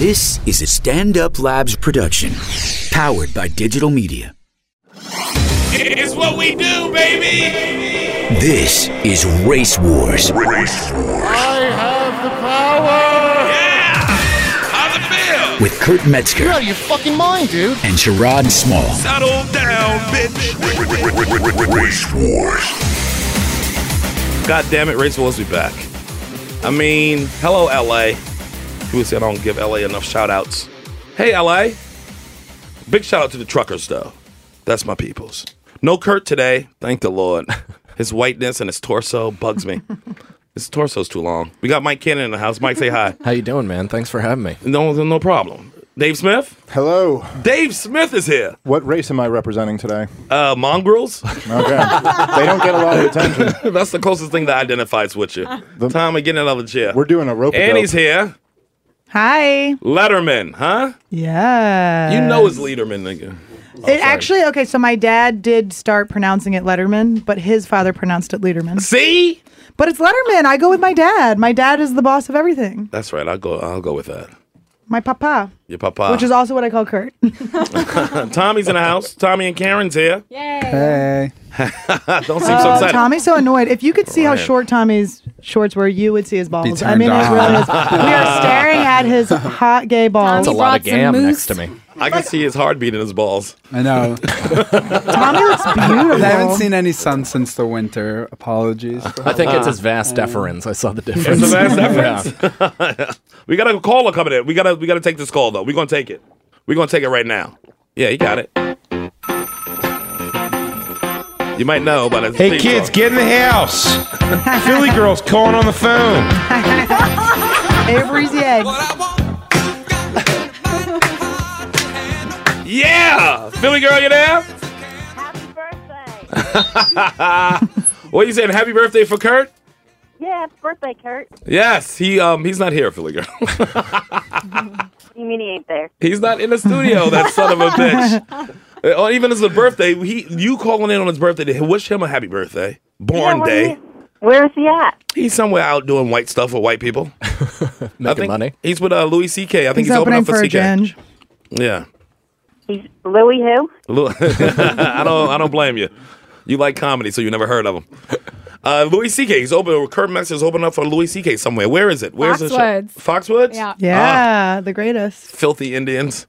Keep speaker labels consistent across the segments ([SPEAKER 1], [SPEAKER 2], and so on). [SPEAKER 1] This is a Stand Up Labs production, powered by digital media.
[SPEAKER 2] It's what we do, baby.
[SPEAKER 1] This is Race Wars
[SPEAKER 2] How's it feel?
[SPEAKER 1] with Kurt Metzger
[SPEAKER 3] You're out of your fucking mind, dude.
[SPEAKER 1] and Sherrod Small.
[SPEAKER 2] Settle down, bitch.
[SPEAKER 4] Race Wars.
[SPEAKER 5] God damn it, Race Wars be back. I mean, hello, LA. People say I don't give LA enough shout outs. Hey, LA. Big shout out to the truckers, though. That's my peoples. No Kurt today. Thank the Lord. His whiteness and his torso bugs me. his torso's too long. We got Mike Cannon in the house. Mike, say hi.
[SPEAKER 6] How you doing, man? Thanks for having me.
[SPEAKER 5] No, no problem. Dave Smith?
[SPEAKER 3] Hello.
[SPEAKER 5] Dave Smith is here.
[SPEAKER 3] What race am I representing today?
[SPEAKER 5] Uh, mongrels?
[SPEAKER 3] Okay. they don't get a lot of attention.
[SPEAKER 5] That's the closest thing that identifies with you. Time to get out of the chair.
[SPEAKER 3] We're doing a rope.
[SPEAKER 5] and he's here.
[SPEAKER 7] Hi.
[SPEAKER 5] Letterman, huh?
[SPEAKER 7] Yeah.
[SPEAKER 5] You know it's Lederman, nigga.
[SPEAKER 7] it actually okay. So my dad did start pronouncing it Letterman, but his father pronounced it Lederman.
[SPEAKER 5] See?
[SPEAKER 7] But it's Letterman. I go with my dad. My dad is the boss of everything.
[SPEAKER 5] That's right. I'll go. I'll go with that.
[SPEAKER 7] My papa,
[SPEAKER 5] Your papa.
[SPEAKER 7] which is also what I call Kurt.
[SPEAKER 5] Tommy's in the house. Tommy and Karen's here.
[SPEAKER 3] Hey.
[SPEAKER 5] Don't seem so
[SPEAKER 7] Oh,
[SPEAKER 5] excited.
[SPEAKER 7] Tommy's so annoyed. If you could see how
[SPEAKER 5] Right.
[SPEAKER 7] short Tommy's shorts were, you would see his balls. I mean, it really is. We are staring at his hot gay balls.
[SPEAKER 6] That's a
[SPEAKER 8] He
[SPEAKER 6] lot of
[SPEAKER 8] brought some
[SPEAKER 6] gam
[SPEAKER 8] moose.
[SPEAKER 6] next to me.
[SPEAKER 5] I can see his heartbeat in his balls.
[SPEAKER 9] I know.
[SPEAKER 7] Tommy looks beautiful.
[SPEAKER 9] I haven't seen any sun since the winter. Apologies. Um,
[SPEAKER 6] I think it's his vast deferens. I saw the difference.
[SPEAKER 5] Uh, It's a vast
[SPEAKER 6] difference.
[SPEAKER 5] We got a caller coming in. We gotta. We gotta take this call though. We are gonna take it. We are gonna take it right now. Yeah, you got it. You might know, but it's
[SPEAKER 10] Hey kids, get in the house. Philly girl's calling on the phone.
[SPEAKER 7] Avery's the egg.
[SPEAKER 5] Yeah, Philly girl, you there?
[SPEAKER 11] Happy birthday.
[SPEAKER 5] What you saying? Happy birthday for Kurt?
[SPEAKER 11] Yeah, happy birthday, Kurt.
[SPEAKER 5] Yes, he um he's not here, Philly girl.
[SPEAKER 11] You mean he ain't there?
[SPEAKER 5] He's not in the studio, that son of a bitch. Uh, Or even as a birthday, he you calling in on his birthday to wish him a happy birthday. Born
[SPEAKER 11] Yeah, where
[SPEAKER 5] day.
[SPEAKER 11] he is- Where is he at?
[SPEAKER 5] He's somewhere out doing white stuff with white people. I
[SPEAKER 6] Making
[SPEAKER 5] think
[SPEAKER 6] money.
[SPEAKER 5] He's with uh, Louis C.K. I think
[SPEAKER 7] He's,
[SPEAKER 5] he's,
[SPEAKER 7] opening,
[SPEAKER 5] up
[SPEAKER 7] for a
[SPEAKER 5] CK.
[SPEAKER 7] ginge.
[SPEAKER 5] Yeah.
[SPEAKER 11] He's Louis who?
[SPEAKER 5] Lou- I don't I don't blame you. You like comedy, so you never heard of him. Uh, Louis C.K. He's open. Kurt Max is opening up for Louis C.K. somewhere. Where is it? Where's
[SPEAKER 8] Foxwoods.
[SPEAKER 5] the show? Foxwoods? Ah,
[SPEAKER 8] Yeah.
[SPEAKER 7] Yeah, the greatest,
[SPEAKER 5] Filthy Indians.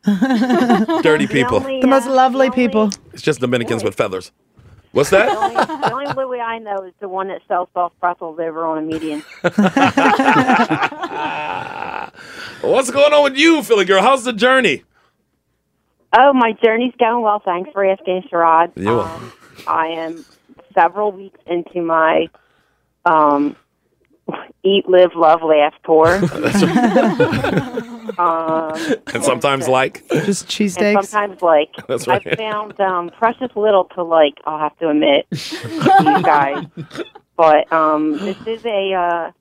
[SPEAKER 5] Dirty people.
[SPEAKER 7] the most lovely people.
[SPEAKER 5] It's just Dominicans with feathers. What's that?
[SPEAKER 11] The only, the only Louis I know is the one that sells soft pretzels over on a median.
[SPEAKER 5] What's going on with you, Philly girl? How's the journey?
[SPEAKER 11] Oh, my journey's going well. Thanks for asking, Sherrod.
[SPEAKER 5] You're
[SPEAKER 11] Um, I am several weeks into my um, Eat, Live, Love, Laugh tour. um,
[SPEAKER 5] And sometimes like
[SPEAKER 7] Just
[SPEAKER 11] and
[SPEAKER 7] cheesesteaks.
[SPEAKER 11] sometimes like
[SPEAKER 5] That's
[SPEAKER 11] I
[SPEAKER 5] right.
[SPEAKER 11] found um, precious little to like. I'll have to admit, you guys. But um, this is a uh,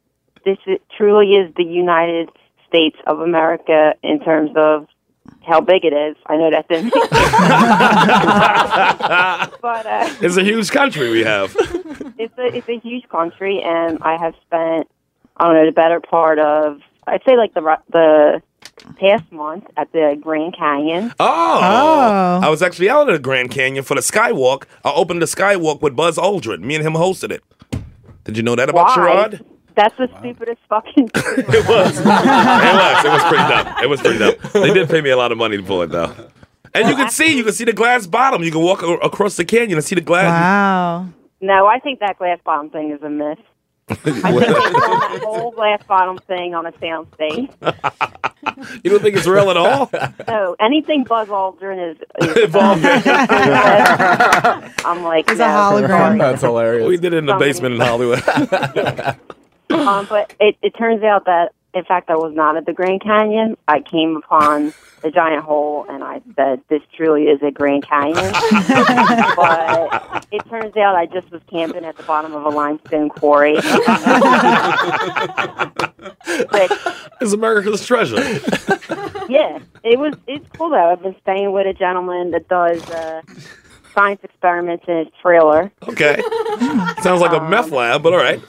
[SPEAKER 11] this is, truly is the United States of America in terms of how big it is. I know that's in, but uh,
[SPEAKER 5] it's a huge country we have.
[SPEAKER 11] it's a it's a huge country, and I have spent I don't know the better part of I'd say like the ru- the past month at the Grand Canyon.
[SPEAKER 5] Oh,
[SPEAKER 7] Oh.
[SPEAKER 5] I was actually out at the Grand Canyon for the Skywalk. I opened the Skywalk with Buzz Aldrin. Me and him hosted it. Did you know that about
[SPEAKER 11] Why?
[SPEAKER 5] Sherrod?
[SPEAKER 11] That's the stupidest fucking. thing.
[SPEAKER 5] It was. it was. It was pretty dumb. It was pretty dumb. They did pay me a lot of money for it though. And you can see, you can see the glass bottom. You can walk a- across the canyon and see the glass.
[SPEAKER 7] Wow.
[SPEAKER 11] No, I think that glass bottom thing is a myth. I think they filmed that whole glass bottom thing on a soundstage.
[SPEAKER 5] You don't think it's real at all?
[SPEAKER 11] So anything Buzz Aldrin is, is
[SPEAKER 5] Involved.
[SPEAKER 11] I'm like,
[SPEAKER 7] It's a
[SPEAKER 11] no,
[SPEAKER 7] hologram.
[SPEAKER 6] That's hilarious.
[SPEAKER 5] we did it in the basement in Hollywood.
[SPEAKER 11] sorry. Um, but it, it turns out that in fact I was not at the Grand Canyon. I came upon a giant hole, and I said, "This truly is a Grand Canyon." but it turns out I just was camping at the bottom of a limestone quarry. Which
[SPEAKER 5] it's America's treasure.
[SPEAKER 11] Yeah, it was. It's cool though. I've been staying with a gentleman that does uh, science experiments in his trailer.
[SPEAKER 5] Okay. Sounds like a meth lab, but all right.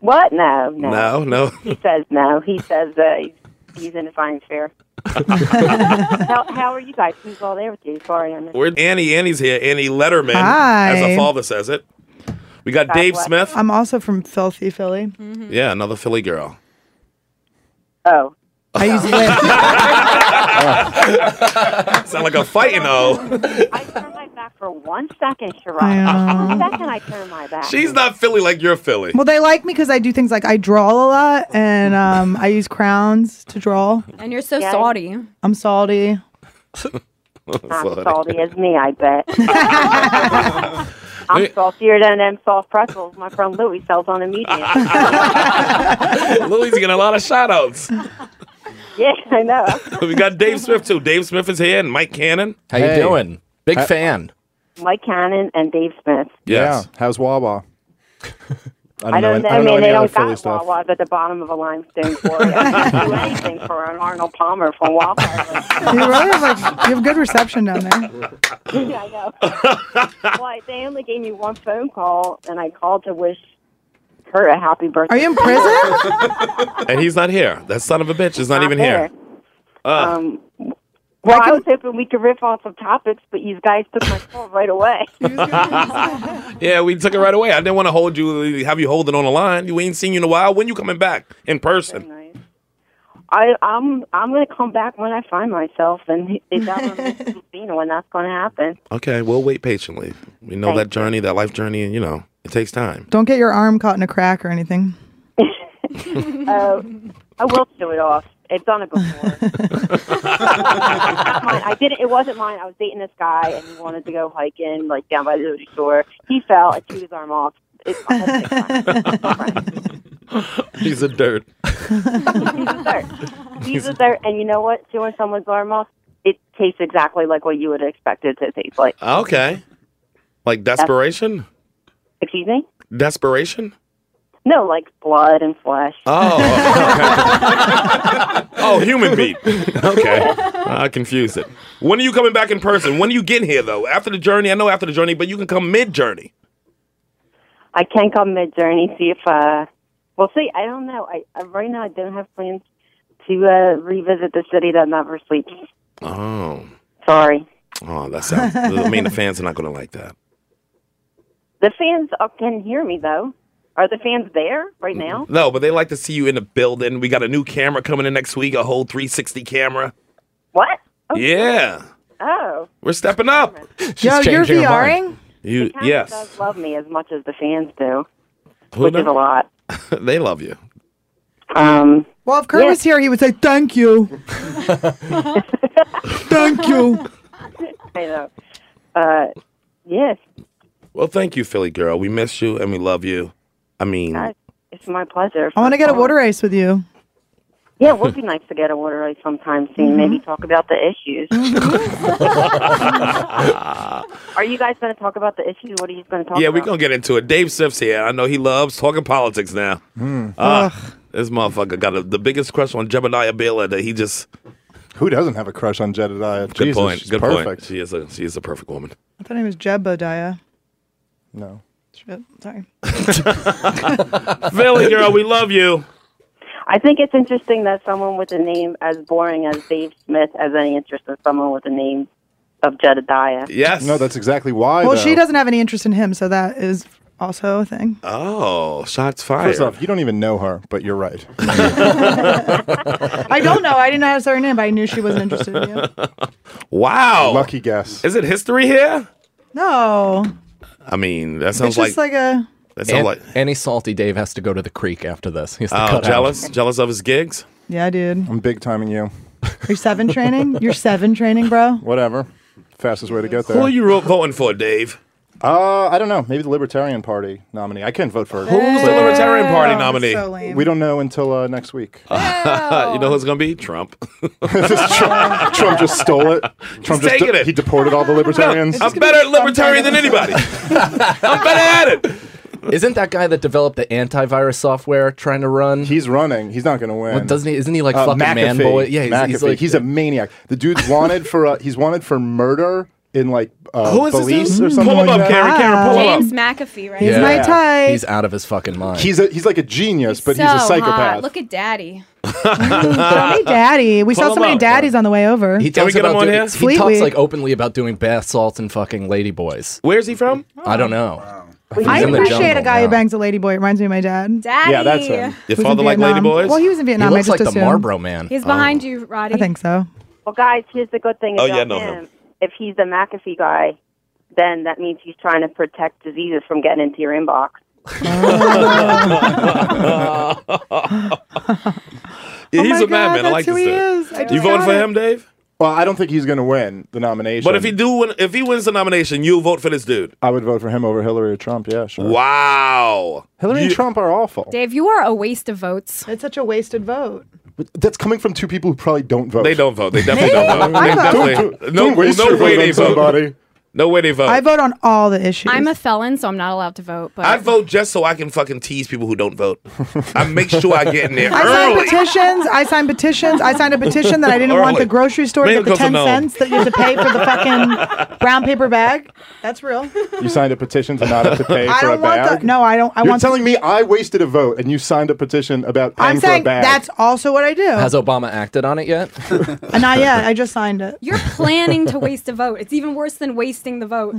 [SPEAKER 11] What? No, no.
[SPEAKER 5] No, no.
[SPEAKER 11] He says no. He says uh, he's, he's in a science fair. how, how are you guys? Who's all there with you? Sorry, I missed.
[SPEAKER 5] We're Annie. Annie's here. Annie Letterman,
[SPEAKER 7] Hi.
[SPEAKER 5] as a father says it. We got
[SPEAKER 11] God
[SPEAKER 5] Dave
[SPEAKER 11] bless. Mm-hmm.
[SPEAKER 5] Smith.
[SPEAKER 7] I'm also from Filthy Philly.
[SPEAKER 5] Yeah, another Philly girl.
[SPEAKER 11] Oh,
[SPEAKER 7] I used to live.
[SPEAKER 5] Sound like a fighting hoe.
[SPEAKER 11] I turned my back for one second,
[SPEAKER 7] Yeah.
[SPEAKER 11] Sherrod. One second, I turned my back.
[SPEAKER 5] She's not Philly like you're Philly.
[SPEAKER 7] well, they like me because I do things like I draw a lot and um, I use crowns to draw.
[SPEAKER 8] And you're so
[SPEAKER 11] Yeah.
[SPEAKER 8] salty.
[SPEAKER 7] I'm salty.
[SPEAKER 11] not salty as me, I bet. I'm saltier than them soft pretzels my friend Louis sells on the medium.
[SPEAKER 5] Lily's getting a lot of shout outs.
[SPEAKER 11] yeah, I know.
[SPEAKER 5] We got Dave Smith too. Dave Smith is here and Mike Cannon.
[SPEAKER 6] How you
[SPEAKER 3] Hey.
[SPEAKER 6] doing? Big fan.
[SPEAKER 11] Mike Cannon and Dave Smith.
[SPEAKER 5] Yes.
[SPEAKER 3] Yeah. How's Wawa?
[SPEAKER 11] I don't know.
[SPEAKER 3] any- I don't know
[SPEAKER 11] I mean,
[SPEAKER 3] any
[SPEAKER 11] they
[SPEAKER 3] other
[SPEAKER 11] don't
[SPEAKER 3] Philly
[SPEAKER 11] got
[SPEAKER 3] stuff.
[SPEAKER 11] Wawa's at the bottom of a limestone quarry. I don't do anything for an Arnold Palmer from Wawa. Like,
[SPEAKER 7] You really have like you have good reception down there.
[SPEAKER 11] I know. well, I- they only gave me one phone call, and I called to wish her a happy birthday.
[SPEAKER 7] Are you in prison?
[SPEAKER 5] And he's not here. That son of a bitch is not, even
[SPEAKER 11] there.
[SPEAKER 5] here. Uh.
[SPEAKER 11] Um, well, I was hoping we could riff on some topics, but you guys took my call right away.
[SPEAKER 5] Yeah, we took it right away. I didn't want to hold you, have you holding on the line. You ain't seen you in a while. When you coming back in person?
[SPEAKER 11] Nice. I, I'm I'm gonna come back when I find myself, and it's out on the casino when that's gonna happen.
[SPEAKER 5] Okay, we'll wait patiently. We know that
[SPEAKER 11] Thank
[SPEAKER 5] journey, that life journey, and you know, it takes time.
[SPEAKER 7] Don't get your arm caught in a crack or anything.
[SPEAKER 11] Uh, I will do it off. I've done it before. Not mine. I didn't. It wasn't mine. I was dating this guy, and he wanted to go hiking, like down by the Jersey shore. He fell. I chewed his arm off. It's I hope it's fine.
[SPEAKER 5] He's a dirt.
[SPEAKER 11] He's a third. He's a third, and you know what? Chewing someone's arm off, it tastes exactly like what you would expect it to taste like.
[SPEAKER 5] Okay. Like desperation?
[SPEAKER 11] Excuse me?
[SPEAKER 5] Desperation?
[SPEAKER 11] No, like blood and flesh.
[SPEAKER 5] Oh. okay. oh, human beat. Okay. I confused it. When are you coming back in person? When are you getting here though? After the journey? I know after the journey, but you can come mid journey.
[SPEAKER 11] I can come mid journey. See if uh, we'll see. I don't know. I, I right now I don't have plans to uh, revisit the city that never sleeps.
[SPEAKER 5] Oh.
[SPEAKER 11] Sorry.
[SPEAKER 5] Oh, that sounds I mean the fans are not gonna like that.
[SPEAKER 11] The fans uh, can hear me though. Are the fans there right now?
[SPEAKER 5] No, but they like to see you in the building. We got a new camera coming in next week, a whole 360 camera.
[SPEAKER 11] What? Oh,
[SPEAKER 5] Yeah.
[SPEAKER 11] oh.
[SPEAKER 5] We're stepping up.
[SPEAKER 6] She's
[SPEAKER 7] Yo, you're
[SPEAKER 6] changing her mind.
[SPEAKER 7] VRing.
[SPEAKER 5] You
[SPEAKER 11] Canada
[SPEAKER 5] yes.
[SPEAKER 11] does love me as much as the fans do,
[SPEAKER 5] Who
[SPEAKER 11] which is a
[SPEAKER 5] knows?
[SPEAKER 11] lot.
[SPEAKER 5] they love you.
[SPEAKER 11] Um,
[SPEAKER 7] Well, if Kurt was here, he would say thank you. thank you.
[SPEAKER 11] I know. Uh, yes,
[SPEAKER 5] Well, thank you, Philly girl. We miss you and we love you. I mean,
[SPEAKER 11] I- it's my pleasure.
[SPEAKER 7] I want to get a water ice with you.
[SPEAKER 11] Yeah, it would be nice to get a water ice sometime soon. Maybe talk about the issues.
[SPEAKER 5] Mm-hmm.
[SPEAKER 11] Are you guys going to talk about the issues? What are you going to talk
[SPEAKER 5] yeah,
[SPEAKER 11] about?
[SPEAKER 5] we're gonna get into it. Dave Siff's here. I know he loves talking politics now.
[SPEAKER 3] Hmm.
[SPEAKER 5] Ah, this motherfucker got a, the biggest crush on Jebediah Baylor that he just.
[SPEAKER 3] Who doesn't have a crush on Jedediah?
[SPEAKER 5] Good
[SPEAKER 3] Jesus,
[SPEAKER 5] point.
[SPEAKER 3] she's
[SPEAKER 5] Good
[SPEAKER 3] perfect.
[SPEAKER 5] point. She is a she is a perfect woman.
[SPEAKER 7] I thought her name was Jeb Bodiah.
[SPEAKER 3] No.
[SPEAKER 7] Shit, sorry.
[SPEAKER 5] Philly girl, we love you.
[SPEAKER 11] I think it's interesting that someone with a name as boring as Dave Smith has any interest in someone with a name of Jedediah.
[SPEAKER 5] Yes.
[SPEAKER 3] No, that's exactly why.
[SPEAKER 7] Well,
[SPEAKER 3] though.
[SPEAKER 7] she doesn't have any interest in him, so that is also a thing.
[SPEAKER 5] Oh, shots fired.
[SPEAKER 3] First off, you don't even know her, but you're right.
[SPEAKER 7] I don't know. I didn't know her name, but I knew she wasn't interested in you.
[SPEAKER 5] wow.
[SPEAKER 3] Lucky guess.
[SPEAKER 5] Is it history here?
[SPEAKER 7] No,
[SPEAKER 5] I mean, that
[SPEAKER 7] it's
[SPEAKER 5] sounds like,
[SPEAKER 7] just like a.
[SPEAKER 5] that sounds
[SPEAKER 6] An-
[SPEAKER 5] like.
[SPEAKER 6] Any salty Dave has to go to the creek after this. He has to
[SPEAKER 5] Oh,
[SPEAKER 6] cut out.
[SPEAKER 5] jealous? Jealous of his gigs?
[SPEAKER 7] Yeah, dude.
[SPEAKER 3] I'm big timing you.
[SPEAKER 7] You're seven training. You're seven training, bro.
[SPEAKER 3] Whatever. Fastest way to get there.
[SPEAKER 5] Who are you ro- voting for, Dave?
[SPEAKER 3] Uh, I don't know. Maybe the Libertarian Party nominee. I can't vote for her.
[SPEAKER 5] Who's the Libertarian Party nominee?
[SPEAKER 7] So lame.
[SPEAKER 3] We don't know until uh, next week.
[SPEAKER 5] Uh, you know who's gonna be Trump.
[SPEAKER 3] Trump, Trump just stole it. Trump just
[SPEAKER 5] taking it.
[SPEAKER 3] he deported all the libertarians.
[SPEAKER 5] I'm better at libertarian than anybody. I'm better at it.
[SPEAKER 6] Isn't that guy that developed the antivirus software trying to run?
[SPEAKER 3] he's running. He's not going to win.
[SPEAKER 6] Well, doesn't he? Isn't he like
[SPEAKER 3] Uh,
[SPEAKER 6] fucking man
[SPEAKER 3] McAfee.
[SPEAKER 6] boy? Yeah, he's,
[SPEAKER 3] McAfee.
[SPEAKER 6] he's like
[SPEAKER 3] a maniac. The dude's wanted for uh, he's wanted for murder, in like uh,
[SPEAKER 5] Who is this
[SPEAKER 3] Belize
[SPEAKER 5] dude? Mm-hmm.
[SPEAKER 3] or something
[SPEAKER 5] Pull him
[SPEAKER 3] like
[SPEAKER 5] up,
[SPEAKER 3] that.
[SPEAKER 5] Karen. Karen, pull
[SPEAKER 12] Ah,
[SPEAKER 5] him
[SPEAKER 3] um,
[SPEAKER 8] James
[SPEAKER 5] up.
[SPEAKER 8] McAfee, right?
[SPEAKER 7] He's my
[SPEAKER 3] Yeah.
[SPEAKER 7] type.
[SPEAKER 6] He's out of his fucking mind.
[SPEAKER 3] He's a he's like a genius, but
[SPEAKER 8] so
[SPEAKER 3] he's a
[SPEAKER 8] Hot.
[SPEAKER 3] psychopath.
[SPEAKER 8] Look at Daddy.
[SPEAKER 7] hey, daddy. We
[SPEAKER 5] Pull
[SPEAKER 7] saw so
[SPEAKER 5] him
[SPEAKER 7] many
[SPEAKER 5] up,
[SPEAKER 7] daddies on the way over.
[SPEAKER 6] he
[SPEAKER 5] Can we
[SPEAKER 6] talks
[SPEAKER 5] get him
[SPEAKER 6] about
[SPEAKER 5] on
[SPEAKER 6] doing,
[SPEAKER 5] here?
[SPEAKER 6] he
[SPEAKER 7] Fleet
[SPEAKER 6] talks
[SPEAKER 7] Week.
[SPEAKER 6] like openly about doing bath salts and fucking ladyboys.
[SPEAKER 5] Where's he from?
[SPEAKER 6] I don't know.
[SPEAKER 7] I
[SPEAKER 6] oh, He's in the
[SPEAKER 7] appreciate
[SPEAKER 6] jungle
[SPEAKER 7] a guy who
[SPEAKER 6] now.
[SPEAKER 7] bangs a lady boy. It reminds me of my dad.
[SPEAKER 8] Daddy.
[SPEAKER 3] yeah, that's him.
[SPEAKER 5] Your
[SPEAKER 7] Who's in
[SPEAKER 5] father like lady
[SPEAKER 7] Vietnam.
[SPEAKER 5] boys?
[SPEAKER 7] Well, he was in
[SPEAKER 6] He
[SPEAKER 7] Vietnam.
[SPEAKER 6] looks
[SPEAKER 7] I
[SPEAKER 6] like
[SPEAKER 7] just
[SPEAKER 6] the
[SPEAKER 7] assumed.
[SPEAKER 6] Marlboro man.
[SPEAKER 8] He's
[SPEAKER 7] Um,
[SPEAKER 6] Oh.
[SPEAKER 8] behind you, Roddy.
[SPEAKER 7] I think so.
[SPEAKER 11] Well, guys, here's the good thing
[SPEAKER 5] Oh,
[SPEAKER 11] about
[SPEAKER 5] yeah, I know
[SPEAKER 11] him.
[SPEAKER 5] him.
[SPEAKER 11] If he's the McAfee guy, then that means he's trying to protect diseases from getting into your inbox.
[SPEAKER 5] Yeah, he's
[SPEAKER 7] oh my
[SPEAKER 5] a madman.
[SPEAKER 7] God,
[SPEAKER 5] I like
[SPEAKER 7] that's who
[SPEAKER 5] this
[SPEAKER 7] he
[SPEAKER 5] dude.
[SPEAKER 7] is. I just
[SPEAKER 5] You voting
[SPEAKER 7] got
[SPEAKER 5] for
[SPEAKER 7] it.
[SPEAKER 5] him, Dave?
[SPEAKER 3] Well, I don't think he's going to win the nomination.
[SPEAKER 5] But if he do, win, if he wins the nomination, you'll vote for this dude.
[SPEAKER 3] I would vote for him over Hillary or Trump. Yeah, sure.
[SPEAKER 5] Wow.
[SPEAKER 3] Hillary and
[SPEAKER 5] You-
[SPEAKER 3] Trump are awful.
[SPEAKER 8] Dave, you are a waste of votes.
[SPEAKER 7] It's such a wasted vote.
[SPEAKER 3] That's coming from two people who probably don't vote.
[SPEAKER 5] They don't vote. They definitely don't vote.
[SPEAKER 7] I
[SPEAKER 5] They
[SPEAKER 7] vote.
[SPEAKER 5] definitely,
[SPEAKER 3] Don't, do
[SPEAKER 5] no,
[SPEAKER 3] don't waste
[SPEAKER 5] no
[SPEAKER 3] your
[SPEAKER 5] way
[SPEAKER 3] vote
[SPEAKER 5] they
[SPEAKER 3] on
[SPEAKER 5] vote.
[SPEAKER 3] somebody.
[SPEAKER 5] No way they vote.
[SPEAKER 7] I vote on all the issues.
[SPEAKER 8] I'm a felon, so I'm not allowed to vote. But
[SPEAKER 5] I vote just so I can fucking tease people who don't vote. I make sure I get in there
[SPEAKER 7] I signed
[SPEAKER 5] early.
[SPEAKER 7] petitions. I signed petitions. I signed a petition that I didn't want the
[SPEAKER 5] Early.
[SPEAKER 7] grocery store to
[SPEAKER 5] Man,
[SPEAKER 7] get the
[SPEAKER 5] it goes
[SPEAKER 7] 10
[SPEAKER 5] unknown.
[SPEAKER 7] cents that you have to pay for the fucking brown paper bag. That's real.
[SPEAKER 3] You signed a petition to not have to pay
[SPEAKER 7] I
[SPEAKER 3] for a
[SPEAKER 7] don't want
[SPEAKER 3] bag.
[SPEAKER 7] the. No, I don't. I
[SPEAKER 3] You're
[SPEAKER 7] want.
[SPEAKER 3] telling me I wasted a vote and you signed a petition about paying
[SPEAKER 7] I'm
[SPEAKER 3] for
[SPEAKER 7] saying
[SPEAKER 3] a bag.
[SPEAKER 7] that's also what I do.
[SPEAKER 6] Has Obama acted on it yet?
[SPEAKER 7] Uh, Not yet. I just signed it.
[SPEAKER 8] You're planning to waste a vote. It's even worse than wasting the vote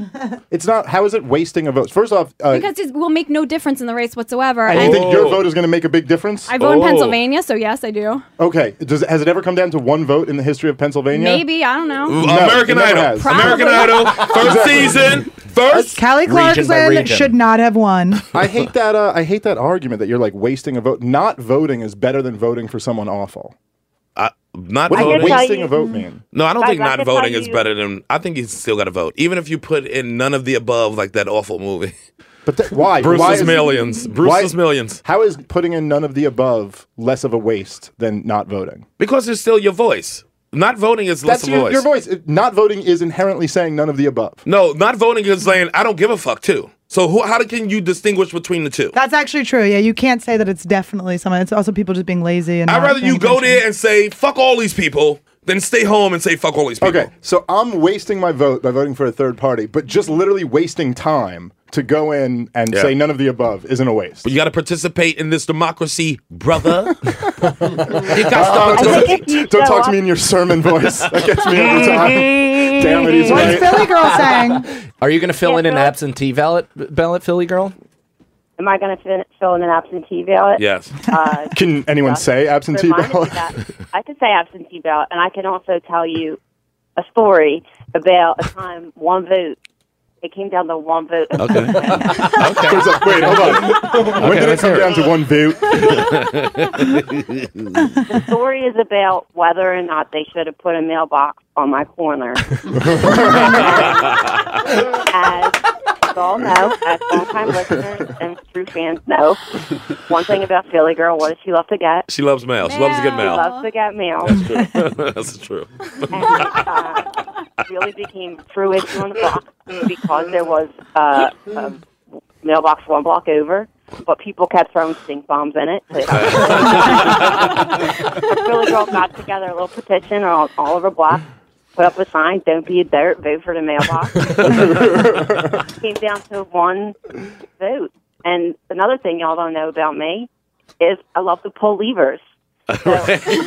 [SPEAKER 3] it's not. How is it wasting a vote? First off, uh,
[SPEAKER 8] because it will make no difference in the race whatsoever.
[SPEAKER 3] and you
[SPEAKER 8] And
[SPEAKER 3] think your vote is going to make a big difference?
[SPEAKER 8] I vote in
[SPEAKER 5] Oh.
[SPEAKER 8] Pennsylvania, so yes, I do.
[SPEAKER 3] okay. Does, has it ever come down to one vote in the history of Pennsylvania? uh,
[SPEAKER 8] Maybe I don't know.
[SPEAKER 5] American
[SPEAKER 3] it never
[SPEAKER 5] Idol.
[SPEAKER 3] has.
[SPEAKER 5] American Idol. First season. First.
[SPEAKER 7] Kelly
[SPEAKER 6] Region by
[SPEAKER 7] Clarkson
[SPEAKER 6] region.
[SPEAKER 7] should not have won.
[SPEAKER 3] I hate that. Uh, I hate that argument that you're like wasting a vote. Not voting is better than voting for someone awful.
[SPEAKER 5] Not
[SPEAKER 3] What
[SPEAKER 11] can
[SPEAKER 5] voting.
[SPEAKER 3] does
[SPEAKER 11] tell
[SPEAKER 3] wasting
[SPEAKER 11] you-
[SPEAKER 3] a vote mean?
[SPEAKER 5] No, I don't
[SPEAKER 11] Guys,
[SPEAKER 5] think
[SPEAKER 11] I
[SPEAKER 5] not
[SPEAKER 11] can tell
[SPEAKER 5] voting is
[SPEAKER 11] you-
[SPEAKER 5] better than. I think you still got to vote, even if you put in none of the above, like that awful movie.
[SPEAKER 3] But that, why? why
[SPEAKER 5] Bruce's
[SPEAKER 3] is-
[SPEAKER 5] Millions.
[SPEAKER 3] why-
[SPEAKER 5] Bruce's Millions.
[SPEAKER 3] How is putting in none of the above less of a waste than not voting?
[SPEAKER 5] Because it's still your voice. Not voting is less
[SPEAKER 3] That's
[SPEAKER 5] of
[SPEAKER 3] your,
[SPEAKER 5] voice.
[SPEAKER 3] your voice. It- Not voting is inherently saying none of the above.
[SPEAKER 5] No, not voting is saying I don't give a fuck too. So who, how can you distinguish between the two?
[SPEAKER 7] That's actually true. Yeah, you can't say that it's definitely someone. It's also people just being lazy. And
[SPEAKER 5] I'd
[SPEAKER 7] not
[SPEAKER 5] rather
[SPEAKER 7] paying
[SPEAKER 5] you go
[SPEAKER 7] attention.
[SPEAKER 5] there and say fuck all these people than stay home and say fuck all these people.
[SPEAKER 3] Okay, so I'm wasting my vote by voting for a third party, but just literally wasting time to go in and
[SPEAKER 5] Yeah.
[SPEAKER 3] say none of the above isn't a waste.
[SPEAKER 5] You got to participate in this democracy, brother. you
[SPEAKER 3] Oh,
[SPEAKER 5] got to
[SPEAKER 3] don't,
[SPEAKER 11] If you
[SPEAKER 3] don't
[SPEAKER 11] show
[SPEAKER 3] talk to
[SPEAKER 11] up-
[SPEAKER 3] me in your sermon voice. That gets me every time. Damn it, he's
[SPEAKER 7] What's
[SPEAKER 3] right.
[SPEAKER 7] Philly girl saying?
[SPEAKER 6] Are you going to fill
[SPEAKER 11] Yeah,
[SPEAKER 6] in an
[SPEAKER 11] Phil.
[SPEAKER 6] absentee ballot, ballot, Philly girl?
[SPEAKER 11] Am I going to fin- fill in an absentee ballot?
[SPEAKER 5] Yes.
[SPEAKER 11] Uh,
[SPEAKER 3] Can anyone say absentee
[SPEAKER 11] reminded me
[SPEAKER 3] ballot?
[SPEAKER 11] that. I could say absentee ballot, and I can also tell you a story about a time one vote. It came down to one vote.
[SPEAKER 3] There's a- Wait, hold on. when did it come down to one vote?
[SPEAKER 11] The story is about whether or not they should have put a mailbox on my corner. as you all know, as longtime listeners and true fans know, one thing about Philly Girl, what does she love to get?
[SPEAKER 5] She loves mail. She loves to get
[SPEAKER 8] Mail.
[SPEAKER 5] mail.
[SPEAKER 11] Loves to get mail.
[SPEAKER 5] That's true.
[SPEAKER 11] and uh, really became a true issue on the block because there was uh, a mailbox one block over, but people kept throwing stink bombs in it. So Philly Girl got together a little petition on all over block, put up a sign, don't be a dirt, vote for the mailbox. Came down to one vote. And another thing y'all don't know about me is I love to pull levers. I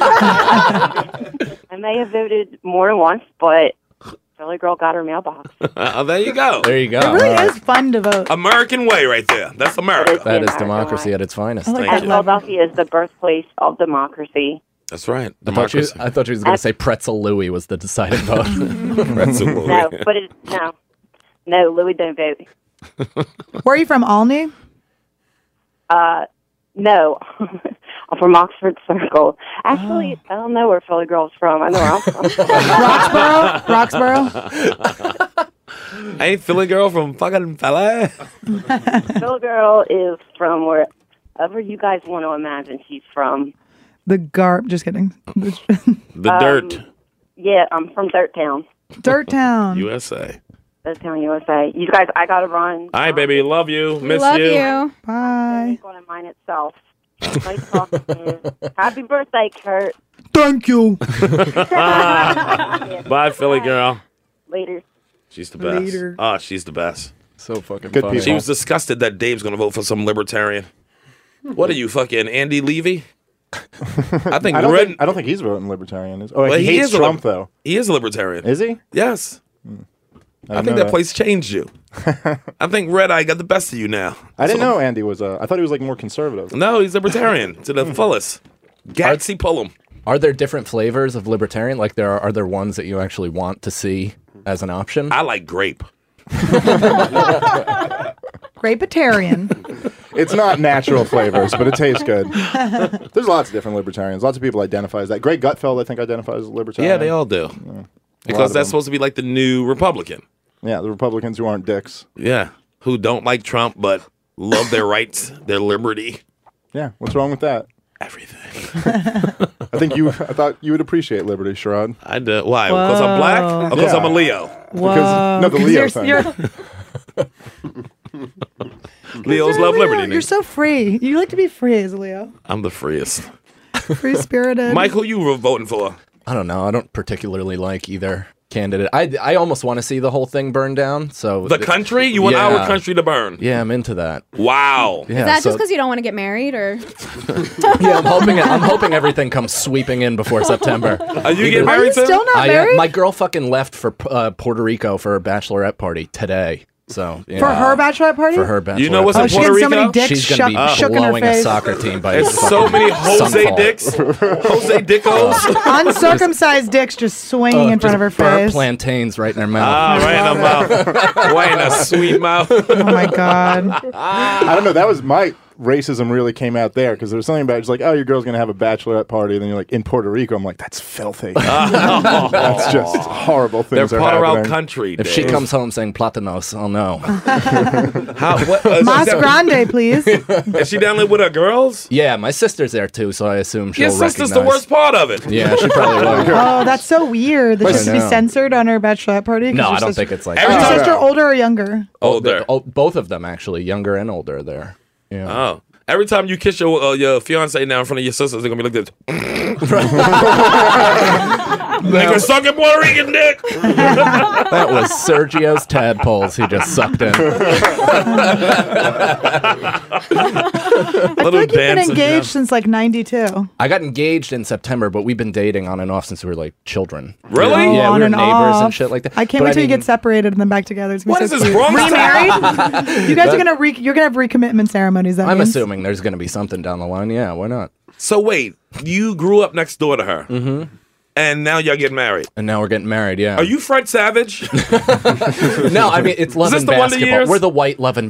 [SPEAKER 11] may have voted more than once, but Philly Girl got her mailbox.
[SPEAKER 5] Uh, there you go.
[SPEAKER 6] There you go.
[SPEAKER 7] It really is fun to vote.
[SPEAKER 5] American way right there. That's America.
[SPEAKER 6] that is democracy at its finest.
[SPEAKER 7] like
[SPEAKER 11] And
[SPEAKER 5] you.
[SPEAKER 11] Philadelphia is the birthplace of democracy.
[SPEAKER 5] That's right.
[SPEAKER 6] I thought, she,
[SPEAKER 5] Democracy.
[SPEAKER 6] I thought she was going to say Pretzel Louie was the deciding vote.
[SPEAKER 11] No,
[SPEAKER 5] Absolutely.
[SPEAKER 11] but it, no, no, Louis don't vote.
[SPEAKER 7] Where are you from, Alney?
[SPEAKER 11] Uh, No, I'm from Oxford Circle. Actually,
[SPEAKER 7] Ah.
[SPEAKER 11] I don't know where Philly Girl's from. I know where I'm from.
[SPEAKER 7] Roxborough? Roxborough?
[SPEAKER 5] Ain't Philly girl from fucking Philly.
[SPEAKER 11] Philly Girl is from wherever you guys want to imagine she's from. Um,
[SPEAKER 7] The Garp. Just kidding.
[SPEAKER 5] The dirt.
[SPEAKER 11] Yeah, I'm from Dirt Town,
[SPEAKER 7] Dirt Town.
[SPEAKER 5] USA.
[SPEAKER 11] Dirt Town, USA. You guys, I gotta run.
[SPEAKER 5] Hi, baby. Love you.
[SPEAKER 8] We
[SPEAKER 5] Miss
[SPEAKER 8] love you.
[SPEAKER 7] Bye.
[SPEAKER 11] It's going to mine itself. Nice talking to you. Happy birthday, Kurt.
[SPEAKER 7] Thank you.
[SPEAKER 5] Bye, Philly girl.
[SPEAKER 11] Later.
[SPEAKER 5] She's the best.
[SPEAKER 7] Leader.
[SPEAKER 5] Ah, she's the best.
[SPEAKER 6] So fucking
[SPEAKER 3] Good funny. people.
[SPEAKER 5] She was disgusted that Dave's going to vote for some libertarian. What are you fucking Andy Levy? I think
[SPEAKER 3] I don't,
[SPEAKER 5] Red.
[SPEAKER 3] think, I don't think he's voting libertarian. Is, oh,
[SPEAKER 5] well,
[SPEAKER 3] he, hates
[SPEAKER 5] a
[SPEAKER 3] Trump
[SPEAKER 5] lib-
[SPEAKER 3] though.
[SPEAKER 5] He is a libertarian.
[SPEAKER 3] Is he? Hmm.
[SPEAKER 5] Yes. I,
[SPEAKER 3] know
[SPEAKER 5] think that
[SPEAKER 3] that.
[SPEAKER 5] place changed you. I think Red Eye got the best of you now.
[SPEAKER 3] I didn't know Andy was. Uh, I thought he was like more conservative.
[SPEAKER 5] No, he's libertarian to the fullest. Gatsy Pullum.
[SPEAKER 6] Are there different flavors of libertarian? Like there are, are there ones that you actually want to see as an option?
[SPEAKER 5] I like grape.
[SPEAKER 7] Grapetarian.
[SPEAKER 3] It's not natural flavors, but it tastes good. There's lots of different libertarians. Lots of people identify as that. Greg Gutfeld, I think, identifies as a libertarian.
[SPEAKER 5] Yeah, they all do. Because that's
[SPEAKER 3] of them.
[SPEAKER 5] supposed to be like the new Republican.
[SPEAKER 3] Yeah, the Republicans who aren't dicks.
[SPEAKER 5] Yeah. Who don't like Trump but love their rights, their liberty,
[SPEAKER 3] Yeah, what's wrong with that?
[SPEAKER 5] everything.
[SPEAKER 3] I think you. I thought you would appreciate liberty, Sherrod.
[SPEAKER 5] I do. Why? Because I'm black? Because
[SPEAKER 3] Yeah.
[SPEAKER 5] I'm a Leo.
[SPEAKER 7] Whoa.
[SPEAKER 3] no, the
[SPEAKER 7] 'Cause
[SPEAKER 3] Leo
[SPEAKER 7] you're-
[SPEAKER 3] thing.
[SPEAKER 7] you're-
[SPEAKER 5] Leos
[SPEAKER 7] you're a
[SPEAKER 5] love
[SPEAKER 7] Leo.
[SPEAKER 5] liberty.
[SPEAKER 7] You're so free. You like to be free as a Leo.
[SPEAKER 5] I'm the freest.
[SPEAKER 7] Free spirited.
[SPEAKER 5] Mike, who you were voting for?
[SPEAKER 6] I don't know. I don't particularly like either candidate. I I almost want to see the whole thing burn down. So
[SPEAKER 5] The country? You want our
[SPEAKER 6] Yeah.
[SPEAKER 5] country to burn.
[SPEAKER 6] Yeah, I'm into that.
[SPEAKER 5] Wow.
[SPEAKER 6] Yeah,
[SPEAKER 8] Is that
[SPEAKER 6] so-
[SPEAKER 8] just because you don't want to get married, or
[SPEAKER 6] yeah, I'm hoping I'm hoping everything comes sweeping in before September.
[SPEAKER 5] Are you
[SPEAKER 6] Either-
[SPEAKER 5] getting
[SPEAKER 7] Are you
[SPEAKER 5] married soon?
[SPEAKER 7] still not
[SPEAKER 6] I, uh,
[SPEAKER 7] married?
[SPEAKER 6] my girl fucking left for uh, Puerto Rico for her bachelorette party today. So you
[SPEAKER 7] for
[SPEAKER 6] know,
[SPEAKER 7] her bachelorette party?
[SPEAKER 6] for her bachelorette.
[SPEAKER 5] You know what's
[SPEAKER 7] Oh,
[SPEAKER 5] in
[SPEAKER 7] she
[SPEAKER 5] Puerto
[SPEAKER 7] had so
[SPEAKER 5] Rico?
[SPEAKER 7] many dicks
[SPEAKER 6] She's
[SPEAKER 7] sho-
[SPEAKER 6] gonna be
[SPEAKER 7] shook in her
[SPEAKER 6] blowing a
[SPEAKER 7] face.
[SPEAKER 6] soccer team by
[SPEAKER 5] There's so many Jose
[SPEAKER 6] sunfall.
[SPEAKER 5] dicks. Jose Dickos.
[SPEAKER 7] Uncircumcised dicks just
[SPEAKER 6] Oh,
[SPEAKER 7] swinging in front of her
[SPEAKER 6] burnt
[SPEAKER 7] face.
[SPEAKER 6] plantains right in her mouth.
[SPEAKER 5] Ah, right in the mouth. Right in a sweet mouth.
[SPEAKER 7] Oh my god.
[SPEAKER 3] I don't know. That was my racism really came out there because there was something about it, it's like, oh, your girl's gonna have a bachelorette party, and then you're like in Puerto Rico. I'm like, that's filthy. that's just horrible
[SPEAKER 5] They're
[SPEAKER 3] things are
[SPEAKER 5] part of our
[SPEAKER 3] happening.
[SPEAKER 5] country.
[SPEAKER 6] if she
[SPEAKER 5] Dave.
[SPEAKER 6] comes home saying platanos, oh no.
[SPEAKER 5] How, what, uh,
[SPEAKER 7] Mas
[SPEAKER 5] is, she down,
[SPEAKER 7] Grande, please.
[SPEAKER 5] is she down there with her girls?
[SPEAKER 6] Yeah, my sister's there too, so I assume
[SPEAKER 5] Your
[SPEAKER 6] she'll
[SPEAKER 5] sister's the
[SPEAKER 6] recognize-
[SPEAKER 5] worst part of it.
[SPEAKER 6] Yeah, she probably will.
[SPEAKER 7] Oh, that's so weird. That she has to be
[SPEAKER 6] know.
[SPEAKER 7] censored on her bachelorette party. 'cause
[SPEAKER 6] No,
[SPEAKER 7] your
[SPEAKER 6] I don't
[SPEAKER 7] sister-
[SPEAKER 6] think it's like
[SPEAKER 5] Every
[SPEAKER 7] Is
[SPEAKER 5] time-
[SPEAKER 7] your
[SPEAKER 5] Oh,
[SPEAKER 7] sister older or younger?
[SPEAKER 5] Oh, there.
[SPEAKER 6] Oh, both of them actually, younger and older. There. Yeah.
[SPEAKER 5] Oh. Every time you kiss your uh, your fiance now in front of your sisters, they're gonna be like this. Nigga sucking Puerto Rican dick.
[SPEAKER 6] that was Sergio's tadpoles he just sucked in.
[SPEAKER 7] I feel like you've been
[SPEAKER 5] dances, you know.
[SPEAKER 7] engaged since like '92.
[SPEAKER 6] I got engaged in September, but we've been dating on and off since we were like children.
[SPEAKER 5] Really?
[SPEAKER 6] Yeah,
[SPEAKER 7] on
[SPEAKER 6] we were
[SPEAKER 7] and
[SPEAKER 6] neighbors
[SPEAKER 7] off.
[SPEAKER 6] and shit like that.
[SPEAKER 7] I can't
[SPEAKER 6] But
[SPEAKER 7] wait till you
[SPEAKER 6] mean,
[SPEAKER 7] get separated and then back together. It's gonna
[SPEAKER 5] What
[SPEAKER 7] be
[SPEAKER 5] is
[SPEAKER 7] so
[SPEAKER 5] this
[SPEAKER 7] cute.
[SPEAKER 5] wrong?
[SPEAKER 7] Remarried? you guys are gonna re- you're gonna have recommitment ceremonies. That
[SPEAKER 6] I'm
[SPEAKER 7] means.
[SPEAKER 6] assuming there's going to be something down the line. Yeah, why not?
[SPEAKER 5] So wait, you grew up next door to her, mm-hmm. and now y'all get married.
[SPEAKER 6] And now we're getting married. Yeah.
[SPEAKER 5] Are you Fred Savage?
[SPEAKER 6] No, I mean it's love
[SPEAKER 5] this
[SPEAKER 6] and
[SPEAKER 5] the one to
[SPEAKER 6] basketball.
[SPEAKER 5] yours?
[SPEAKER 6] We're the white love and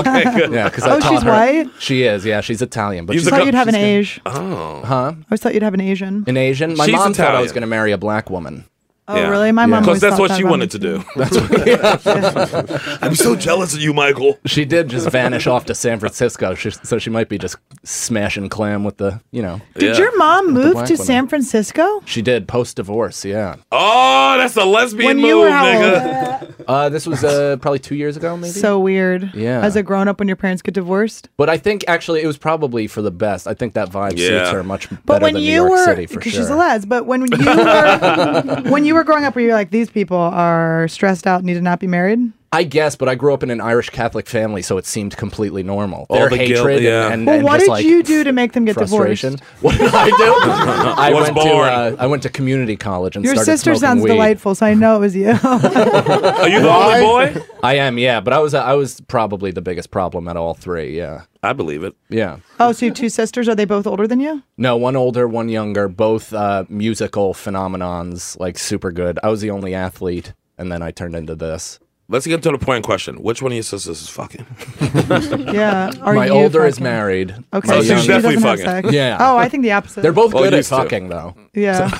[SPEAKER 5] okay, good.
[SPEAKER 6] Yeah, because I
[SPEAKER 7] Oh,
[SPEAKER 6] taught
[SPEAKER 7] she's
[SPEAKER 6] her.
[SPEAKER 7] white.
[SPEAKER 6] She is. Yeah, she's Italian, but
[SPEAKER 5] Use
[SPEAKER 6] she's
[SPEAKER 7] I
[SPEAKER 5] the
[SPEAKER 7] thought you'd have an
[SPEAKER 5] She's
[SPEAKER 7] Asian. Oh. Huh? I always thought you'd have an Asian.
[SPEAKER 6] an Asian. My
[SPEAKER 5] She's
[SPEAKER 6] mom thought I was
[SPEAKER 5] Italian.
[SPEAKER 6] going to marry a black woman.
[SPEAKER 7] Oh,
[SPEAKER 5] Yeah.
[SPEAKER 7] really? My mom.
[SPEAKER 5] Because
[SPEAKER 7] always
[SPEAKER 5] that's
[SPEAKER 7] thought
[SPEAKER 5] what
[SPEAKER 7] that
[SPEAKER 5] she
[SPEAKER 7] about
[SPEAKER 5] wanted
[SPEAKER 7] me.
[SPEAKER 5] to do. I'm so jealous of you, Michael.
[SPEAKER 6] She did just vanish off to San Francisco, she, so she might be just smashing clam with the, you know.
[SPEAKER 7] Did
[SPEAKER 5] Yeah.
[SPEAKER 7] your mom move
[SPEAKER 6] black
[SPEAKER 7] to
[SPEAKER 6] women.
[SPEAKER 7] San Francisco?
[SPEAKER 6] She did post divorce. Yeah.
[SPEAKER 5] Oh, that's a lesbian
[SPEAKER 7] When
[SPEAKER 5] move,
[SPEAKER 7] you were how
[SPEAKER 5] nigga.
[SPEAKER 6] Uh, this was uh, probably two years ago, maybe.
[SPEAKER 7] So weird.
[SPEAKER 6] Yeah.
[SPEAKER 7] As a grown up, when your parents get divorced.
[SPEAKER 6] but I think actually it was probably for the best. I think that vibe
[SPEAKER 5] Yeah.
[SPEAKER 6] suits her much better
[SPEAKER 7] But when
[SPEAKER 6] than
[SPEAKER 7] you
[SPEAKER 6] New York
[SPEAKER 7] were,
[SPEAKER 6] City for
[SPEAKER 7] because
[SPEAKER 6] sure.
[SPEAKER 7] she's a les, but when you were, when you were growing up, were you like these people are stressed out, need to not be married?
[SPEAKER 6] I guess, but I grew up in an Irish Catholic family, so it seemed completely normal.
[SPEAKER 5] All
[SPEAKER 6] Their
[SPEAKER 5] the
[SPEAKER 6] hatred
[SPEAKER 5] guilt, yeah.
[SPEAKER 6] and, and,
[SPEAKER 7] Well,
[SPEAKER 6] and
[SPEAKER 7] what
[SPEAKER 6] just,
[SPEAKER 7] did
[SPEAKER 6] like,
[SPEAKER 7] you do to make them get divorced?
[SPEAKER 6] frustration. What did I do? I
[SPEAKER 5] Was
[SPEAKER 6] went
[SPEAKER 5] born.
[SPEAKER 6] to uh, I went to community college and
[SPEAKER 7] Your
[SPEAKER 6] started
[SPEAKER 7] sister
[SPEAKER 6] smoking
[SPEAKER 7] sounds
[SPEAKER 6] weed.
[SPEAKER 7] delightful, so I know it was you.
[SPEAKER 5] Are you the only boy?
[SPEAKER 6] I am, yeah, but I was uh, I was probably the biggest problem at all three. Yeah,
[SPEAKER 5] I believe it.
[SPEAKER 6] yeah.
[SPEAKER 7] oh, so you have two sisters? Are they both older than you?
[SPEAKER 6] No, one older, one younger, both uh, musical phenomenons, like super good. I was the only athlete, and then I turned into this.
[SPEAKER 5] Let's get to the point question. Which one of your sisters is fucking?
[SPEAKER 7] Yeah. Are
[SPEAKER 6] My
[SPEAKER 7] you
[SPEAKER 6] older is
[SPEAKER 7] fucking-
[SPEAKER 6] married.
[SPEAKER 7] Okay,
[SPEAKER 6] My
[SPEAKER 5] So she's
[SPEAKER 7] she
[SPEAKER 6] younger-
[SPEAKER 5] definitely
[SPEAKER 7] doesn't have
[SPEAKER 5] fucking.
[SPEAKER 7] sex.
[SPEAKER 6] Yeah.
[SPEAKER 7] Oh, I think the opposite.
[SPEAKER 6] They're both
[SPEAKER 5] Oh,
[SPEAKER 6] good at
[SPEAKER 5] used to.
[SPEAKER 6] fucking though,
[SPEAKER 7] Yeah.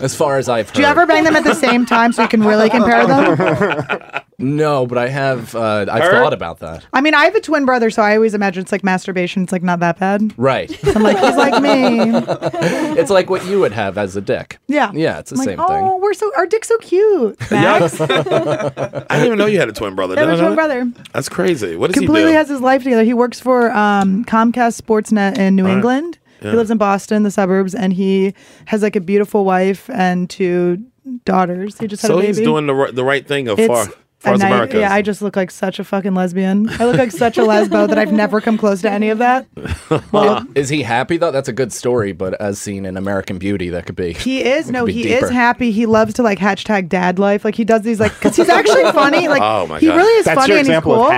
[SPEAKER 6] as far as I've heard.
[SPEAKER 7] Do you ever bang them at the same time so you can really compare them?
[SPEAKER 6] No, but I have. Uh, I've
[SPEAKER 5] Her?
[SPEAKER 6] thought about that.
[SPEAKER 7] I mean, I have a twin brother, so I always imagine it's like masturbation. It's like not that bad.
[SPEAKER 6] Right.
[SPEAKER 7] I'm like, he's like me.
[SPEAKER 6] it's like what you would have as a dick.
[SPEAKER 7] Yeah.
[SPEAKER 6] Yeah, it's the
[SPEAKER 7] I'm like,
[SPEAKER 6] same
[SPEAKER 7] Oh, we're so our dick's so cute. Max, I
[SPEAKER 5] I didn't even know you had a twin brother.
[SPEAKER 7] have a
[SPEAKER 5] Did I know
[SPEAKER 7] twin
[SPEAKER 5] that?
[SPEAKER 7] brother.
[SPEAKER 5] That's crazy. What does
[SPEAKER 7] Completely
[SPEAKER 5] he do?
[SPEAKER 7] has his life together. He works for um, Comcast Sportsnet in New England. He lives in Boston, the suburbs, and he has like a beautiful wife and two daughters. He just had
[SPEAKER 5] so
[SPEAKER 7] a baby.
[SPEAKER 5] he's doing the right, the right thing of
[SPEAKER 7] It's
[SPEAKER 5] far, far
[SPEAKER 7] a
[SPEAKER 5] as
[SPEAKER 7] night-
[SPEAKER 5] America.
[SPEAKER 7] Yeah, I just look like such a fucking lesbian. I look like such a lesbo that I've never come close to any of that.
[SPEAKER 6] Well, is he happy though? That's a good story, but as seen in American Beauty, that could be.
[SPEAKER 7] He is
[SPEAKER 6] it
[SPEAKER 7] no,
[SPEAKER 6] could be
[SPEAKER 7] he
[SPEAKER 6] deeper.
[SPEAKER 7] is happy. He loves to like hashtag dad life. Like he does these like because he's actually funny. Like
[SPEAKER 6] Oh, my
[SPEAKER 7] he
[SPEAKER 6] God.
[SPEAKER 7] really is
[SPEAKER 6] That's
[SPEAKER 7] funny
[SPEAKER 6] your
[SPEAKER 7] and
[SPEAKER 6] example
[SPEAKER 7] he's
[SPEAKER 6] of
[SPEAKER 7] cool.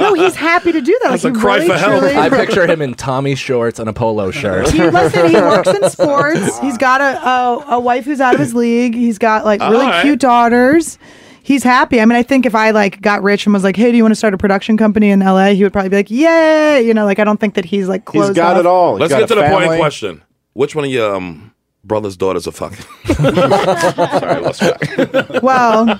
[SPEAKER 7] no, he's happy to do that. Like, he really, truly-
[SPEAKER 6] I picture him in Tommy shorts and a polo shirt.
[SPEAKER 7] He, listen, he works in sports. He's got a, a a wife who's out of his league. He's got like really
[SPEAKER 6] All right.
[SPEAKER 7] cute daughters. He's happy. I mean, I think if I like got rich and was like, "Hey, do you want to start a production company in LA?" He would probably be like, "Yay!" You know, like I don't think that he's like closed. off.
[SPEAKER 5] Let's
[SPEAKER 3] got
[SPEAKER 5] get to
[SPEAKER 3] a
[SPEAKER 5] the point
[SPEAKER 3] family.
[SPEAKER 5] in question. Which one of your um, brother's daughters are fucking? Sorry, what's
[SPEAKER 7] well,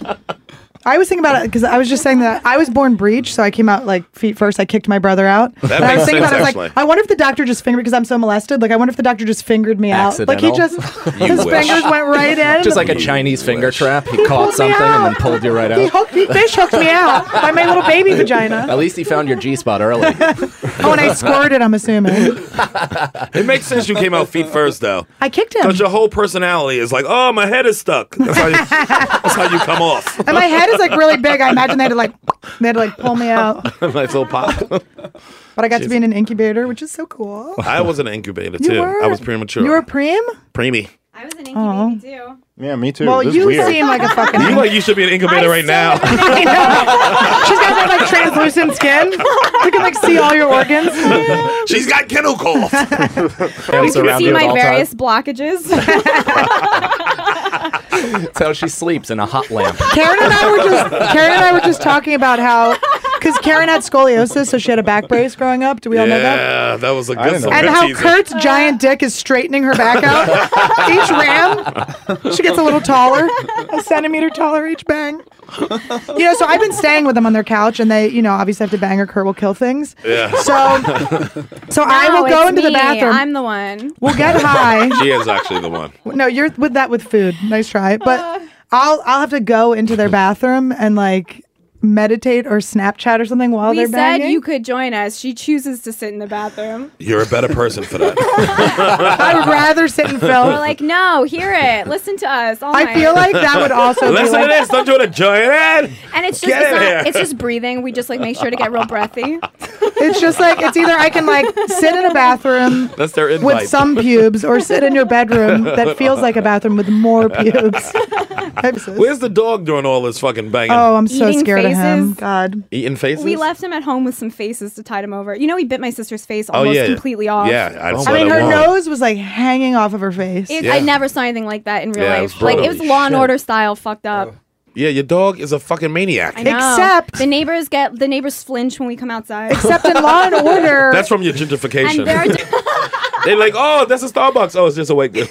[SPEAKER 7] I was thinking about it because I was just saying that I was born breech, so I came out like feet first. I kicked my brother out.
[SPEAKER 5] That
[SPEAKER 7] But I was
[SPEAKER 5] makes
[SPEAKER 7] thinking
[SPEAKER 5] sense,
[SPEAKER 7] about it, I was like,
[SPEAKER 5] actually.
[SPEAKER 7] I wonder if the doctor just fingered because I'm so molested. Like, I wonder if the doctor just fingered me out. Like he just his fingers went right in.
[SPEAKER 6] Just like a Chinese finger trap. He, caught
[SPEAKER 7] pulled me
[SPEAKER 6] something and then pulled you right out.
[SPEAKER 7] He hooked, he fish hooked me out by my little baby vagina.
[SPEAKER 6] At least he found your G spot early.
[SPEAKER 7] Oh, and I squirted. I'm assuming.
[SPEAKER 5] it makes sense you came out feet first, though.
[SPEAKER 7] I kicked him.
[SPEAKER 5] Because your whole personality is like, oh, my head is stuck. That's how you, that's how you come off.
[SPEAKER 7] And my head is like really big. I imagine they had to like they had to like pull me out.
[SPEAKER 5] nice little pop.
[SPEAKER 7] But I got to be in an incubator, which is so cool.
[SPEAKER 5] I was an incubator,
[SPEAKER 7] You
[SPEAKER 5] too.
[SPEAKER 7] were?
[SPEAKER 5] I was premature.
[SPEAKER 7] You were preem.
[SPEAKER 5] preemie.
[SPEAKER 7] Oh.
[SPEAKER 3] Yeah, me too.
[SPEAKER 7] Well,
[SPEAKER 5] This is
[SPEAKER 7] you
[SPEAKER 5] weird.
[SPEAKER 7] seem like a fucking.
[SPEAKER 5] You like you should be an incubator right now.
[SPEAKER 7] She's got that like translucent skin. You can like see all your organs.
[SPEAKER 5] She's got kennel cough.
[SPEAKER 8] You can see my various blockages.
[SPEAKER 6] That's how she sleeps in a hot lamp.
[SPEAKER 7] Karen and I were just Karen and I were just talking about how because Karen had scoliosis, so she had a back brace growing up. Do we all know that?
[SPEAKER 5] Yeah, that was a
[SPEAKER 7] I
[SPEAKER 5] good
[SPEAKER 7] didn't know
[SPEAKER 5] song.
[SPEAKER 7] And how Kurt's giant dick is straightening her back out. each ram, she gets a little taller, a centimeter taller each bang. You know, so I've been staying with them on their couch, and they, you know, obviously have to bang or Kurt will kill things.
[SPEAKER 5] Yeah.
[SPEAKER 7] So- So I
[SPEAKER 8] No,
[SPEAKER 7] will go
[SPEAKER 8] it's
[SPEAKER 7] into the
[SPEAKER 8] me.
[SPEAKER 7] bathroom.
[SPEAKER 8] I'm the one.
[SPEAKER 7] We'll get high.
[SPEAKER 5] she is actually the one.
[SPEAKER 7] No, you're with that with food. Nice try. But
[SPEAKER 8] Uh.
[SPEAKER 7] I'll I'll have to go into their bathroom and like meditate or Snapchat or something while
[SPEAKER 8] we
[SPEAKER 7] they're
[SPEAKER 8] said
[SPEAKER 7] banging.
[SPEAKER 8] you could join us. She chooses to sit in the bathroom.
[SPEAKER 5] You're a better person for that.
[SPEAKER 7] I would rather sit and film.
[SPEAKER 8] We're like, no, hear it. Listen to us. Oh all
[SPEAKER 7] I feel
[SPEAKER 8] night."
[SPEAKER 7] like that would also be
[SPEAKER 5] listen
[SPEAKER 7] like,
[SPEAKER 5] to this. Don't you want to join it?
[SPEAKER 8] And it's just
[SPEAKER 5] Get
[SPEAKER 8] it's,
[SPEAKER 5] in here.
[SPEAKER 8] not, it's just breathing. We just like make sure to get real breathy.
[SPEAKER 7] it's just like it's either I can like sit in a bathroom
[SPEAKER 5] That's their invite.
[SPEAKER 7] with some pubes or sit in your bedroom that feels like a bathroom with more pubes.
[SPEAKER 5] Where's the dog doing all this fucking banging?
[SPEAKER 7] Oh, I'm so
[SPEAKER 8] Eating
[SPEAKER 7] scared of him.
[SPEAKER 8] faces.
[SPEAKER 7] God.
[SPEAKER 5] Eating faces.
[SPEAKER 8] We left him at home with some faces to tide him over. You know, he bit my sister's face
[SPEAKER 5] Oh,
[SPEAKER 8] almost
[SPEAKER 5] yeah, yeah.
[SPEAKER 8] completely off.
[SPEAKER 5] Yeah, I
[SPEAKER 7] I
[SPEAKER 5] saw
[SPEAKER 7] mean,
[SPEAKER 5] that
[SPEAKER 7] her
[SPEAKER 5] one.
[SPEAKER 7] nose was like hanging off of her face.
[SPEAKER 8] It, I never saw anything like that in real
[SPEAKER 5] Yeah, it
[SPEAKER 8] life.
[SPEAKER 5] was
[SPEAKER 8] Like it was
[SPEAKER 5] brutal.
[SPEAKER 8] Law and
[SPEAKER 5] Shit.
[SPEAKER 8] Order style, fucked up.
[SPEAKER 5] Yeah, your dog is a fucking maniac.
[SPEAKER 8] I know. Except the neighbors get the neighbors flinch when we come outside.
[SPEAKER 7] Except in Law and Order,
[SPEAKER 5] That's from your gentrification.
[SPEAKER 8] And there are-
[SPEAKER 5] They're like, oh, that's a Starbucks. Oh, it's just a white girl.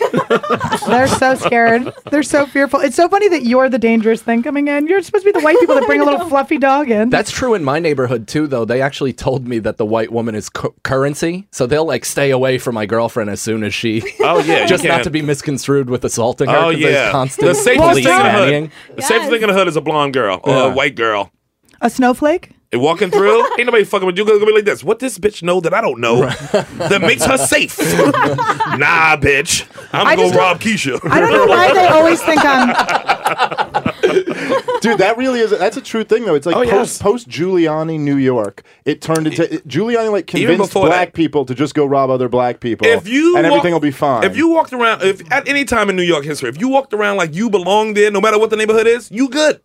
[SPEAKER 7] They're so scared. They're so fearful. It's so funny that you're the dangerous thing coming in. You're supposed to be the white people that bring a little fluffy dog in.
[SPEAKER 6] That's true in my neighborhood too, though. They actually told me that the white woman is cu- currency, so they'll like stay away from my girlfriend as soon as she.
[SPEAKER 5] Oh, yeah, you
[SPEAKER 6] just not
[SPEAKER 5] can.
[SPEAKER 6] to be misconstrued with assaulting her.
[SPEAKER 5] Oh
[SPEAKER 6] 'cause there's
[SPEAKER 5] yeah,
[SPEAKER 6] constant
[SPEAKER 5] the safest
[SPEAKER 6] police
[SPEAKER 5] thing in the
[SPEAKER 6] nannying.
[SPEAKER 5] hood. The safest thing in the hood is a blonde girl or
[SPEAKER 6] Yeah.
[SPEAKER 5] a white girl.
[SPEAKER 7] a snowflake?
[SPEAKER 5] And walking through, ain't nobody fucking with you. Gonna be like this. What this bitch know that I don't know that makes her safe? nah, bitch. I'm
[SPEAKER 7] I
[SPEAKER 5] gonna
[SPEAKER 7] just
[SPEAKER 5] go rob Keisha.
[SPEAKER 7] I don't know why they always think I'm.
[SPEAKER 3] Dude, that really is. That's a true thing, though. It's like
[SPEAKER 5] Oh,
[SPEAKER 3] post
[SPEAKER 5] yes.
[SPEAKER 3] post Giuliani New York. It turned into it- Giuliani like
[SPEAKER 5] Even
[SPEAKER 3] convinced
[SPEAKER 5] before
[SPEAKER 3] black
[SPEAKER 5] that-
[SPEAKER 3] people to just go rob other black people.
[SPEAKER 5] If you
[SPEAKER 3] and
[SPEAKER 5] walk-
[SPEAKER 3] everything will be fine.
[SPEAKER 5] If you walked around, if at any time in New York history, if you walked around like you belong there, no matter what the neighborhood is, you good.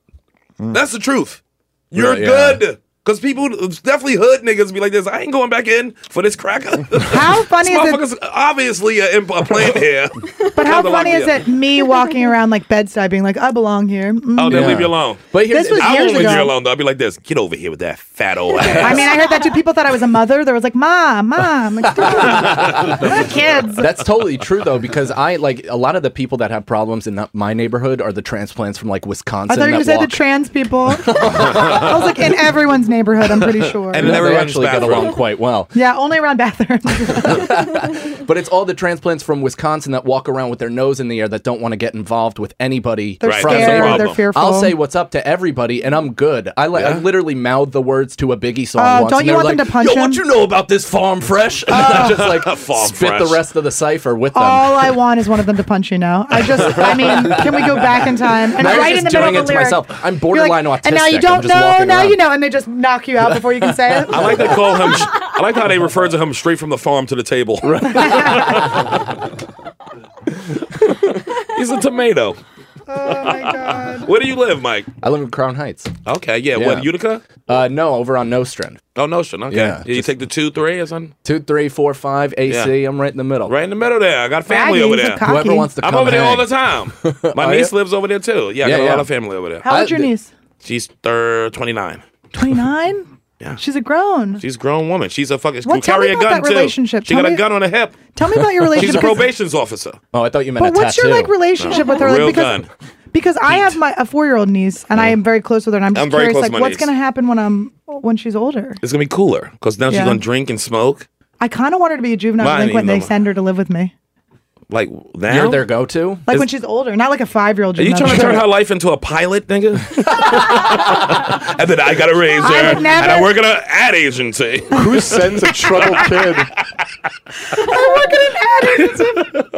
[SPEAKER 3] Mm.
[SPEAKER 5] That's the truth. You're
[SPEAKER 2] Right, yeah.
[SPEAKER 5] good. Cause people, definitely hood niggas, be like this. I ain't going back in for this cracker.
[SPEAKER 7] How funny
[SPEAKER 5] this
[SPEAKER 7] is it-
[SPEAKER 5] motherfucker's Obviously, a, imp- a plan here.
[SPEAKER 7] But how
[SPEAKER 5] Kinda
[SPEAKER 7] funny
[SPEAKER 5] like
[SPEAKER 7] is
[SPEAKER 5] the-
[SPEAKER 7] it me walking around like bedside being like, I belong here? Mm.
[SPEAKER 5] Oh, then leave you alone.
[SPEAKER 7] But here's- This was
[SPEAKER 5] I
[SPEAKER 7] years
[SPEAKER 5] won't leave you
[SPEAKER 7] ago.
[SPEAKER 5] alone. Though. I'll be like this. Get over here with that fat old
[SPEAKER 7] I
[SPEAKER 5] ass.
[SPEAKER 7] mean, I heard that too. People thought I was a mother. There was like, mom, mom. Like, What kids?
[SPEAKER 6] That's totally true though, because I like a lot of the people that have problems in that, my neighborhood are the transplants from like Wisconsin.
[SPEAKER 7] I thought you were going to
[SPEAKER 6] that
[SPEAKER 7] say
[SPEAKER 6] walk-
[SPEAKER 7] the trans people. I was like, in everyone's neighborhood, I'm pretty sure.
[SPEAKER 6] and they actually got along quite well.
[SPEAKER 7] yeah, only around bathrooms.
[SPEAKER 6] But it's all the transplants from Wisconsin that walk around with their nose in the air that don't want to get involved with anybody.
[SPEAKER 7] They're
[SPEAKER 6] from
[SPEAKER 7] scared,
[SPEAKER 6] the
[SPEAKER 7] they're
[SPEAKER 6] problem.
[SPEAKER 7] fearful.
[SPEAKER 6] I'll say what's up to everybody, and I'm good. I, li- I literally mouthed the words to a Biggie song
[SPEAKER 7] Oh,
[SPEAKER 6] once.
[SPEAKER 7] don't
[SPEAKER 6] and
[SPEAKER 7] you
[SPEAKER 6] they were
[SPEAKER 7] want them
[SPEAKER 6] like,
[SPEAKER 7] to punch
[SPEAKER 6] Yo, what
[SPEAKER 7] him?"
[SPEAKER 6] you know about this farm fresh? And I just like spit
[SPEAKER 5] Fresh.
[SPEAKER 6] the rest of the cipher with them.
[SPEAKER 7] All I want is one of them to punch you now. I just, I mean, can we go back in time? And
[SPEAKER 6] Now you're
[SPEAKER 7] right in the
[SPEAKER 6] just
[SPEAKER 7] middle
[SPEAKER 6] doing
[SPEAKER 7] of
[SPEAKER 6] it
[SPEAKER 7] the
[SPEAKER 6] to
[SPEAKER 7] lyric,
[SPEAKER 6] myself. I'm borderline
[SPEAKER 7] you're like,
[SPEAKER 6] autistic.
[SPEAKER 7] And now you
[SPEAKER 6] I'm
[SPEAKER 7] don't
[SPEAKER 6] just
[SPEAKER 7] know,
[SPEAKER 6] walking
[SPEAKER 7] now
[SPEAKER 6] around.
[SPEAKER 7] you know, and they just knock you out before you can say it.
[SPEAKER 5] I like to call him. I like how they refer to him straight from the farm to the table. He's a tomato.
[SPEAKER 7] Oh my god.
[SPEAKER 5] Where do you live, Mike?
[SPEAKER 6] I live in Crown Heights.
[SPEAKER 5] Okay, yeah. What
[SPEAKER 6] Yeah.
[SPEAKER 5] Utica?
[SPEAKER 6] Uh, no, over on Nostrand.
[SPEAKER 5] Oh, Notion. Okay.
[SPEAKER 6] Yeah,
[SPEAKER 5] you take the two, three, or something.
[SPEAKER 6] Two, three, four, five, AC. I'm right in the middle.
[SPEAKER 5] Right in the middle there. I got family
[SPEAKER 6] Raggy's
[SPEAKER 5] over
[SPEAKER 6] a
[SPEAKER 5] there.
[SPEAKER 6] cocky. Whoever wants to
[SPEAKER 5] I'm
[SPEAKER 6] come
[SPEAKER 5] over there all the
[SPEAKER 6] hang.
[SPEAKER 5] time.
[SPEAKER 6] Oh,
[SPEAKER 5] My niece
[SPEAKER 6] yeah?
[SPEAKER 5] lives over there too. Yeah, I
[SPEAKER 6] Yeah,
[SPEAKER 5] got a
[SPEAKER 6] yeah.
[SPEAKER 5] lot of family over there.
[SPEAKER 7] How old's your niece?
[SPEAKER 5] She's thir- 29.
[SPEAKER 7] 29? Yeah. She's a grown.
[SPEAKER 5] She's a grown woman. She's a fucking.
[SPEAKER 7] Well,
[SPEAKER 5] can
[SPEAKER 7] tell me
[SPEAKER 5] carry a
[SPEAKER 7] about
[SPEAKER 5] gun
[SPEAKER 7] that
[SPEAKER 5] too.
[SPEAKER 7] relationship.
[SPEAKER 5] She
[SPEAKER 7] Tell
[SPEAKER 5] got a
[SPEAKER 7] me-
[SPEAKER 5] gun on her hip.
[SPEAKER 7] Tell me about your
[SPEAKER 5] She's a
[SPEAKER 7] relationship. because-
[SPEAKER 5] probation's officer.
[SPEAKER 6] Oh, I thought you meant
[SPEAKER 7] But
[SPEAKER 6] a
[SPEAKER 7] what's your
[SPEAKER 6] tattoo.
[SPEAKER 7] like relationship with her?
[SPEAKER 5] Real
[SPEAKER 7] like, because
[SPEAKER 5] gun.
[SPEAKER 7] because I have my a four year old niece and I am very close with her and I'm just
[SPEAKER 5] Mm. I'm very
[SPEAKER 7] curious
[SPEAKER 5] close
[SPEAKER 7] like
[SPEAKER 5] with my
[SPEAKER 7] what's
[SPEAKER 5] niece.
[SPEAKER 7] gonna happen when I'm when she's older.
[SPEAKER 5] It's gonna be cooler because now she's
[SPEAKER 7] Yeah.
[SPEAKER 5] gonna drink and smoke.
[SPEAKER 7] I kinda want her to be a juvenile
[SPEAKER 5] Mine ain't
[SPEAKER 7] delinquent and they
[SPEAKER 5] number-
[SPEAKER 7] send her to live with me.
[SPEAKER 5] Like now,
[SPEAKER 6] You're their go-to.
[SPEAKER 7] Like
[SPEAKER 5] Is-
[SPEAKER 7] when she's older, not like a five year old
[SPEAKER 5] Are you trying to turn her life into a pilot, nigga? and then I gotta raise her,
[SPEAKER 7] I would never-
[SPEAKER 5] and I work at an ad agency.
[SPEAKER 3] Who sends a troubled kid?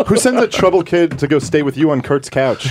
[SPEAKER 3] Who sends a troubled kid to go stay with you on Kurt's couch?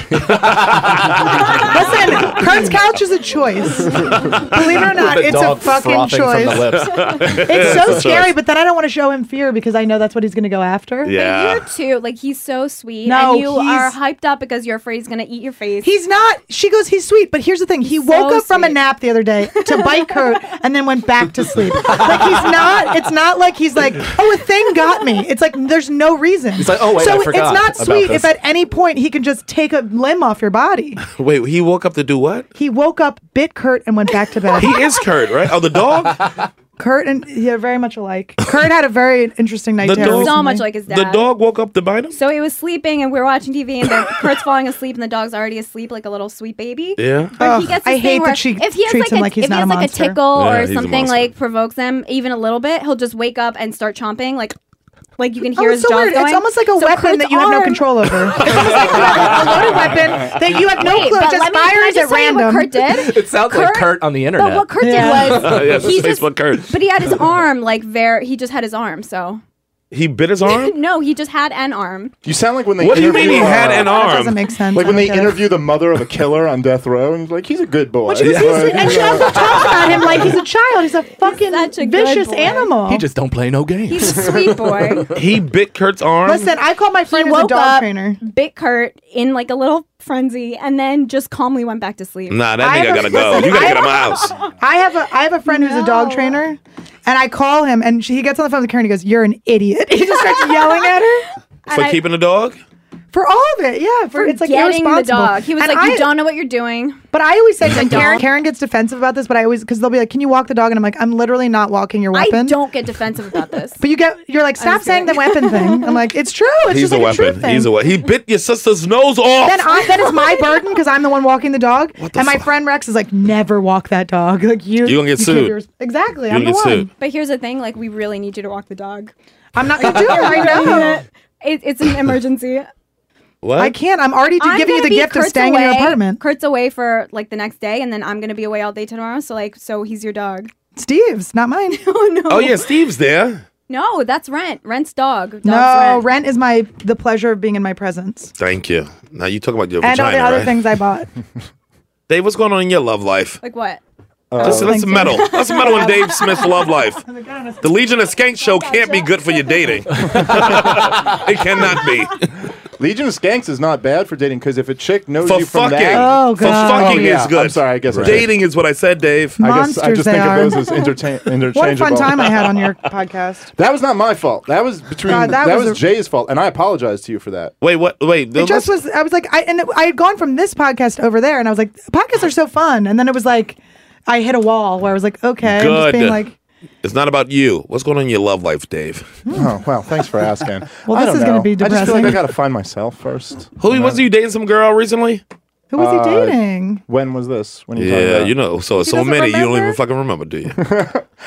[SPEAKER 7] Listen, Kurt's couch is a choice. Believe it or not,
[SPEAKER 6] The
[SPEAKER 7] it's a
[SPEAKER 6] dog
[SPEAKER 7] fucking
[SPEAKER 6] frothing from
[SPEAKER 7] choice.
[SPEAKER 6] the lips.
[SPEAKER 7] It's so
[SPEAKER 5] a
[SPEAKER 7] scary,
[SPEAKER 5] choice.
[SPEAKER 7] but then I don't want to show him fear because I know that's what he's going to go after.
[SPEAKER 5] Yeah.
[SPEAKER 12] You too. Like he's so sweet,
[SPEAKER 7] No,
[SPEAKER 12] and you are
[SPEAKER 7] he's-
[SPEAKER 12] hyped up because you're afraid he's gonna eat your face.
[SPEAKER 7] He's not. She goes, he's sweet, but here's the thing. He woke up from a nap the other day to bite Kurt and then went back to sleep. Like, he's not, it's not like he's like, oh, a thing got me. It's like, there's no reason.
[SPEAKER 5] He's like, "Oh, wait,
[SPEAKER 7] so
[SPEAKER 5] I forgot
[SPEAKER 7] it's
[SPEAKER 5] about
[SPEAKER 7] not sweet
[SPEAKER 5] this."
[SPEAKER 7] if at any point he can just take a limb off your body.
[SPEAKER 5] Wait, he woke up to do what?
[SPEAKER 7] He woke up, bit Kurt, and went back to bed.
[SPEAKER 5] He is Kurt, right? Oh, the dog.
[SPEAKER 7] Kurt and yeah, very much alike. Kurt had a very interesting night.
[SPEAKER 5] The
[SPEAKER 7] terror
[SPEAKER 5] dog-
[SPEAKER 12] so
[SPEAKER 7] recently.
[SPEAKER 12] much like his dad.
[SPEAKER 5] The dog woke up to bite him.
[SPEAKER 12] So it was sleeping, and we were watching TV, and the Kurt's falling asleep, and the dog's already asleep like a little sweet baby.
[SPEAKER 5] Yeah.
[SPEAKER 12] But
[SPEAKER 7] Ugh,
[SPEAKER 12] he gets
[SPEAKER 7] I
[SPEAKER 12] this
[SPEAKER 7] hate
[SPEAKER 12] thing
[SPEAKER 7] that
[SPEAKER 12] where
[SPEAKER 7] she
[SPEAKER 12] if he has
[SPEAKER 7] treats
[SPEAKER 12] like
[SPEAKER 7] him
[SPEAKER 12] a,
[SPEAKER 7] like he's
[SPEAKER 12] if
[SPEAKER 7] not
[SPEAKER 12] he
[SPEAKER 7] a
[SPEAKER 12] has like a
[SPEAKER 7] monster.
[SPEAKER 12] tickle
[SPEAKER 5] Yeah,
[SPEAKER 12] or
[SPEAKER 5] he's a
[SPEAKER 12] something
[SPEAKER 5] monster.
[SPEAKER 12] like provokes him even a little bit, he'll just wake up and start chomping like. Like you can hear
[SPEAKER 7] Oh,
[SPEAKER 12] his
[SPEAKER 7] it's so
[SPEAKER 12] jaws
[SPEAKER 7] weird.
[SPEAKER 12] going.
[SPEAKER 7] It's almost like a
[SPEAKER 12] So
[SPEAKER 7] weapon
[SPEAKER 12] Kurt's
[SPEAKER 7] that you have no
[SPEAKER 12] arm-
[SPEAKER 7] control over. it's almost like a, weapon, a loaded weapon that you have no
[SPEAKER 12] Wait,
[SPEAKER 7] clue.
[SPEAKER 12] but
[SPEAKER 7] It just
[SPEAKER 12] let me- can I
[SPEAKER 7] fires
[SPEAKER 12] just
[SPEAKER 7] at
[SPEAKER 12] tell you
[SPEAKER 7] random.
[SPEAKER 12] What Kurt did?
[SPEAKER 6] It sounds like Kurt on the internet.
[SPEAKER 12] But what Kurt did was
[SPEAKER 5] yeah, this
[SPEAKER 12] he
[SPEAKER 5] is
[SPEAKER 12] just,
[SPEAKER 5] Facebook Kurt.
[SPEAKER 12] but he had his arm like very. He just had his arm. So
[SPEAKER 5] He bit his arm.
[SPEAKER 12] no, he just had an arm.
[SPEAKER 3] You sound like when they
[SPEAKER 5] What do you mean
[SPEAKER 3] interview,
[SPEAKER 5] he had
[SPEAKER 3] uh,
[SPEAKER 5] an
[SPEAKER 7] That doesn't
[SPEAKER 5] arm?
[SPEAKER 7] make sense.
[SPEAKER 3] Like when
[SPEAKER 7] I
[SPEAKER 3] they
[SPEAKER 7] don't get it.
[SPEAKER 3] interview the mother of a killer on death row, and like he's a good boy.
[SPEAKER 7] Well, she was
[SPEAKER 3] He's
[SPEAKER 7] used to- and she also talks about him like he's a child. He's a fucking
[SPEAKER 12] such a good
[SPEAKER 7] vicious
[SPEAKER 12] boy.
[SPEAKER 7] animal.
[SPEAKER 6] He just don't play no games.
[SPEAKER 12] He's a sweet boy.
[SPEAKER 5] He bit Kurt's arm.
[SPEAKER 7] Listen, I call my
[SPEAKER 12] he
[SPEAKER 7] friend who's a
[SPEAKER 12] woke
[SPEAKER 7] dog
[SPEAKER 12] up,
[SPEAKER 7] trainer.
[SPEAKER 12] bit Kurt in like a little frenzy, and then just calmly went back to sleep.
[SPEAKER 5] Nah,
[SPEAKER 7] I
[SPEAKER 5] that nigga
[SPEAKER 7] have a-
[SPEAKER 5] gotta go.
[SPEAKER 7] listen,
[SPEAKER 5] You gotta
[SPEAKER 7] I
[SPEAKER 5] get
[SPEAKER 7] have-
[SPEAKER 5] him out of my house.
[SPEAKER 7] I have a I have a friend who's a dog trainer, and I call him, and she, he gets on the phone with Karen. And he goes, "You're an idiot." He just starts yelling at her
[SPEAKER 5] For
[SPEAKER 12] I-
[SPEAKER 5] keepting the dog?
[SPEAKER 7] for all of it. Yeah, for,
[SPEAKER 12] For
[SPEAKER 7] it's like
[SPEAKER 12] getting the
[SPEAKER 7] irresponsible.
[SPEAKER 12] dog. He was
[SPEAKER 7] And
[SPEAKER 12] like,
[SPEAKER 7] I-
[SPEAKER 12] "You don't know what you're doing."
[SPEAKER 7] But I always say, like,
[SPEAKER 12] dog.
[SPEAKER 7] Karen, Karen gets defensive about this, but I always, because they'll be like, can you walk the dog? And I'm like, I'm literally not walking your weapon.
[SPEAKER 12] I don't get defensive about this.
[SPEAKER 7] But you get, you're like, stop
[SPEAKER 12] just
[SPEAKER 7] saying the weapon thing. I'm like, it's true. It's
[SPEAKER 5] He's
[SPEAKER 7] just
[SPEAKER 5] a
[SPEAKER 7] like a true
[SPEAKER 5] weapon.
[SPEAKER 7] thing.
[SPEAKER 5] He's a weapon. He bit your sister's nose off.
[SPEAKER 7] Then, I, then it's my burden because I'm the one walking the dog. and my friend Rex is like, never walk that dog. Like, you,
[SPEAKER 5] You gonna get
[SPEAKER 7] you can't be
[SPEAKER 5] sued.
[SPEAKER 7] res- exactly.
[SPEAKER 5] You
[SPEAKER 7] I'm the
[SPEAKER 5] gonna
[SPEAKER 7] one.
[SPEAKER 5] get sued.
[SPEAKER 12] but here's the thing: like, we really need you to walk the dog.
[SPEAKER 7] I'm not going to do it. I know.
[SPEAKER 12] It, it's an emergency.
[SPEAKER 5] what?
[SPEAKER 7] I can't. I'm already
[SPEAKER 12] I'm
[SPEAKER 7] giving you
[SPEAKER 12] gonna
[SPEAKER 7] the
[SPEAKER 12] be
[SPEAKER 7] gift of
[SPEAKER 12] Kurt's
[SPEAKER 7] staying in your
[SPEAKER 12] away-
[SPEAKER 7] apartment.
[SPEAKER 12] Kurt's away for like the next day, and then I'm gonna be away all day tomorrow. So like, so he's your dog.
[SPEAKER 7] Steve's, not mine.
[SPEAKER 12] Oh no!
[SPEAKER 5] Oh, yeah, Steve's there.
[SPEAKER 12] No, that's rent. Rent's dog. Dog's
[SPEAKER 7] no,
[SPEAKER 12] rent.
[SPEAKER 7] rent is my the pleasure of being in my presence.
[SPEAKER 5] Thank you. Now you talk about your
[SPEAKER 7] And all
[SPEAKER 5] vagina,
[SPEAKER 7] the other
[SPEAKER 5] right?
[SPEAKER 7] things Oh. I bought.
[SPEAKER 5] Dave, what's going on in your love life?
[SPEAKER 12] Like what?
[SPEAKER 5] Let's, let's meddle. Let's meddle in Dave Smith's love life. The Legion of Skank show can't be good for your dating. it cannot be.
[SPEAKER 3] Legion of Skanks is not bad for dating because if a chick knows
[SPEAKER 5] For
[SPEAKER 3] you from
[SPEAKER 5] fucking.
[SPEAKER 3] that,
[SPEAKER 7] Oh,
[SPEAKER 5] for
[SPEAKER 7] God.
[SPEAKER 5] fucking
[SPEAKER 3] Oh, yeah.
[SPEAKER 5] is good.
[SPEAKER 3] I'm sorry, I guess I did.
[SPEAKER 5] Dating is what I said, Dave.
[SPEAKER 3] I guess I
[SPEAKER 7] Monsters
[SPEAKER 3] just
[SPEAKER 7] they
[SPEAKER 3] think
[SPEAKER 7] are.
[SPEAKER 3] of those as intertain- interchangeable.
[SPEAKER 7] What a fun time I had on your podcast.
[SPEAKER 3] That was not my fault. That was between
[SPEAKER 7] God,
[SPEAKER 3] that,
[SPEAKER 7] that
[SPEAKER 3] was,
[SPEAKER 7] was a-
[SPEAKER 3] Jay's fault, and I apologize to you for that.
[SPEAKER 5] Wait, what? Wait.
[SPEAKER 7] It just was. I was like, I and it- I had gone from this podcast over there, and I was like, podcasts are so fun. And then it was like, I hit a wall where I was like, okay, I'm just
[SPEAKER 5] Good.
[SPEAKER 7] being like,
[SPEAKER 5] It's not about you. What's going on in your love life, Dave?
[SPEAKER 3] Oh well, thanks for asking.
[SPEAKER 7] Well,
[SPEAKER 3] I
[SPEAKER 7] this
[SPEAKER 3] don't
[SPEAKER 7] is gonna
[SPEAKER 3] know.
[SPEAKER 7] be
[SPEAKER 3] I just feel like I
[SPEAKER 7] depressing.
[SPEAKER 3] gotta find myself first.
[SPEAKER 5] Who was you dating some girl recently?
[SPEAKER 7] Who was he
[SPEAKER 3] Uh,
[SPEAKER 7] dating?
[SPEAKER 3] When was this? When you talking
[SPEAKER 5] Yeah,
[SPEAKER 3] about?
[SPEAKER 5] you know, so it's so
[SPEAKER 7] doesn't
[SPEAKER 5] many you don't even fucking remember, do you?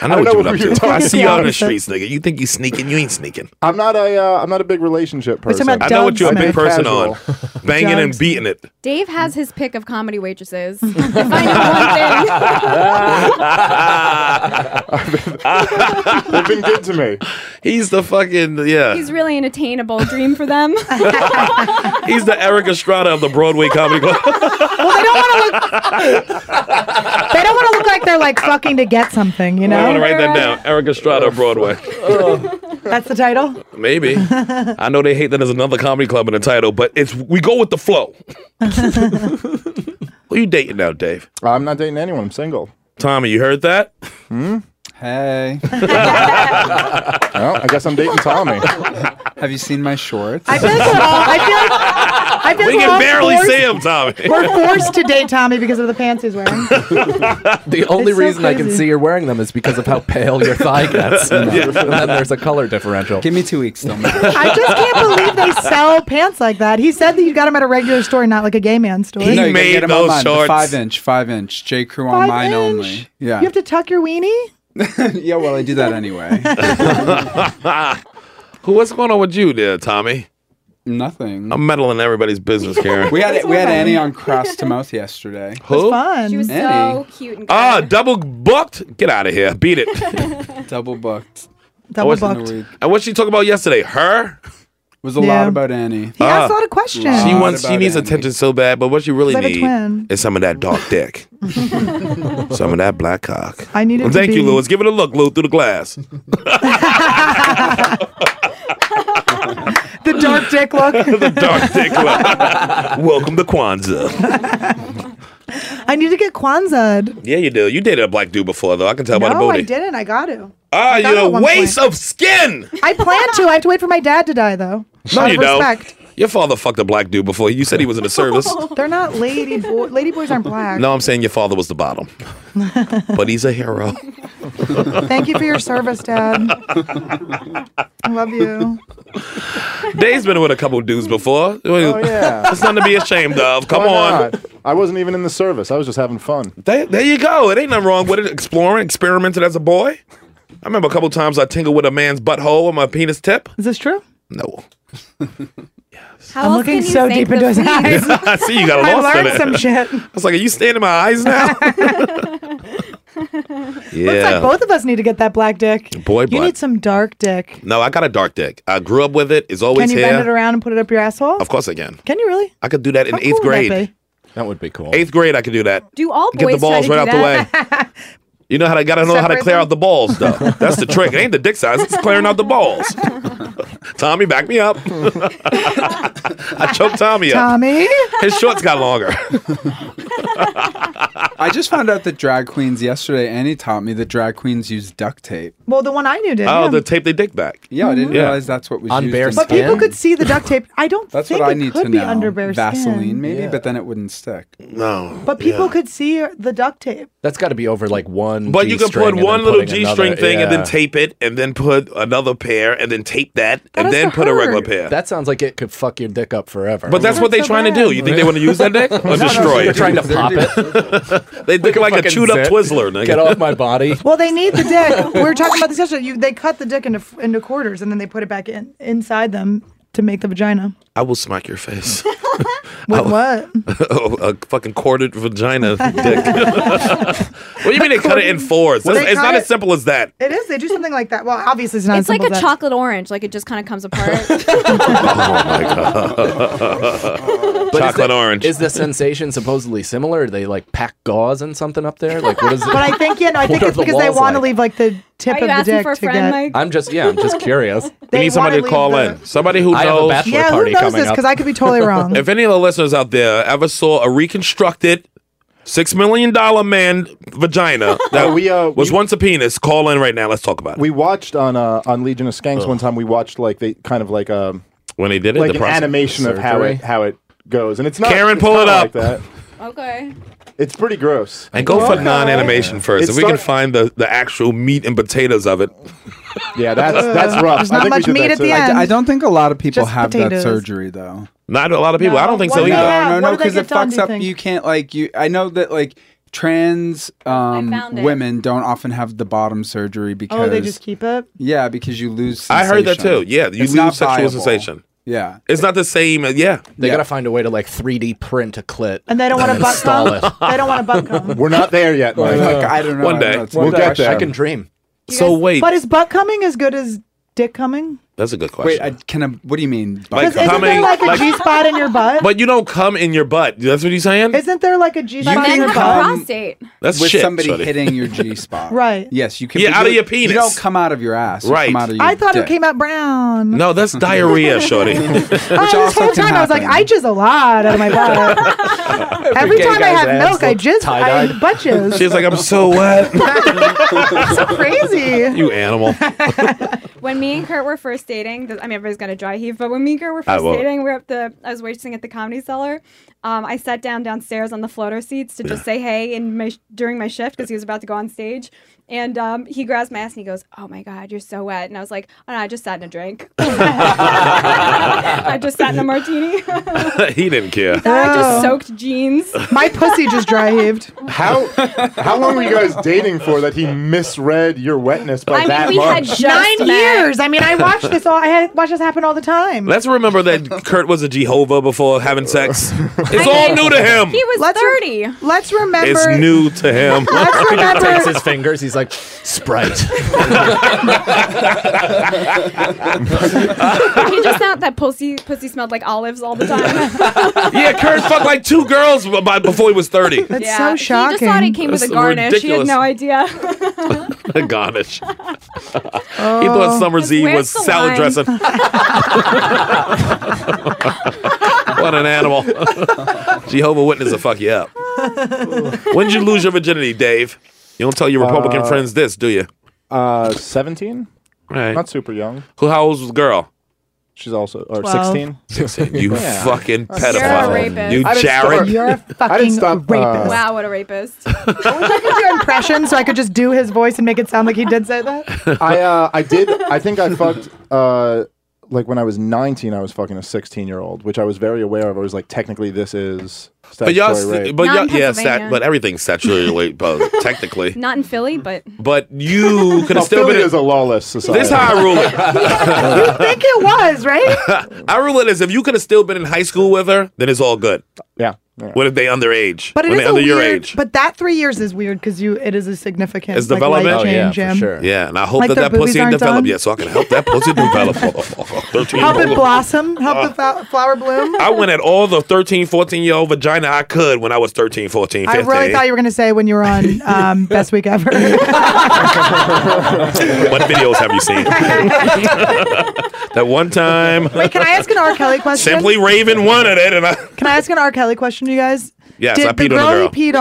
[SPEAKER 5] I know
[SPEAKER 3] I
[SPEAKER 5] what
[SPEAKER 3] know
[SPEAKER 5] you were
[SPEAKER 3] who
[SPEAKER 5] up
[SPEAKER 3] you're
[SPEAKER 5] to. I
[SPEAKER 3] talking
[SPEAKER 5] see you on the
[SPEAKER 3] about.
[SPEAKER 5] streets, nigga. You think you sneaking? You ain't sneaking.
[SPEAKER 3] I'm not a uh, I'm not a big relationship
[SPEAKER 5] We're talking
[SPEAKER 3] person.
[SPEAKER 5] about I know what you're a big Doug person Smith. on. Banging and Doug's- beating it.
[SPEAKER 12] Dave has his pick of comedy waitresses.
[SPEAKER 3] They've been good to me.
[SPEAKER 5] He's the fucking yeah.
[SPEAKER 12] He's really an attainable dream for them.
[SPEAKER 5] He's the Eric Estrada of the Broadway comedy club.
[SPEAKER 7] They don't want to look like they're like fucking to get something, you
[SPEAKER 5] I want to
[SPEAKER 7] know?
[SPEAKER 5] write that down. Eric Estrada
[SPEAKER 3] Oh,
[SPEAKER 5] of Broadway.
[SPEAKER 7] That's the title.
[SPEAKER 5] Maybe. I know they hate that there's another comedy club in the title, but it's we go with the flow. Who you dating now, Dave?
[SPEAKER 3] I'm not dating anyone. I'm single.
[SPEAKER 5] Tommy, you heard that?
[SPEAKER 3] Hmm?
[SPEAKER 9] Hey.
[SPEAKER 3] well, I guess I'm dating Tommy.
[SPEAKER 9] Have you seen my shorts?
[SPEAKER 7] I feel like we're all, I feel like, I feel
[SPEAKER 9] We
[SPEAKER 7] like
[SPEAKER 9] can
[SPEAKER 7] we're all
[SPEAKER 9] barely
[SPEAKER 7] forced-
[SPEAKER 9] see
[SPEAKER 5] him, Tommy.
[SPEAKER 7] We're forced to date Tommy because of the pants he's wearing.
[SPEAKER 6] The only
[SPEAKER 7] It's so
[SPEAKER 6] reason I can
[SPEAKER 7] crazy.
[SPEAKER 6] see you're wearing them is because of how pale your thigh gets.
[SPEAKER 9] Yeah.
[SPEAKER 6] And then there's a color differential. Give
[SPEAKER 9] me two weeks, though.
[SPEAKER 7] I just can't believe they sell pants like that. He said that you got him at a regular store, not like a gay man store.
[SPEAKER 9] you gotta get 'em online, the
[SPEAKER 5] shorts.
[SPEAKER 9] Five inch, five inch. J. Crew on
[SPEAKER 7] Five
[SPEAKER 9] mine only.
[SPEAKER 7] You
[SPEAKER 9] Yeah.
[SPEAKER 7] have to tuck your weenie.
[SPEAKER 9] yeah, well, I do that anyway.
[SPEAKER 5] Who what's going on with you there, Tommy?
[SPEAKER 9] Nothing.
[SPEAKER 5] I'm meddling in everybody's business, Karen.
[SPEAKER 9] We had we had Annie on cross to mouth yesterday.
[SPEAKER 5] Who?
[SPEAKER 7] fun.
[SPEAKER 12] She was
[SPEAKER 9] Annie.
[SPEAKER 12] so cute and
[SPEAKER 5] Ah, double booked? Get out of here. Beat it.
[SPEAKER 9] Double booked.
[SPEAKER 7] Double
[SPEAKER 5] And
[SPEAKER 7] booked.
[SPEAKER 5] what- And what she talked about yesterday? Her? Ah.
[SPEAKER 9] was a lot about Annie.
[SPEAKER 7] He asked a lot of questions.
[SPEAKER 5] She
[SPEAKER 7] Lot
[SPEAKER 5] wants she
[SPEAKER 7] about
[SPEAKER 5] needs attention so bad, but what she
[SPEAKER 7] It's
[SPEAKER 5] really
[SPEAKER 7] like a
[SPEAKER 5] needs
[SPEAKER 7] twin.
[SPEAKER 5] is some of that dark dick. some of that black cock.
[SPEAKER 7] I need it
[SPEAKER 5] Well,
[SPEAKER 7] to
[SPEAKER 5] thank you,
[SPEAKER 7] be-
[SPEAKER 5] Lewis. Give it a look, Lou, through the glass.
[SPEAKER 7] The dark dick look.
[SPEAKER 5] Dark dick. Welcome to Kwanzaa.
[SPEAKER 7] I need to get Kwanzaa.
[SPEAKER 5] Yeah, you do. You dated a black dude before, though. I can tell by the
[SPEAKER 7] No,
[SPEAKER 5] booty.
[SPEAKER 7] I didn't. I got to.
[SPEAKER 5] Ah,
[SPEAKER 7] I got
[SPEAKER 5] you're
[SPEAKER 7] it
[SPEAKER 5] a
[SPEAKER 7] at one
[SPEAKER 5] waste of skin.
[SPEAKER 7] I plan to. I have to wait for my dad to die, though.
[SPEAKER 5] No,
[SPEAKER 7] Out
[SPEAKER 5] you
[SPEAKER 7] of respect.
[SPEAKER 5] don't. Your father fucked a black dude before. You said he was in the service.
[SPEAKER 7] They're not lady boy. Lady boys aren't black.
[SPEAKER 5] No, I'm saying your father was the bottom, but he's a hero.
[SPEAKER 7] Thank you for your service, Dad. I love you.
[SPEAKER 5] Dave's been with a couple dudes before. Oh,
[SPEAKER 3] yeah.
[SPEAKER 5] It's nothing to be ashamed of. Come
[SPEAKER 3] Why
[SPEAKER 5] on.
[SPEAKER 3] not? I wasn't even in the service. I was just having fun.
[SPEAKER 5] There, there you go. It ain't nothing wrong with it. Exploring, experimented as a boy. I remember a couple times I tingled with a man's butthole with my penis tip.
[SPEAKER 7] Is this true?
[SPEAKER 5] No.
[SPEAKER 12] How
[SPEAKER 7] I'm
[SPEAKER 12] else
[SPEAKER 7] looking
[SPEAKER 12] can you
[SPEAKER 7] so
[SPEAKER 12] thank
[SPEAKER 7] deep
[SPEAKER 12] the
[SPEAKER 7] into his
[SPEAKER 12] police?
[SPEAKER 7] eyes.
[SPEAKER 5] I see you got
[SPEAKER 7] I
[SPEAKER 5] lost in
[SPEAKER 7] learned
[SPEAKER 5] it.
[SPEAKER 7] some shit.
[SPEAKER 5] I was like, are you standing in my eyes now?
[SPEAKER 7] Looks
[SPEAKER 5] yeah.
[SPEAKER 7] like both of us need to get that black dick.
[SPEAKER 5] Boy,
[SPEAKER 7] you
[SPEAKER 5] black.
[SPEAKER 7] need some dark dick.
[SPEAKER 5] No, I got a dark dick. I grew up with it. It's always
[SPEAKER 7] Can you
[SPEAKER 5] here.
[SPEAKER 7] bend it around and put it up your asshole?
[SPEAKER 5] Of course I can.
[SPEAKER 7] Can you really?
[SPEAKER 5] I could do that in
[SPEAKER 7] How
[SPEAKER 5] eighth
[SPEAKER 7] cool would that
[SPEAKER 5] grade.
[SPEAKER 7] be?
[SPEAKER 5] That would be cool. Eighth grade, I could do that.
[SPEAKER 12] Do all
[SPEAKER 5] Get the
[SPEAKER 12] boys
[SPEAKER 5] balls
[SPEAKER 12] try
[SPEAKER 5] right
[SPEAKER 12] to do
[SPEAKER 5] out the
[SPEAKER 12] that?
[SPEAKER 5] You know how to gotta know how to
[SPEAKER 12] Separate
[SPEAKER 5] clear
[SPEAKER 12] them?
[SPEAKER 5] out the balls though. That's the trick. It ain't the dick size. It's clearing out the balls. Tommy, back me up. I choked Tommy up.
[SPEAKER 7] Tommy.
[SPEAKER 5] His shorts got longer.
[SPEAKER 9] I just found out that drag queens yesterday. Annie taught me that drag queens use duct tape.
[SPEAKER 7] Well, the one I knew did.
[SPEAKER 5] Oh,
[SPEAKER 7] yeah.
[SPEAKER 5] the tape they dick back.
[SPEAKER 9] Yeah, I didn't
[SPEAKER 5] Yeah.
[SPEAKER 9] realize that's what was
[SPEAKER 6] On
[SPEAKER 9] used
[SPEAKER 6] bare
[SPEAKER 9] in
[SPEAKER 7] but people could see the duct tape. I don't
[SPEAKER 9] That's
[SPEAKER 7] think
[SPEAKER 9] what I
[SPEAKER 7] it
[SPEAKER 9] need
[SPEAKER 7] could
[SPEAKER 9] to
[SPEAKER 7] be
[SPEAKER 9] know.
[SPEAKER 7] under bare
[SPEAKER 9] Vaseline,
[SPEAKER 7] skin.
[SPEAKER 9] maybe,
[SPEAKER 6] Yeah.
[SPEAKER 9] but then it wouldn't stick.
[SPEAKER 5] No.
[SPEAKER 7] But people could see the duct tape.
[SPEAKER 6] That's got to be over like one.
[SPEAKER 5] But you could
[SPEAKER 6] G-string
[SPEAKER 5] put
[SPEAKER 6] and then
[SPEAKER 5] one little
[SPEAKER 6] putting
[SPEAKER 5] G string
[SPEAKER 6] another-
[SPEAKER 5] thing and
[SPEAKER 6] yeah.
[SPEAKER 5] then tape it and then put another pair and then tape that, and
[SPEAKER 6] has
[SPEAKER 5] then
[SPEAKER 6] to
[SPEAKER 5] put a regular
[SPEAKER 6] hurt.
[SPEAKER 5] pair.
[SPEAKER 6] That sounds like it could fuck your dick up forever.
[SPEAKER 5] but that's what they're trying to do. You think they want to use that dick or
[SPEAKER 6] No, no,
[SPEAKER 5] destroy
[SPEAKER 6] they're
[SPEAKER 5] it?
[SPEAKER 6] trying to pop
[SPEAKER 5] it. they look like a
[SPEAKER 6] fucking
[SPEAKER 5] chewed up
[SPEAKER 6] zip.
[SPEAKER 5] Twizzler. Nigga.
[SPEAKER 6] Get off my body.
[SPEAKER 7] Well, they need the dick. we were talking about this yesterday. You, they cut the dick into into quarters and then they put it back in inside them to make the vagina.
[SPEAKER 5] I will smack your face.
[SPEAKER 7] With what?
[SPEAKER 5] oh, a fucking corded vagina dick. what do you mean they cut it in fours?
[SPEAKER 7] Well,
[SPEAKER 5] it's
[SPEAKER 7] they
[SPEAKER 5] it's
[SPEAKER 7] cut
[SPEAKER 5] not
[SPEAKER 7] it-
[SPEAKER 5] as simple as that.
[SPEAKER 7] It is. They do something like that. Well, obviously it's not.
[SPEAKER 12] It's
[SPEAKER 7] as
[SPEAKER 12] like
[SPEAKER 7] simple
[SPEAKER 12] a
[SPEAKER 7] as that.
[SPEAKER 12] chocolate orange. Like it just kind of comes apart.
[SPEAKER 6] But is
[SPEAKER 5] Oh Chocolate
[SPEAKER 6] the-
[SPEAKER 5] orange.
[SPEAKER 6] Is the sensation supposedly similar? Do they like pack gauze and something up there? Like what is it?
[SPEAKER 7] But I think yeah, no, I
[SPEAKER 6] What
[SPEAKER 7] think
[SPEAKER 6] are
[SPEAKER 7] it's
[SPEAKER 6] the
[SPEAKER 7] because they
[SPEAKER 6] walls
[SPEAKER 7] want to
[SPEAKER 6] like?
[SPEAKER 7] leave like the tip
[SPEAKER 12] Are you
[SPEAKER 7] of the
[SPEAKER 12] asking
[SPEAKER 7] dick
[SPEAKER 12] for a
[SPEAKER 7] to
[SPEAKER 12] friend,
[SPEAKER 7] get.
[SPEAKER 12] Mike?
[SPEAKER 6] I'm just yeah, I'm just curious.
[SPEAKER 5] We need somebody to call in. Somebody who
[SPEAKER 6] I have a
[SPEAKER 5] knows.
[SPEAKER 6] bachelor
[SPEAKER 7] Yeah, who knows this? Because I could be totally wrong.
[SPEAKER 5] If any of the listeners out there ever saw a reconstructed six million dollar man vagina that
[SPEAKER 3] Uh, we, uh,
[SPEAKER 5] was
[SPEAKER 3] we-
[SPEAKER 5] once a penis, call in right now. Let's talk about it.
[SPEAKER 3] We watched on uh, on Legion of Skanks one time. We watched like they kind of like um
[SPEAKER 5] When he did it,
[SPEAKER 3] like
[SPEAKER 5] the
[SPEAKER 3] an
[SPEAKER 5] process-
[SPEAKER 3] animation of how
[SPEAKER 5] Surgery.
[SPEAKER 3] it how it goes, and it's not
[SPEAKER 5] Karen,
[SPEAKER 3] it's
[SPEAKER 5] pull
[SPEAKER 3] not
[SPEAKER 5] it up.
[SPEAKER 3] Like that.
[SPEAKER 12] okay.
[SPEAKER 3] It's pretty gross.
[SPEAKER 5] And go for
[SPEAKER 3] Okay.
[SPEAKER 5] non-animation first.
[SPEAKER 3] It
[SPEAKER 5] if we can
[SPEAKER 3] start-
[SPEAKER 5] find the, the actual meat and potatoes of it.
[SPEAKER 3] yeah, that's that's rough. I think we did that too.
[SPEAKER 9] I, d- I don't think a lot of people
[SPEAKER 7] Just
[SPEAKER 9] have
[SPEAKER 7] potatoes.
[SPEAKER 9] that surgery though.
[SPEAKER 5] Not a lot of people. I don't think so
[SPEAKER 9] no,
[SPEAKER 5] either.
[SPEAKER 9] No, no, because it fucks up. You can't like you. I know that like trans um,
[SPEAKER 7] found it.
[SPEAKER 9] women don't often have the bottom surgery because
[SPEAKER 7] Oh, they just keep it.
[SPEAKER 9] yeah because you lose.
[SPEAKER 5] I heard that too. Yeah,
[SPEAKER 9] sensation.
[SPEAKER 5] you
[SPEAKER 9] It's not
[SPEAKER 5] lose sexual
[SPEAKER 9] viable.
[SPEAKER 5] sensation.
[SPEAKER 9] Yeah,
[SPEAKER 5] it's not the same. as- Uh, Yeah,
[SPEAKER 6] They gotta find a way to like 3D print a clit,
[SPEAKER 7] And they don't want a
[SPEAKER 6] then
[SPEAKER 7] butt
[SPEAKER 6] install
[SPEAKER 7] comb.
[SPEAKER 6] it.
[SPEAKER 7] They don't want a butt comb.
[SPEAKER 3] We're not there yet. Mike.
[SPEAKER 6] Well, look, I don't know.
[SPEAKER 5] Uh, One day.
[SPEAKER 6] It's We'll get there. I can dream.
[SPEAKER 5] So wait,
[SPEAKER 7] But is butt coming as good as dick coming?
[SPEAKER 5] that's a good question.
[SPEAKER 9] Wait, I, can I, what do you mean?
[SPEAKER 5] Like
[SPEAKER 7] Because isn't there
[SPEAKER 5] coming-
[SPEAKER 7] like a
[SPEAKER 5] like-
[SPEAKER 7] G spot in your butt?
[SPEAKER 5] but you don't come in your butt. That's what he's
[SPEAKER 12] Um,
[SPEAKER 5] saying.
[SPEAKER 7] Isn't there like a G spot in your butt?
[SPEAKER 12] prostate.
[SPEAKER 5] That's
[SPEAKER 9] with
[SPEAKER 5] shit,
[SPEAKER 9] somebody
[SPEAKER 5] Shuddy.
[SPEAKER 9] hitting your G spot.
[SPEAKER 7] Right.
[SPEAKER 9] Yes, you can.
[SPEAKER 5] Yeah,
[SPEAKER 9] but
[SPEAKER 5] out of
[SPEAKER 9] you-
[SPEAKER 5] your penis.
[SPEAKER 9] You don't come out of your ass. you
[SPEAKER 5] Right.
[SPEAKER 9] Come out of your
[SPEAKER 7] I thought it
[SPEAKER 9] dick.
[SPEAKER 7] came out brown.
[SPEAKER 5] No, that's diarrhea, shorty. Which
[SPEAKER 7] Oh, this whole time I was like, I jizz a lot out of my butt. Every
[SPEAKER 5] gay
[SPEAKER 7] time I
[SPEAKER 5] guy's
[SPEAKER 7] have
[SPEAKER 5] ass
[SPEAKER 7] milk, I
[SPEAKER 5] looks
[SPEAKER 7] jizz, I
[SPEAKER 5] tie-dyed.
[SPEAKER 7] butt jizz.
[SPEAKER 5] She's like, I'm so wet.
[SPEAKER 7] so crazy.
[SPEAKER 5] you animal.
[SPEAKER 12] When me and Kurt were first dating, th- I mean, everybody's gonna dry heave, but when me and Kurt were
[SPEAKER 5] I
[SPEAKER 12] first
[SPEAKER 5] won't.
[SPEAKER 12] dating, we were up the, I was waitressing at the Comedy Cellar. Um, I sat down downstairs on the floater seats to just say hey in my, sh- during my shift because he was about to go on stage. And um, he grabs my ass and he goes, "Oh my God, you're so wet!" And I was like, "Oh no, I just sat in a drink. I just sat in a martini.
[SPEAKER 5] he didn't care.
[SPEAKER 12] I just soaked jeans."
[SPEAKER 7] Oh. My pussy just dry heaved.
[SPEAKER 3] How how long were you guys dating for that he misread your wetness by
[SPEAKER 12] I mean,
[SPEAKER 3] that
[SPEAKER 12] we had
[SPEAKER 3] much?
[SPEAKER 12] just
[SPEAKER 7] Nine
[SPEAKER 12] met.
[SPEAKER 7] years. I mean, I watch this all. I had, watch this happen all the time.
[SPEAKER 5] Let's remember that Kurt was a Jehovah before having sex. It's all new to him.
[SPEAKER 12] He was
[SPEAKER 7] Let's re-
[SPEAKER 12] thirty.
[SPEAKER 7] Let's remember.
[SPEAKER 5] It's new to him.
[SPEAKER 7] Let's
[SPEAKER 6] Takes
[SPEAKER 7] remember.
[SPEAKER 6] his fingers. He's like, Sprite.
[SPEAKER 12] he just thought that pussy pussy smelled like olives all the time.
[SPEAKER 5] yeah, Kurt fucked like two girls b- by- before he was 30.
[SPEAKER 7] That's
[SPEAKER 12] Yeah,
[SPEAKER 7] so
[SPEAKER 12] He just thought it
[SPEAKER 7] shocking.
[SPEAKER 12] came with
[SPEAKER 5] That's
[SPEAKER 12] a garnish.
[SPEAKER 5] ridiculous.
[SPEAKER 12] He had no idea.
[SPEAKER 5] Garnish. he thought Summer's Eve was
[SPEAKER 12] Oh. where's the
[SPEAKER 5] salad
[SPEAKER 12] line?
[SPEAKER 5] dressing. what an animal. Jehovah Witness will fuck you up. When'd you lose your virginity, Dave? You don't tell your Republican
[SPEAKER 3] Uh,
[SPEAKER 5] friends this, do you?
[SPEAKER 3] Uh, seventeen.
[SPEAKER 5] Right.
[SPEAKER 3] Not super young.
[SPEAKER 5] Who, how old was the girl?
[SPEAKER 3] She's also or
[SPEAKER 7] Twelve.
[SPEAKER 3] sixteen.
[SPEAKER 5] 16. You
[SPEAKER 3] Yeah.
[SPEAKER 5] fucking
[SPEAKER 3] You're a
[SPEAKER 5] pedophile.
[SPEAKER 12] rapist.
[SPEAKER 5] You
[SPEAKER 3] I didn't
[SPEAKER 5] Jared.
[SPEAKER 3] start-
[SPEAKER 7] You're a
[SPEAKER 3] I didn't
[SPEAKER 7] fucking
[SPEAKER 3] stop, uh,
[SPEAKER 7] rapist.
[SPEAKER 12] wow, Ah, what a rapist.
[SPEAKER 7] I could do impressions, so I could just do his voice and make it sound like he did say that.
[SPEAKER 3] I uh, I did. I think I fucked. Uh, like when I was nineteen, I was fucking a sixteen-year-old, which I was very aware of. I was like, technically, this is
[SPEAKER 5] But
[SPEAKER 3] statutory
[SPEAKER 5] y'all,
[SPEAKER 3] rape.
[SPEAKER 5] but
[SPEAKER 12] Not
[SPEAKER 5] y'all,
[SPEAKER 12] in
[SPEAKER 5] yeah, stat,
[SPEAKER 12] Pennsylvania.
[SPEAKER 5] but everything's statutory rape, uh, technically.
[SPEAKER 12] Not in Philly, but
[SPEAKER 5] But you could
[SPEAKER 3] Well,
[SPEAKER 5] have still
[SPEAKER 3] Philly
[SPEAKER 5] been.
[SPEAKER 3] is a lawless society.
[SPEAKER 5] this is how I rule it.
[SPEAKER 7] you think it was, right?
[SPEAKER 5] I rule it as if you could have still been in high school with her, then it's all good.
[SPEAKER 3] yeah. yeah.
[SPEAKER 5] What if they underage?
[SPEAKER 7] But it
[SPEAKER 5] when
[SPEAKER 7] is
[SPEAKER 5] they
[SPEAKER 7] a
[SPEAKER 5] under
[SPEAKER 7] weird.
[SPEAKER 5] your age?
[SPEAKER 7] But that three years is weird because you it is a significant
[SPEAKER 5] It's
[SPEAKER 7] like, life
[SPEAKER 5] development? Oh,
[SPEAKER 6] yeah,
[SPEAKER 7] change. Jim.
[SPEAKER 6] for sure.
[SPEAKER 5] yeah, and I hope
[SPEAKER 7] Like
[SPEAKER 5] that
[SPEAKER 7] their
[SPEAKER 5] that
[SPEAKER 7] boobies
[SPEAKER 5] pussy ain't
[SPEAKER 7] aren't
[SPEAKER 5] developed
[SPEAKER 7] done?
[SPEAKER 5] yet, so I can help that pussy develop. 13
[SPEAKER 7] Help it blossom. Help the fa- flower bloom.
[SPEAKER 5] Uh, I went at all the 13, 14 year old vagina I could when I was 13, 14,
[SPEAKER 7] I
[SPEAKER 5] 15.
[SPEAKER 7] really thought you were going to say when you were on um, Best Week Ever.
[SPEAKER 5] what videos have you seen? that one time,
[SPEAKER 7] Wait, can I ask an R. Kelly question?
[SPEAKER 5] simply Raven wanted it, and I.
[SPEAKER 7] Can I ask an R. Kelly question, you guys?
[SPEAKER 5] Yes,
[SPEAKER 7] Did
[SPEAKER 5] I
[SPEAKER 7] the
[SPEAKER 5] peed on a
[SPEAKER 7] girl
[SPEAKER 5] girl.
[SPEAKER 7] he peed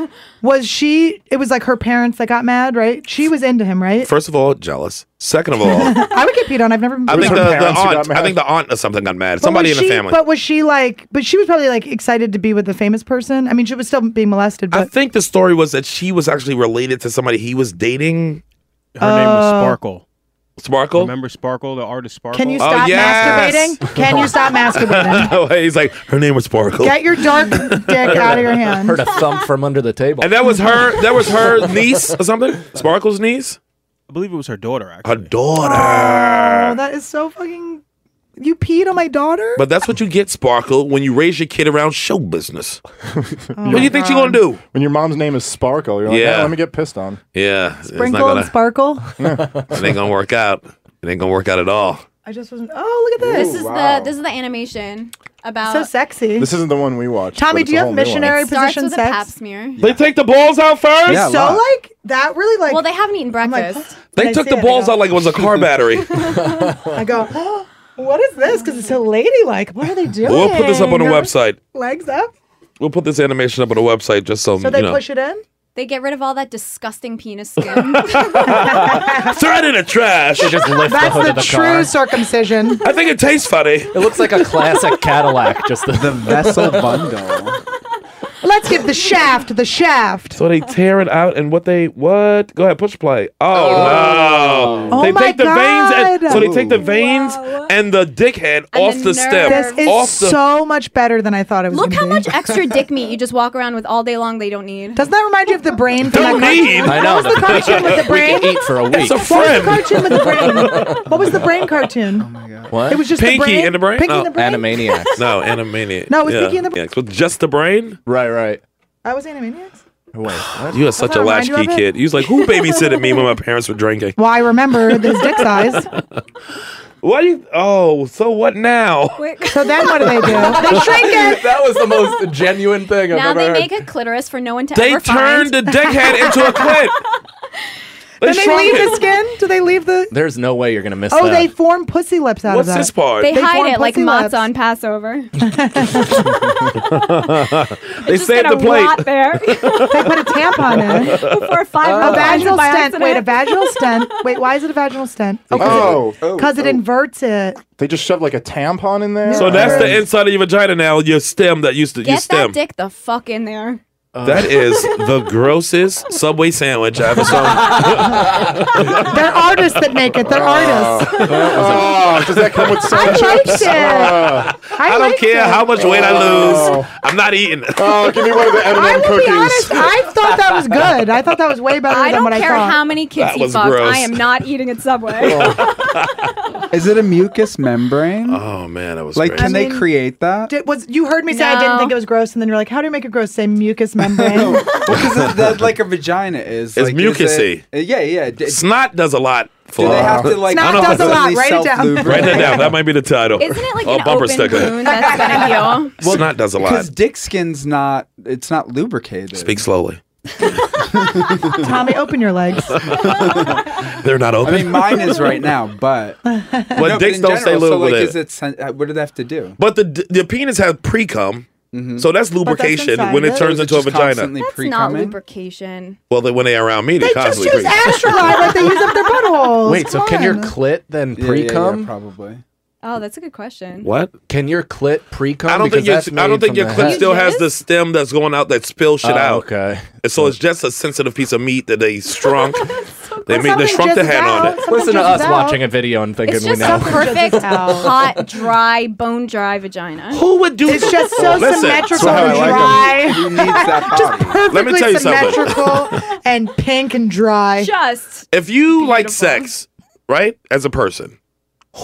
[SPEAKER 7] on was she? It was like her parents that got mad, right? She was into him, right?
[SPEAKER 5] First of all, jealous. Second of all,
[SPEAKER 7] I would get peed on. I've never been.
[SPEAKER 5] I
[SPEAKER 7] peed
[SPEAKER 5] think
[SPEAKER 7] on.
[SPEAKER 5] the,
[SPEAKER 3] her
[SPEAKER 5] the
[SPEAKER 3] parents who got
[SPEAKER 5] aunt. I
[SPEAKER 3] mad?
[SPEAKER 5] think the aunt or something got mad.
[SPEAKER 7] But
[SPEAKER 5] Somebody
[SPEAKER 7] was
[SPEAKER 5] in the
[SPEAKER 7] she-
[SPEAKER 5] family.
[SPEAKER 7] But was she like? But she was probably like excited to be with a famous person. I mean, she was still being molested.
[SPEAKER 5] I
[SPEAKER 7] But
[SPEAKER 5] think the story was that she was actually related to somebody he was dating.
[SPEAKER 13] Her name was Sparkle.
[SPEAKER 5] Sparkle.
[SPEAKER 13] Remember Sparkle, the artist Sparkle?
[SPEAKER 7] Uh, can you
[SPEAKER 5] Oh,
[SPEAKER 7] stop
[SPEAKER 5] yes.
[SPEAKER 7] masturbating? Can you stop masturbating?
[SPEAKER 5] He's like, her name was Sparkle.
[SPEAKER 7] Get your dark dick out of your hand.
[SPEAKER 6] Heard a thump from under the table.
[SPEAKER 5] and that was her. That was her niece or something. Sparkle's niece.
[SPEAKER 13] I believe it was her daughter, actually.
[SPEAKER 5] Her daughter.
[SPEAKER 7] Oh, that is so fucking. You peed on my daughter.
[SPEAKER 5] But that's what you get, Sparkle, when you raise your kid around show business.
[SPEAKER 7] Oh
[SPEAKER 5] what do you think she gonna do?
[SPEAKER 3] When your mom's name is Sparkle, you're like,
[SPEAKER 5] Yeah.
[SPEAKER 3] "Oh, let me get pissed on.
[SPEAKER 5] Yeah, it's not
[SPEAKER 7] Sprinkle and
[SPEAKER 5] gonna.
[SPEAKER 7] sparkle.
[SPEAKER 5] it ain't gonna work out. It ain't gonna work out at all.
[SPEAKER 7] I just wasn't. Oh, look at this.
[SPEAKER 12] this is
[SPEAKER 3] wow.
[SPEAKER 12] the this is the animation about
[SPEAKER 7] so sexy.
[SPEAKER 3] This isn't the one we watched.
[SPEAKER 7] Tommy,
[SPEAKER 3] but it's
[SPEAKER 7] do you
[SPEAKER 3] a
[SPEAKER 7] have
[SPEAKER 3] whole new one.
[SPEAKER 7] missionary-
[SPEAKER 12] starts
[SPEAKER 7] position
[SPEAKER 12] with
[SPEAKER 7] sex.
[SPEAKER 12] a pap smear.
[SPEAKER 5] They take the balls out first.
[SPEAKER 9] Yeah, a
[SPEAKER 7] so
[SPEAKER 9] lot.
[SPEAKER 7] like that really like.
[SPEAKER 12] Well, they haven't eaten
[SPEAKER 7] I'm like,
[SPEAKER 12] breakfast.
[SPEAKER 5] They took the balls out like it was a car battery.
[SPEAKER 7] I go. "Oh, what is this? Because it's so ladylike. What are they doing?
[SPEAKER 5] we'll put this up on the website.
[SPEAKER 7] Legs up.
[SPEAKER 5] We'll put this animation up on the website just so,
[SPEAKER 7] So
[SPEAKER 5] Um, you
[SPEAKER 7] they
[SPEAKER 5] know.
[SPEAKER 7] push it in.
[SPEAKER 12] They get rid of all that disgusting penis skin.
[SPEAKER 5] Throw it in the trash.
[SPEAKER 6] They just lift the
[SPEAKER 7] That's
[SPEAKER 6] hood
[SPEAKER 7] the,
[SPEAKER 6] of the
[SPEAKER 7] true
[SPEAKER 6] car.
[SPEAKER 7] circumcision.
[SPEAKER 5] I think it tastes funny.
[SPEAKER 6] It looks like a classic Cadillac. Just the,
[SPEAKER 9] The vessel bundle.
[SPEAKER 7] Let's give the shaft the shaft.
[SPEAKER 5] So they tear it out, and what they what? Go ahead, push play. Oh, Wow.
[SPEAKER 7] Oh
[SPEAKER 5] they
[SPEAKER 7] my
[SPEAKER 5] take the veins and, so they
[SPEAKER 7] God.
[SPEAKER 5] take the veins and the dickhead off the, stem.
[SPEAKER 7] This is
[SPEAKER 5] off the,
[SPEAKER 7] so much better than I thought it was.
[SPEAKER 12] Look
[SPEAKER 7] gonna
[SPEAKER 12] how
[SPEAKER 7] be.
[SPEAKER 12] much extra dick meat you just walk around with all day long. They don't need.
[SPEAKER 7] Doesn't that remind you of the brain? From
[SPEAKER 12] Don't
[SPEAKER 7] that cartoon?
[SPEAKER 12] need.
[SPEAKER 6] I know.
[SPEAKER 7] What was the cartoon with the brain?
[SPEAKER 6] We can eat for a week.
[SPEAKER 5] It's a
[SPEAKER 7] What was
[SPEAKER 5] friend.
[SPEAKER 7] the cartoon with the brain? What was the brain cartoon?
[SPEAKER 6] What? Oh,
[SPEAKER 7] It was just the
[SPEAKER 5] Pinky
[SPEAKER 7] brain?
[SPEAKER 5] and the brain.
[SPEAKER 7] Pinky and the brain?
[SPEAKER 6] Animaniacs.
[SPEAKER 5] no, Animaniacs.
[SPEAKER 7] No, it was
[SPEAKER 5] yeah.
[SPEAKER 7] Pinky and the
[SPEAKER 5] Brain. With just the brain.
[SPEAKER 6] Right, right.
[SPEAKER 7] I was Animaniacs.
[SPEAKER 6] Wait, what?
[SPEAKER 5] You are such a
[SPEAKER 7] that remind you
[SPEAKER 5] latchkey
[SPEAKER 7] of it?
[SPEAKER 5] kid. You was like, who babysitted me when my parents were drinking?
[SPEAKER 7] Well, I remember his dick size.
[SPEAKER 5] Why do you? Oh, so what now?
[SPEAKER 7] So then what do they do? They shrink it.
[SPEAKER 6] that was the most genuine thing
[SPEAKER 12] Now
[SPEAKER 6] I've ever
[SPEAKER 12] they
[SPEAKER 6] heard.
[SPEAKER 12] make a clitoris for no one to
[SPEAKER 5] They
[SPEAKER 12] ever
[SPEAKER 5] turned
[SPEAKER 12] find.
[SPEAKER 5] the dickhead into a clit.
[SPEAKER 7] then they
[SPEAKER 5] shrunk
[SPEAKER 7] leave
[SPEAKER 5] it.
[SPEAKER 7] the skin. Do they leave the?
[SPEAKER 6] There's no way you're gonna miss
[SPEAKER 7] Oh,
[SPEAKER 6] that.
[SPEAKER 7] they form pussy lips out
[SPEAKER 5] What's
[SPEAKER 7] of that.
[SPEAKER 5] this part?
[SPEAKER 12] They, hide
[SPEAKER 7] form
[SPEAKER 12] it like
[SPEAKER 7] pussy
[SPEAKER 12] Mott's
[SPEAKER 7] lips.
[SPEAKER 12] on Passover.
[SPEAKER 5] they saved the
[SPEAKER 12] Gonna
[SPEAKER 5] plate.
[SPEAKER 12] rot there
[SPEAKER 7] They put a tampon in.
[SPEAKER 12] for five
[SPEAKER 7] A
[SPEAKER 5] Uh,
[SPEAKER 7] vaginal
[SPEAKER 12] by
[SPEAKER 7] stent. Wait, a
[SPEAKER 12] accident.
[SPEAKER 7] vaginal stent. Wait, why is it a vaginal stent?
[SPEAKER 3] Oh,
[SPEAKER 7] Because it inverts it.
[SPEAKER 3] they just shoved like a tampon in there.
[SPEAKER 5] So that's the inside of your vagina now. Your stem that used to your
[SPEAKER 12] Get
[SPEAKER 5] stem.
[SPEAKER 12] that dick the fuck in there.
[SPEAKER 5] That is the grossest Subway sandwich I ever saw.
[SPEAKER 7] They're artists that make it. They're artists.
[SPEAKER 3] Oh, does that come with so
[SPEAKER 7] I
[SPEAKER 3] much?
[SPEAKER 7] liked it.
[SPEAKER 3] Oh.
[SPEAKER 7] I,
[SPEAKER 5] I don't
[SPEAKER 7] liked
[SPEAKER 5] care
[SPEAKER 7] it.
[SPEAKER 5] how much weight I
[SPEAKER 3] Oh.
[SPEAKER 5] lose. I'm not eating it.
[SPEAKER 3] Oh, give me one of the
[SPEAKER 7] I
[SPEAKER 3] M&M
[SPEAKER 7] will be honest.
[SPEAKER 3] cookies.
[SPEAKER 7] I thought that was good. I thought that was way better
[SPEAKER 12] I
[SPEAKER 7] than
[SPEAKER 12] don't
[SPEAKER 7] what
[SPEAKER 12] care
[SPEAKER 7] I thought.
[SPEAKER 12] how many kids
[SPEAKER 5] That
[SPEAKER 12] he
[SPEAKER 5] was
[SPEAKER 12] fucked.
[SPEAKER 5] gross.
[SPEAKER 12] I am not eating at Subway.
[SPEAKER 9] Is it a mucous membrane?
[SPEAKER 5] Oh man, that was
[SPEAKER 9] like,
[SPEAKER 5] crazy.
[SPEAKER 9] can they create that?
[SPEAKER 7] Did, was you heard me say I didn't
[SPEAKER 12] No.
[SPEAKER 7] think it was gross, and then you're like, "How do you make it gross?" Say mucus membrane.
[SPEAKER 9] Because that like a vagina is.
[SPEAKER 5] It's
[SPEAKER 9] like, is
[SPEAKER 5] mucousy.
[SPEAKER 9] it- uh, yeah, yeah. D-
[SPEAKER 5] Snot does a lot for.
[SPEAKER 9] do they have to like?
[SPEAKER 7] Snot
[SPEAKER 5] I don't does know. a
[SPEAKER 7] lot. Write it down.
[SPEAKER 5] Write that down. That might be the title.
[SPEAKER 12] Isn't it like
[SPEAKER 5] Oh,
[SPEAKER 12] an open wound that's gonna heal?
[SPEAKER 5] Snot does a lot.
[SPEAKER 9] Because dick skin's not. It's not lubricated.
[SPEAKER 5] Speak slowly.
[SPEAKER 7] Tommy, open your legs.
[SPEAKER 5] They're not
[SPEAKER 9] I
[SPEAKER 5] open.
[SPEAKER 9] mean, mine is right now, but
[SPEAKER 5] but dicks don't stay
[SPEAKER 9] So
[SPEAKER 5] lube
[SPEAKER 9] like,
[SPEAKER 5] with
[SPEAKER 9] is
[SPEAKER 5] it.
[SPEAKER 9] it? sen- uh, What do they have to do?
[SPEAKER 5] But the the penis has pre cum, so that's lubrication
[SPEAKER 7] inside
[SPEAKER 5] when
[SPEAKER 7] it.
[SPEAKER 5] it turns
[SPEAKER 9] Mm-hmm. Is it
[SPEAKER 5] into a
[SPEAKER 9] just
[SPEAKER 5] vagina.
[SPEAKER 9] constantly
[SPEAKER 12] That's not
[SPEAKER 9] pre-coming?
[SPEAKER 12] lubrication.
[SPEAKER 5] Well, then when they around me, they,
[SPEAKER 7] They just
[SPEAKER 5] constantly
[SPEAKER 7] use
[SPEAKER 5] pre-
[SPEAKER 7] Astralife like they use up their buttholes.
[SPEAKER 6] Wait, so
[SPEAKER 7] Come
[SPEAKER 6] can your
[SPEAKER 7] on.
[SPEAKER 6] clit then
[SPEAKER 9] Yeah, yeah,
[SPEAKER 6] pre cum?
[SPEAKER 9] yeah, probably.
[SPEAKER 12] Oh, that's a good question.
[SPEAKER 5] What?
[SPEAKER 6] Can your clit pre cum?
[SPEAKER 5] I don't think your, I don't think your clit still has the stem that's going out that spill shit
[SPEAKER 9] Oh,
[SPEAKER 5] out.
[SPEAKER 6] Okay.
[SPEAKER 5] And so it's just a sensitive piece of meat that they shrunk. they
[SPEAKER 7] But
[SPEAKER 5] made they
[SPEAKER 7] something
[SPEAKER 5] shrunk the
[SPEAKER 7] jizzes
[SPEAKER 5] head on
[SPEAKER 7] out.
[SPEAKER 5] it.
[SPEAKER 7] Something
[SPEAKER 6] Listen to
[SPEAKER 7] jizzes
[SPEAKER 6] us
[SPEAKER 7] out.
[SPEAKER 6] watching a video and thinking
[SPEAKER 12] It's
[SPEAKER 6] we
[SPEAKER 12] just a
[SPEAKER 6] know.
[SPEAKER 12] perfect,
[SPEAKER 7] Just out.
[SPEAKER 12] hot, dry, bone dry vagina.
[SPEAKER 5] Who would do
[SPEAKER 7] It's just so
[SPEAKER 5] Listen,
[SPEAKER 7] symmetrical
[SPEAKER 9] That's how I
[SPEAKER 7] and
[SPEAKER 9] like 'em.
[SPEAKER 7] dry.
[SPEAKER 9] Who needs that
[SPEAKER 7] Just
[SPEAKER 9] power?
[SPEAKER 7] perfectly
[SPEAKER 5] Let me tell you something.
[SPEAKER 7] symmetrical and pink and dry.
[SPEAKER 12] Just
[SPEAKER 5] If you like sex, right, as a person,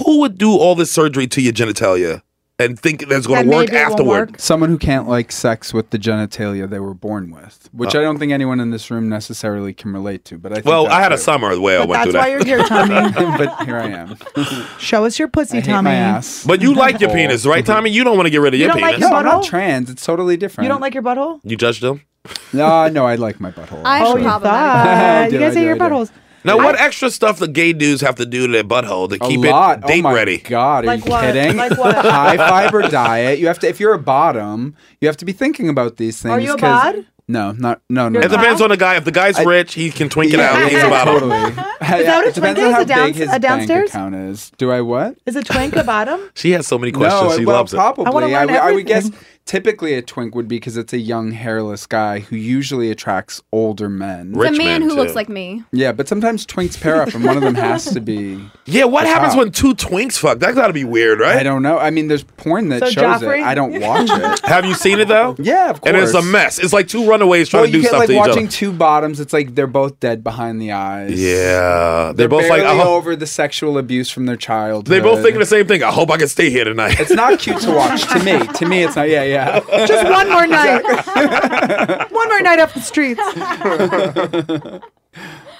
[SPEAKER 5] who would do all this surgery to your genitalia and think that's going
[SPEAKER 7] And
[SPEAKER 5] to work
[SPEAKER 7] maybe it won't
[SPEAKER 5] afterward?
[SPEAKER 7] work.
[SPEAKER 9] Someone who can't like sex with the genitalia they were born with, which I don't think anyone in this room necessarily can relate to. But I think
[SPEAKER 5] Oh. Well,
[SPEAKER 9] that's
[SPEAKER 5] I had a
[SPEAKER 9] what-
[SPEAKER 5] summer where I
[SPEAKER 7] But
[SPEAKER 5] went
[SPEAKER 7] that's
[SPEAKER 5] through
[SPEAKER 7] why
[SPEAKER 5] that.
[SPEAKER 7] you're here, Tommy.
[SPEAKER 9] but here I am.
[SPEAKER 7] Show us your pussy,
[SPEAKER 9] I hate
[SPEAKER 7] Tommy.
[SPEAKER 9] my ass.
[SPEAKER 5] But you like your penis, right, Tommy? You don't want to get rid of
[SPEAKER 7] You
[SPEAKER 5] your
[SPEAKER 7] don't like
[SPEAKER 5] penis.
[SPEAKER 9] no, I'm not
[SPEAKER 7] Butthole?
[SPEAKER 9] trans. It's totally different.
[SPEAKER 7] You don't like your butthole?
[SPEAKER 5] You judged them.
[SPEAKER 9] No, no, I like my butthole.
[SPEAKER 12] I have
[SPEAKER 7] Oh,
[SPEAKER 12] a
[SPEAKER 9] actually.
[SPEAKER 7] you
[SPEAKER 12] problem.
[SPEAKER 9] I
[SPEAKER 7] thought.
[SPEAKER 9] do,
[SPEAKER 7] You guys
[SPEAKER 9] I
[SPEAKER 7] hate
[SPEAKER 9] do,
[SPEAKER 7] your
[SPEAKER 9] I do.
[SPEAKER 7] buttholes.
[SPEAKER 5] Now, what extra stuff the gay dudes have to do to their butthole to
[SPEAKER 9] a
[SPEAKER 5] keep
[SPEAKER 9] lot.
[SPEAKER 5] it date
[SPEAKER 9] oh my
[SPEAKER 5] ready?
[SPEAKER 9] God, are
[SPEAKER 7] Like
[SPEAKER 9] you
[SPEAKER 7] what?
[SPEAKER 9] kidding?
[SPEAKER 7] Like what?
[SPEAKER 9] High fiber diet. You have to. If you're a bottom, you have to be thinking about these things.
[SPEAKER 7] Are you a
[SPEAKER 9] 'cause-
[SPEAKER 7] bod?
[SPEAKER 9] No, not no no.
[SPEAKER 5] It
[SPEAKER 9] no.
[SPEAKER 5] depends on the guy. If the guy's
[SPEAKER 9] I-
[SPEAKER 5] rich, he can twink it out. He's
[SPEAKER 9] yeah,
[SPEAKER 5] a bottom.
[SPEAKER 9] Totally.
[SPEAKER 7] that what a
[SPEAKER 9] it depends
[SPEAKER 7] twink
[SPEAKER 9] on
[SPEAKER 7] is?
[SPEAKER 9] how
[SPEAKER 7] A downs-
[SPEAKER 9] big his
[SPEAKER 7] a downstairs?
[SPEAKER 9] bank account is. Do I what?
[SPEAKER 7] Is a twink a bottom?
[SPEAKER 5] She has so many
[SPEAKER 9] No,
[SPEAKER 5] questions.
[SPEAKER 9] I-
[SPEAKER 5] she
[SPEAKER 9] well,
[SPEAKER 5] loves it.
[SPEAKER 9] probably.
[SPEAKER 7] wanna learn
[SPEAKER 9] I, would- I would guess
[SPEAKER 7] everything.
[SPEAKER 9] typically a twink would be because it's a young, hairless guy who usually attracts older men.
[SPEAKER 5] Rich
[SPEAKER 12] It's a man who
[SPEAKER 5] too.
[SPEAKER 12] looks like me.
[SPEAKER 9] Yeah, but sometimes twinks pair up, and one of them has to be.
[SPEAKER 5] Yeah, what happens
[SPEAKER 9] Wow.
[SPEAKER 5] when two twinks fuck? That's got to be weird, right?
[SPEAKER 9] I don't know. I mean, there's porn that
[SPEAKER 7] So
[SPEAKER 9] shows
[SPEAKER 7] Joffrey?
[SPEAKER 9] it. I don't watch it.
[SPEAKER 5] Have you seen it though?
[SPEAKER 9] Yeah, of course.
[SPEAKER 5] And it's a mess. It's like two runaways trying
[SPEAKER 9] Well,
[SPEAKER 5] to do
[SPEAKER 9] you get
[SPEAKER 5] stuff
[SPEAKER 9] like
[SPEAKER 5] to each
[SPEAKER 9] watching
[SPEAKER 5] other.
[SPEAKER 9] two bottoms. It's like they're both dead behind the eyes.
[SPEAKER 5] yeah, they're,
[SPEAKER 9] they're,
[SPEAKER 5] both like.
[SPEAKER 9] barely
[SPEAKER 5] I hope,
[SPEAKER 9] over the sexual abuse from their childhood.
[SPEAKER 5] they both thinking the same thing. I hope I can stay here tonight.
[SPEAKER 9] It's not cute to watch. to me, to me, it's not. Yeah, yeah.
[SPEAKER 7] Just one more night. one more night up the streets.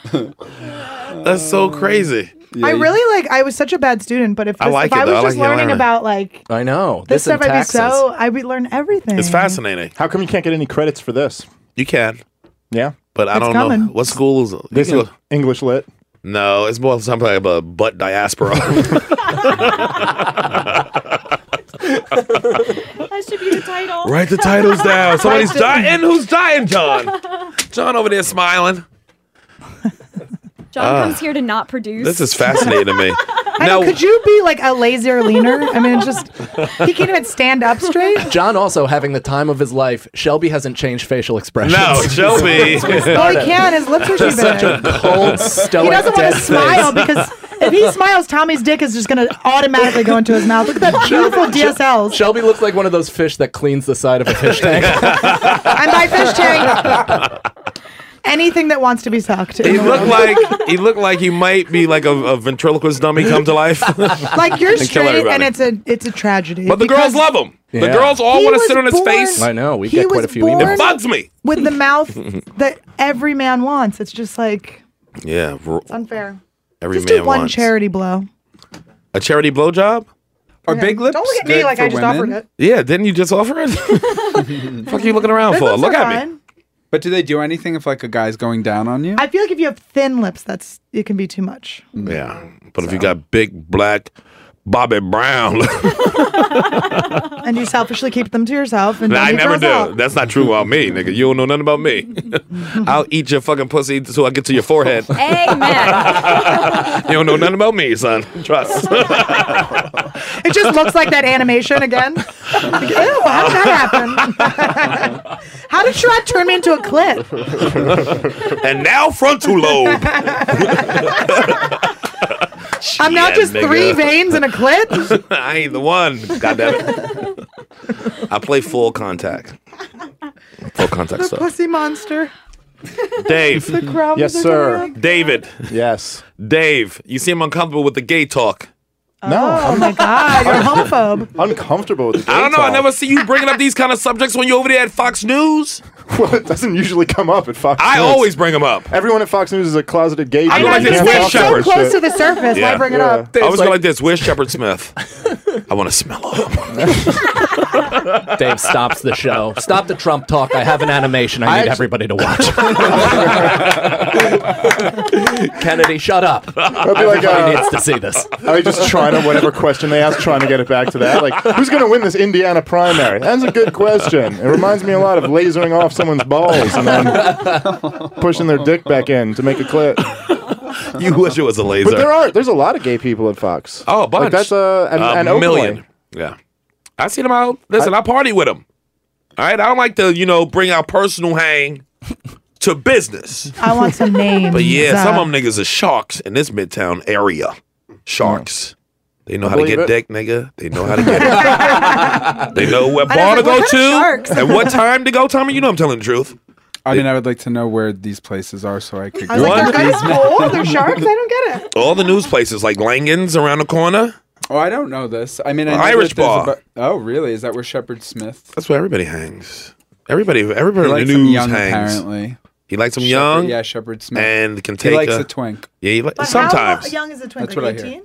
[SPEAKER 5] That's so crazy.
[SPEAKER 7] I really like. I was such a bad student, but if
[SPEAKER 5] I
[SPEAKER 7] this,
[SPEAKER 5] like
[SPEAKER 7] if
[SPEAKER 5] it,
[SPEAKER 7] I was
[SPEAKER 5] though. I
[SPEAKER 7] just
[SPEAKER 5] like
[SPEAKER 7] learning
[SPEAKER 5] learning.
[SPEAKER 7] about like
[SPEAKER 6] I know.
[SPEAKER 7] this,
[SPEAKER 6] and
[SPEAKER 7] stuff, I'd be
[SPEAKER 6] taxes.
[SPEAKER 7] so I would learn everything.
[SPEAKER 5] It's fascinating.
[SPEAKER 3] How come you can't get any credits for this?
[SPEAKER 5] You can,
[SPEAKER 3] Yeah,
[SPEAKER 5] but I
[SPEAKER 7] It's
[SPEAKER 5] don't know
[SPEAKER 7] coming.
[SPEAKER 5] what schools. you
[SPEAKER 3] this
[SPEAKER 5] can
[SPEAKER 3] is
[SPEAKER 5] go-
[SPEAKER 3] English lit.
[SPEAKER 5] No, it's more something like a butt diaspora.
[SPEAKER 12] That should be the title.
[SPEAKER 5] Write the titles down. Somebody's dying. Who's dying, John? John over there smiling.
[SPEAKER 12] John comes here to not produce.
[SPEAKER 5] This is Ah. fascinating to me.
[SPEAKER 7] I mean, could you be like a lazier leaner? I mean, it's just he can't even stand up straight.
[SPEAKER 6] John also having the time of his life. Shelby hasn't changed facial expressions.
[SPEAKER 5] No, Shelby-
[SPEAKER 7] Well, he can. His lips are too
[SPEAKER 6] Just such a
[SPEAKER 7] big.
[SPEAKER 6] cold, stoic,
[SPEAKER 7] he doesn't
[SPEAKER 6] dead
[SPEAKER 7] want to smile
[SPEAKER 6] face.
[SPEAKER 7] because if he smiles, Tommy's dick is just going to automatically go into his mouth. Look at that beautiful DSLs.
[SPEAKER 6] Shelby looks like one of those fish that cleans the side of a fish tank.
[SPEAKER 7] I'm by fish tank. Anything that wants to be sucked.
[SPEAKER 5] He looked like he looked like he might be like a, a ventriloquist dummy come to life.
[SPEAKER 7] like you're
[SPEAKER 5] And kill
[SPEAKER 7] straight, and,
[SPEAKER 5] everybody.
[SPEAKER 7] it's a it's a tragedy.
[SPEAKER 5] But the girls
[SPEAKER 7] because
[SPEAKER 5] love him. The
[SPEAKER 6] Yeah.
[SPEAKER 5] girls all
[SPEAKER 7] He
[SPEAKER 5] want to
[SPEAKER 7] was
[SPEAKER 5] sit on his
[SPEAKER 7] born-
[SPEAKER 5] face.
[SPEAKER 6] I know. We
[SPEAKER 7] He
[SPEAKER 6] get
[SPEAKER 7] was
[SPEAKER 6] quite a few
[SPEAKER 7] born
[SPEAKER 6] emails.
[SPEAKER 5] It bugs me.
[SPEAKER 7] with the mouth that every man wants. It's just like
[SPEAKER 5] Yeah, r-
[SPEAKER 7] it's unfair.
[SPEAKER 5] every
[SPEAKER 7] Just
[SPEAKER 5] man
[SPEAKER 7] do one
[SPEAKER 5] wants
[SPEAKER 7] charity blow.
[SPEAKER 5] a charity blowjob.
[SPEAKER 9] Are
[SPEAKER 7] big lips? Don't look at me
[SPEAKER 9] good
[SPEAKER 7] like I
[SPEAKER 9] for
[SPEAKER 7] just offered
[SPEAKER 9] women?
[SPEAKER 7] it.
[SPEAKER 5] Yeah, didn't you just offer it? Fuck you looking around
[SPEAKER 7] Big
[SPEAKER 5] for?
[SPEAKER 7] lips
[SPEAKER 5] Look
[SPEAKER 7] are
[SPEAKER 5] at me.
[SPEAKER 7] fine.
[SPEAKER 9] But do they do anything if like a guy's going down on you?
[SPEAKER 7] I feel like if you have thin lips, that's it can be too much.
[SPEAKER 5] Yeah, but if you got big black Bobby Brown,
[SPEAKER 7] and you selfishly keep them to yourself. And
[SPEAKER 5] Nah,
[SPEAKER 7] don't
[SPEAKER 5] I
[SPEAKER 7] get
[SPEAKER 5] never
[SPEAKER 7] girls
[SPEAKER 5] do.
[SPEAKER 7] out.
[SPEAKER 5] That's not true about me, nigga. You don't know nothing about me. I'll eat your fucking pussy so I get to your forehead. you don't know nothing about me, son. Trust.
[SPEAKER 7] It just looks like that animation again. Like, Ew, how did that happen? how did Shrek turn me into a clip?
[SPEAKER 5] and now frontal lobe.
[SPEAKER 7] I'm not
[SPEAKER 5] Yeah,
[SPEAKER 7] just three
[SPEAKER 5] nigga.
[SPEAKER 7] veins and a clip.
[SPEAKER 5] I ain't the one. God damn it. I play full contact. Full contact
[SPEAKER 7] The
[SPEAKER 5] stuff.
[SPEAKER 7] pussy monster.
[SPEAKER 5] Dave.
[SPEAKER 7] The crowd
[SPEAKER 3] Yes,
[SPEAKER 7] is
[SPEAKER 3] sir.
[SPEAKER 5] David.
[SPEAKER 3] Yes.
[SPEAKER 5] Dave. You seem uncomfortable with the gay talk.
[SPEAKER 7] Oh my god, you're a homophobe.
[SPEAKER 3] Uncomfortable with the
[SPEAKER 5] I don't know. I
[SPEAKER 3] daytime.
[SPEAKER 5] never see you bringing up these kind of subjects when you're over there at Fox News.
[SPEAKER 3] well, it doesn't usually come up at Fox
[SPEAKER 5] I
[SPEAKER 3] News.
[SPEAKER 5] always bring them up.
[SPEAKER 3] Everyone at Fox News is a closeted gay.
[SPEAKER 5] I know,
[SPEAKER 3] dude. You
[SPEAKER 5] like this
[SPEAKER 3] can't
[SPEAKER 5] Wayne
[SPEAKER 3] talk about
[SPEAKER 5] Shepherd.
[SPEAKER 3] shit.
[SPEAKER 7] Close to the surface. Why bring it up?
[SPEAKER 5] I was going like this. Where's Shepard Smith? I want to smell him.
[SPEAKER 6] Dave stops the show. Stop the Trump talk. I have an animation. I need
[SPEAKER 5] actu-
[SPEAKER 6] everybody to watch. Kennedy, shut up.
[SPEAKER 3] That'd be like,
[SPEAKER 6] Everybody
[SPEAKER 3] uh,
[SPEAKER 6] needs to see this.
[SPEAKER 3] Are you just trying to whatever question they ask, trying to get it back to that? Like, who's going to win this Indiana primary? That's a good question. It reminds me a lot of lasering off someone's balls and then pushing their dick back in to make a clip.
[SPEAKER 5] You wish it was a laser.
[SPEAKER 3] But there are there's a lot of gay people at Fox.
[SPEAKER 5] Oh, a bunch.
[SPEAKER 3] Like that's uh, a an,
[SPEAKER 5] A
[SPEAKER 3] an openly.
[SPEAKER 5] million. Yeah, I see them out. Listen, I, party with them. All right, I don't like to you know bring our personal hang to business.
[SPEAKER 7] I want some names.
[SPEAKER 5] But yeah, some
[SPEAKER 7] Uh,
[SPEAKER 5] of them niggas are sharks in this midtown area.
[SPEAKER 9] Hmm.
[SPEAKER 5] Sharks. They know how to
[SPEAKER 3] believe
[SPEAKER 5] get
[SPEAKER 3] it.
[SPEAKER 5] dick, nigga. They know how to get it. they know what
[SPEAKER 7] I
[SPEAKER 5] bar to
[SPEAKER 7] was like,
[SPEAKER 5] go
[SPEAKER 7] what kind of sharks?
[SPEAKER 5] to and what time to go, Tommy. You know I'm telling the truth.
[SPEAKER 9] I mean, I would like to know where these places are so I could.
[SPEAKER 7] I was
[SPEAKER 5] One
[SPEAKER 7] like, they're good
[SPEAKER 5] is-
[SPEAKER 7] at school. They're sharks. I don't get it.
[SPEAKER 5] All the news places like Langens around the corner.
[SPEAKER 9] Oh, I don't know this. I mean, I know
[SPEAKER 5] Irish
[SPEAKER 9] that there's
[SPEAKER 5] bar.
[SPEAKER 9] about- oh, really? Is that where Shepard Smith?
[SPEAKER 5] That's where everybody hangs. Everybody, everybody
[SPEAKER 9] He
[SPEAKER 5] on the
[SPEAKER 9] likes him
[SPEAKER 5] news
[SPEAKER 9] young,
[SPEAKER 5] hangs.
[SPEAKER 9] apparently.
[SPEAKER 5] He likes them
[SPEAKER 9] Shepard-
[SPEAKER 5] young.
[SPEAKER 9] yeah, Shepard Smith.
[SPEAKER 5] and can
[SPEAKER 9] he
[SPEAKER 5] take.
[SPEAKER 9] likes
[SPEAKER 5] a,
[SPEAKER 9] a twink,
[SPEAKER 5] Yeah, he li-
[SPEAKER 7] But how
[SPEAKER 5] sometimes.
[SPEAKER 7] young is a twink?
[SPEAKER 9] That's
[SPEAKER 7] like
[SPEAKER 9] what I hear.
[SPEAKER 7] 18?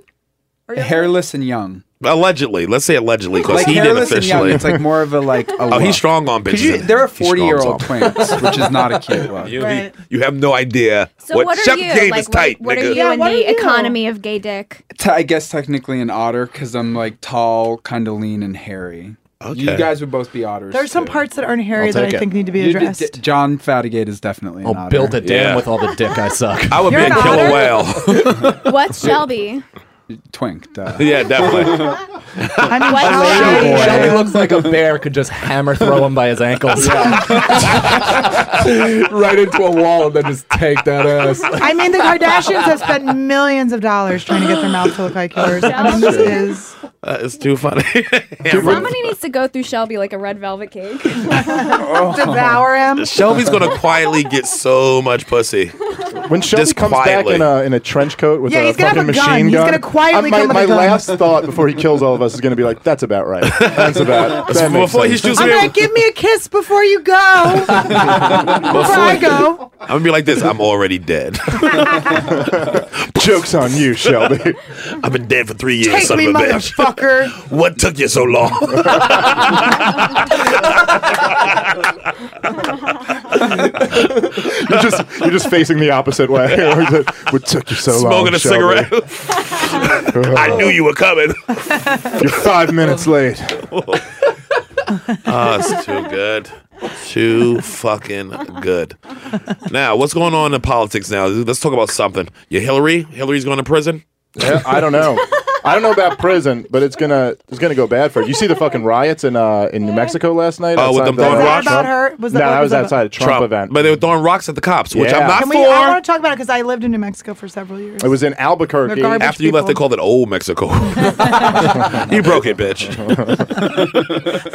[SPEAKER 7] Or younger?
[SPEAKER 9] hairless and young.
[SPEAKER 5] allegedly, let's say allegedly, because
[SPEAKER 9] Like
[SPEAKER 5] he didn't
[SPEAKER 9] hairless and young.
[SPEAKER 5] officially.
[SPEAKER 9] It's like more of a like. A
[SPEAKER 5] oh, he's
[SPEAKER 9] look.
[SPEAKER 5] strong on bitches.
[SPEAKER 9] 'Cause you-
[SPEAKER 5] isn't he?
[SPEAKER 9] there are
[SPEAKER 5] He's strong
[SPEAKER 9] forty-year-old
[SPEAKER 5] on-
[SPEAKER 9] twins, which is not a cute look.
[SPEAKER 5] You,
[SPEAKER 7] Right.
[SPEAKER 5] you, you have no idea
[SPEAKER 12] So
[SPEAKER 5] what,
[SPEAKER 12] what, are
[SPEAKER 5] Shep
[SPEAKER 12] you?
[SPEAKER 5] game
[SPEAKER 12] like,
[SPEAKER 5] is tight,
[SPEAKER 12] what, what
[SPEAKER 5] nigga.
[SPEAKER 12] are you
[SPEAKER 7] Yeah,
[SPEAKER 12] in
[SPEAKER 7] what
[SPEAKER 12] the
[SPEAKER 7] are you?
[SPEAKER 12] economy of gay dick?
[SPEAKER 9] T- I guess technically an otter because I'm like tall, kind of lean and hairy. You
[SPEAKER 5] Okay.
[SPEAKER 9] guys would both be otters.
[SPEAKER 7] There's some
[SPEAKER 9] too.
[SPEAKER 7] parts that aren't hairy
[SPEAKER 6] I'll
[SPEAKER 7] that I
[SPEAKER 6] take it.
[SPEAKER 7] think need to be
[SPEAKER 9] You did-
[SPEAKER 7] addressed.
[SPEAKER 9] d- John Fatigate is definitely an
[SPEAKER 6] I'll
[SPEAKER 9] otter.
[SPEAKER 6] build a dam
[SPEAKER 5] Yeah.
[SPEAKER 6] with all the dick I suck.
[SPEAKER 5] I would
[SPEAKER 7] You're
[SPEAKER 5] be a
[SPEAKER 7] an
[SPEAKER 5] killer
[SPEAKER 7] otter?
[SPEAKER 5] whale.
[SPEAKER 12] What's Shelby?
[SPEAKER 9] twink. Duh.
[SPEAKER 5] yeah, definitely.
[SPEAKER 7] I mean,
[SPEAKER 12] What?
[SPEAKER 7] sharks.
[SPEAKER 9] Shelby.
[SPEAKER 6] Shelby looks like a bear could just hammer throw him by his ankles. right into a wall and then just take that ass.
[SPEAKER 7] I mean, the Kardashians have spent millions of dollars trying to get their mouth to look like yours. I mean, this is
[SPEAKER 5] Uh, it's too funny.
[SPEAKER 12] Somebody needs to go through Shelby like a red velvet cake.
[SPEAKER 7] devour him.
[SPEAKER 5] Shelby's gonna quietly get so much pussy.
[SPEAKER 3] When Shelby
[SPEAKER 5] Just
[SPEAKER 3] comes
[SPEAKER 5] quietly.
[SPEAKER 3] back in a in a trench coat with
[SPEAKER 7] Yeah,
[SPEAKER 3] a
[SPEAKER 7] he's gonna
[SPEAKER 3] fucking
[SPEAKER 7] have a gun.
[SPEAKER 3] machine
[SPEAKER 7] He's
[SPEAKER 3] gun,
[SPEAKER 7] gonna quietly
[SPEAKER 3] I- my,
[SPEAKER 7] come with a
[SPEAKER 3] my
[SPEAKER 7] gun.
[SPEAKER 3] last thought before he kills all of us is gonna be like, "That's about right. That's about." That makes
[SPEAKER 5] Before he
[SPEAKER 3] sense."
[SPEAKER 5] shoots
[SPEAKER 7] I'm
[SPEAKER 5] me,
[SPEAKER 7] like, give me a kiss before you go. Before I go.
[SPEAKER 5] I'm gonna be like this. I'm already dead.
[SPEAKER 3] Jokes on you, Shelby.
[SPEAKER 5] I've been dead for three years,
[SPEAKER 7] Take
[SPEAKER 5] son
[SPEAKER 7] me,
[SPEAKER 5] of a bitch.
[SPEAKER 7] motherfucker.
[SPEAKER 5] What took you so long?
[SPEAKER 3] you're just you're just facing the opposite way. what took you so long?
[SPEAKER 5] Smoking a
[SPEAKER 3] Shelby?
[SPEAKER 5] cigarette. I knew you were coming.
[SPEAKER 3] You're five minutes late.
[SPEAKER 5] Oh, it's too good. Too fucking good. Now, what's going on in politics now? Let's talk about something. You Hillary? Hillary's going to prison?
[SPEAKER 3] Yeah, I don't know. I don't know about prison, but it's gonna it's gonna go bad for it. You see the fucking riots in uh, in New Mexico last night?
[SPEAKER 5] Oh, with
[SPEAKER 3] outside
[SPEAKER 5] them
[SPEAKER 3] the-
[SPEAKER 5] throwing rocks.
[SPEAKER 7] Was
[SPEAKER 3] no,
[SPEAKER 7] that-
[SPEAKER 3] I
[SPEAKER 7] was
[SPEAKER 3] was
[SPEAKER 7] that-
[SPEAKER 3] outside a Trump, event.
[SPEAKER 5] But they were throwing rocks at the cops, which
[SPEAKER 3] Yeah.
[SPEAKER 5] I'm not
[SPEAKER 7] Can
[SPEAKER 5] for.
[SPEAKER 7] we, I want to talk about it because I lived in New Mexico for several years.
[SPEAKER 5] It was
[SPEAKER 3] in Albuquerque.
[SPEAKER 7] They're garbage
[SPEAKER 5] After you left, they called it Old Mexico. you broke it, bitch.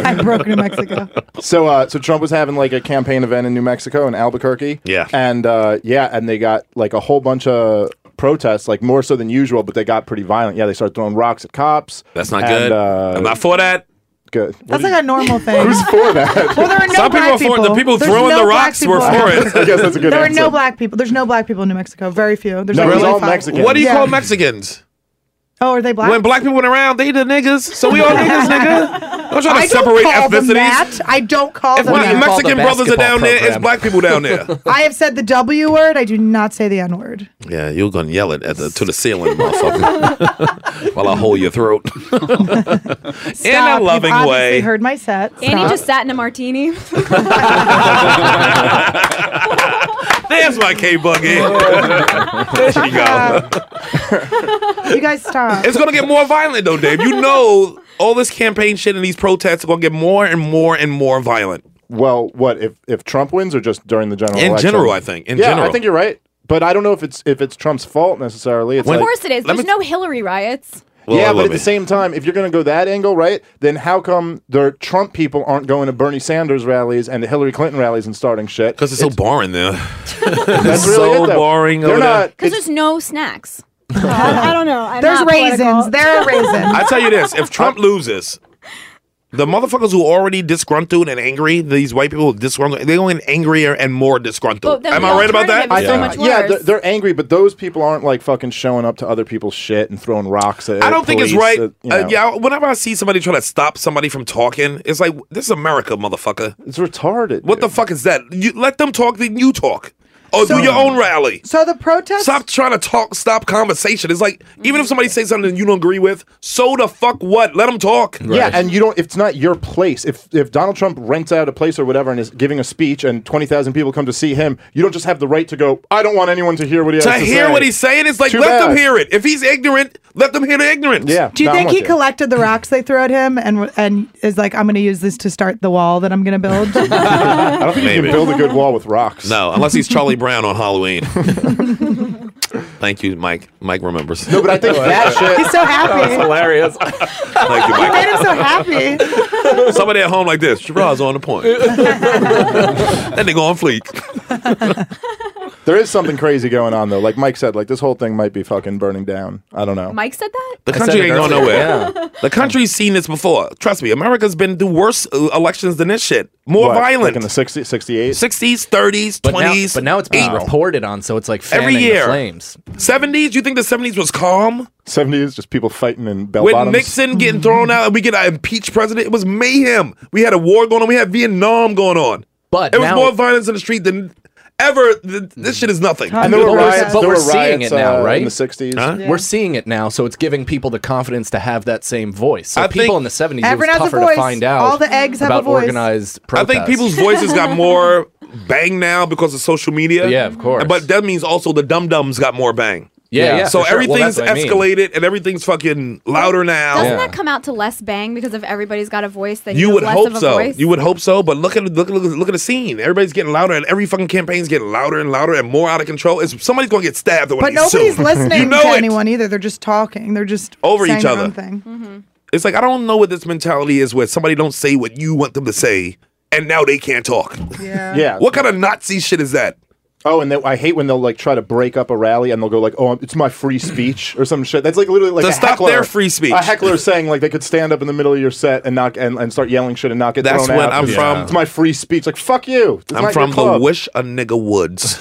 [SPEAKER 7] I broke New Mexico.
[SPEAKER 3] So, uh, so Trump was having like a campaign event in New Mexico in Albuquerque.
[SPEAKER 5] Yeah.
[SPEAKER 3] and uh, yeah, and they got like a whole bunch of protests, like more so than usual, but they got pretty violent. Yeah, they started throwing rocks at cops.
[SPEAKER 5] That's not
[SPEAKER 3] and,
[SPEAKER 5] good.
[SPEAKER 3] Uh,
[SPEAKER 5] I'm not for that.
[SPEAKER 3] Good.
[SPEAKER 7] That's like a normal thing.
[SPEAKER 3] Who's for that?
[SPEAKER 7] Well, there are no
[SPEAKER 5] Some people
[SPEAKER 7] black
[SPEAKER 5] are for it. The people
[SPEAKER 7] There's
[SPEAKER 5] throwing
[SPEAKER 7] no
[SPEAKER 5] the
[SPEAKER 7] black
[SPEAKER 5] rocks were
[SPEAKER 7] people.
[SPEAKER 5] for it.
[SPEAKER 3] I guess that's a good
[SPEAKER 7] there
[SPEAKER 3] answer.
[SPEAKER 7] are no black people. There's no black people in New Mexico. Very few. There's
[SPEAKER 5] No,
[SPEAKER 7] only
[SPEAKER 5] it's all
[SPEAKER 7] five.
[SPEAKER 5] What do you
[SPEAKER 7] Yeah.
[SPEAKER 5] call Mexicans?
[SPEAKER 7] Oh, are they black?
[SPEAKER 5] When black people went around, they the niggas. So we all niggas, nigga. Don't try to
[SPEAKER 7] I don't
[SPEAKER 5] separate
[SPEAKER 7] call them
[SPEAKER 5] ethnicities.
[SPEAKER 7] that. I don't call
[SPEAKER 5] If
[SPEAKER 7] them
[SPEAKER 5] my
[SPEAKER 7] that.
[SPEAKER 5] Mexican brothers are down there, it's black people down there.
[SPEAKER 7] I have said the W word. I do not say the N word.
[SPEAKER 5] Yeah, you're gonna yell it at the, to the ceiling, motherfucker, while I hold your throat. In a
[SPEAKER 7] Stop. You've
[SPEAKER 5] loving
[SPEAKER 7] obviously
[SPEAKER 5] way.
[SPEAKER 7] heard my set. Stop.
[SPEAKER 12] Annie just sat in a martini.
[SPEAKER 5] There's my K buggy. there you go.
[SPEAKER 7] you guys stop.
[SPEAKER 5] It's gonna get more violent though, Dave. You know, all this campaign shit and these protests are gonna get more and more and more violent.
[SPEAKER 3] Well, what if if Trump wins or just during the general
[SPEAKER 5] In
[SPEAKER 3] election?
[SPEAKER 5] general, I think. In
[SPEAKER 3] yeah,
[SPEAKER 5] general.
[SPEAKER 3] I think you're right. But I don't know if it's if it's Trump's fault necessarily. It's
[SPEAKER 5] When-
[SPEAKER 3] like-
[SPEAKER 12] of course it is. There's no Hillary riots.
[SPEAKER 3] yeah,
[SPEAKER 5] let
[SPEAKER 3] but at
[SPEAKER 5] me-
[SPEAKER 3] the same time, if you're going to go that angle, right? Then how come the Trump people aren't going to Bernie Sanders rallies and the Hillary Clinton rallies and starting shit?
[SPEAKER 5] Because it's so boring there.
[SPEAKER 3] That's
[SPEAKER 5] It's
[SPEAKER 3] really
[SPEAKER 5] so
[SPEAKER 3] it, though.
[SPEAKER 5] boring
[SPEAKER 3] They're
[SPEAKER 5] over there.
[SPEAKER 3] not.
[SPEAKER 12] Because there's no snacks.
[SPEAKER 8] I, I don't know. I'm
[SPEAKER 7] There's
[SPEAKER 8] not
[SPEAKER 7] raisins.
[SPEAKER 8] political.
[SPEAKER 7] There are raisins.
[SPEAKER 5] I tell you this: if Trump loses, the motherfuckers who already disgruntled and angry, these white people who disgruntled, they're going angrier and more disgruntled.
[SPEAKER 12] Well, then
[SPEAKER 5] Am
[SPEAKER 12] the
[SPEAKER 5] I right about that?
[SPEAKER 12] alternative is so much
[SPEAKER 3] yeah,
[SPEAKER 12] worse.
[SPEAKER 3] they're, they're angry, but those people aren't like fucking showing up to other people's shit and throwing rocks at.
[SPEAKER 5] I don't think it's
[SPEAKER 3] uh,
[SPEAKER 5] right.
[SPEAKER 3] police, at, you
[SPEAKER 5] uh,
[SPEAKER 3] know.
[SPEAKER 5] yeah, whenever I see somebody trying to stop somebody from talking, it's like this is America, motherfucker.
[SPEAKER 3] It's retarded.
[SPEAKER 5] What the fuck is that? You let them talk, then you talk, or do your own rally.
[SPEAKER 7] So the protest.
[SPEAKER 5] Stop trying to talk. Stop conversation. It's like even if somebody says something you don't agree with, so the fuck what? Let them talk.
[SPEAKER 3] Yeah, and you don't. If it's not your place, if if Donald Trump rents out a place or whatever and is giving a speech, and twenty thousand people come to see him, you don't just have the right to go. I don't want anyone to hear what he
[SPEAKER 5] to
[SPEAKER 3] has to
[SPEAKER 5] hear
[SPEAKER 3] say."
[SPEAKER 5] what he's saying, it's like
[SPEAKER 3] Too
[SPEAKER 5] let
[SPEAKER 3] bad.
[SPEAKER 5] them hear it. If he's ignorant, let them hear the ignorance.
[SPEAKER 3] Yeah.
[SPEAKER 7] Do you
[SPEAKER 3] no, I'm
[SPEAKER 7] think
[SPEAKER 3] with
[SPEAKER 7] he
[SPEAKER 3] you.
[SPEAKER 7] collected the rocks they threw at him and and is like, I'm going to use this to start the wall that I'm going to build?
[SPEAKER 3] I don't think you
[SPEAKER 5] Maybe.
[SPEAKER 3] can build a good wall with rocks.
[SPEAKER 5] No, unless he's Charlie Brown on Halloween. Thank you, Mike. Mike remembers.
[SPEAKER 3] No, but I think that shit.
[SPEAKER 7] He's so happy.
[SPEAKER 5] hilarious. Thank you,
[SPEAKER 7] You made
[SPEAKER 5] Mike.
[SPEAKER 7] him so happy.
[SPEAKER 5] Somebody at home like this, Shiraz on the point. that nigga on fleek.
[SPEAKER 3] There is something crazy going on though. Like Mike said, like this whole thing might be fucking burning down. I don't know.
[SPEAKER 12] Mike said that?
[SPEAKER 5] The
[SPEAKER 3] I said
[SPEAKER 5] country
[SPEAKER 3] it
[SPEAKER 5] ain't going
[SPEAKER 3] earlier.
[SPEAKER 5] nowhere.
[SPEAKER 3] Yeah.
[SPEAKER 5] The country's seen this before. Trust me, America's been through worse uh, elections than this shit. More
[SPEAKER 3] What, Like
[SPEAKER 5] violent.
[SPEAKER 3] in the 60, 68?
[SPEAKER 5] 60s, 30s,
[SPEAKER 6] But now,
[SPEAKER 5] 20s.
[SPEAKER 6] but now it's being
[SPEAKER 5] eight-
[SPEAKER 6] reported on, so it's like fanning
[SPEAKER 5] every year.
[SPEAKER 6] the flames.
[SPEAKER 5] 70s, you think the 70s was calm?
[SPEAKER 3] 70s, just people fighting in bell
[SPEAKER 5] With
[SPEAKER 3] bottoms.
[SPEAKER 5] Nixon getting thrown out and we get an impeached president, it was mayhem. We had a war going on. We had Vietnam going on.
[SPEAKER 6] But
[SPEAKER 5] it was
[SPEAKER 6] now-
[SPEAKER 5] more violence in the street than ever. Th- This shit is nothing.
[SPEAKER 3] and there were
[SPEAKER 6] But we're-
[SPEAKER 3] riots,
[SPEAKER 6] but
[SPEAKER 3] there
[SPEAKER 6] we're
[SPEAKER 3] were
[SPEAKER 6] seeing
[SPEAKER 3] riots,
[SPEAKER 6] it now,
[SPEAKER 3] uh,
[SPEAKER 6] right?
[SPEAKER 3] In the 60s.
[SPEAKER 6] We're seeing it now, so it's giving people the confidence to have that same voice. So
[SPEAKER 5] I
[SPEAKER 6] people
[SPEAKER 5] think-
[SPEAKER 6] in the seventies, it was
[SPEAKER 7] Everyone has a
[SPEAKER 6] tougher to
[SPEAKER 7] voice.
[SPEAKER 6] find out.
[SPEAKER 7] All the eggs have a
[SPEAKER 6] about
[SPEAKER 7] voice.
[SPEAKER 6] organized
[SPEAKER 5] I
[SPEAKER 6] protests.
[SPEAKER 5] think people's voices got more bang now because of social media.
[SPEAKER 6] Yeah, of course.
[SPEAKER 5] But that means also the dum dums got more bang.
[SPEAKER 6] Yeah,
[SPEAKER 5] so
[SPEAKER 6] yeah, for sure. Well,
[SPEAKER 5] everything's
[SPEAKER 6] that's what I mean.
[SPEAKER 5] escalated and everything's fucking louder now.
[SPEAKER 12] Doesn't that come out to less bang because if everybody's got a voice, then
[SPEAKER 5] You
[SPEAKER 12] have
[SPEAKER 5] would
[SPEAKER 12] less
[SPEAKER 5] hope
[SPEAKER 12] of a
[SPEAKER 5] so.
[SPEAKER 12] voice?
[SPEAKER 5] You would hope so. But look at look look look at the scene. Everybody's getting louder, and every fucking campaign's getting louder and louder and more out of control. It's, somebody's gonna get stabbed. Or
[SPEAKER 7] But
[SPEAKER 5] whatever
[SPEAKER 7] nobody's
[SPEAKER 5] soon.
[SPEAKER 7] listening
[SPEAKER 5] You know
[SPEAKER 7] to
[SPEAKER 5] it.
[SPEAKER 7] anyone either. They're just talking. They're just
[SPEAKER 5] Over
[SPEAKER 7] saying
[SPEAKER 5] each
[SPEAKER 7] their
[SPEAKER 5] other.
[SPEAKER 7] own thing.
[SPEAKER 5] It's like I don't know what this mentality is where somebody don't say what you want them to say, and now they can't talk.
[SPEAKER 7] Yeah.
[SPEAKER 3] Yeah.
[SPEAKER 5] What kind of Nazi shit is that?
[SPEAKER 3] Oh, and they, I hate when they'll like try to break up a rally and they'll go like, "Oh, it's my free speech" or some shit. That's like literally like
[SPEAKER 5] To
[SPEAKER 3] a
[SPEAKER 5] stop
[SPEAKER 3] heckler,
[SPEAKER 5] their free speech.
[SPEAKER 3] A heckler saying like they could stand up in the middle of your set and knock and, and start yelling shit and not get
[SPEAKER 5] That's
[SPEAKER 3] thrown
[SPEAKER 5] when
[SPEAKER 3] out.
[SPEAKER 5] I'm
[SPEAKER 3] It's-
[SPEAKER 5] from.
[SPEAKER 3] It's my free speech. Like fuck you. It's
[SPEAKER 5] I'm
[SPEAKER 3] not
[SPEAKER 5] from
[SPEAKER 3] your
[SPEAKER 5] the
[SPEAKER 3] club.
[SPEAKER 5] Wish a Nigga Woods.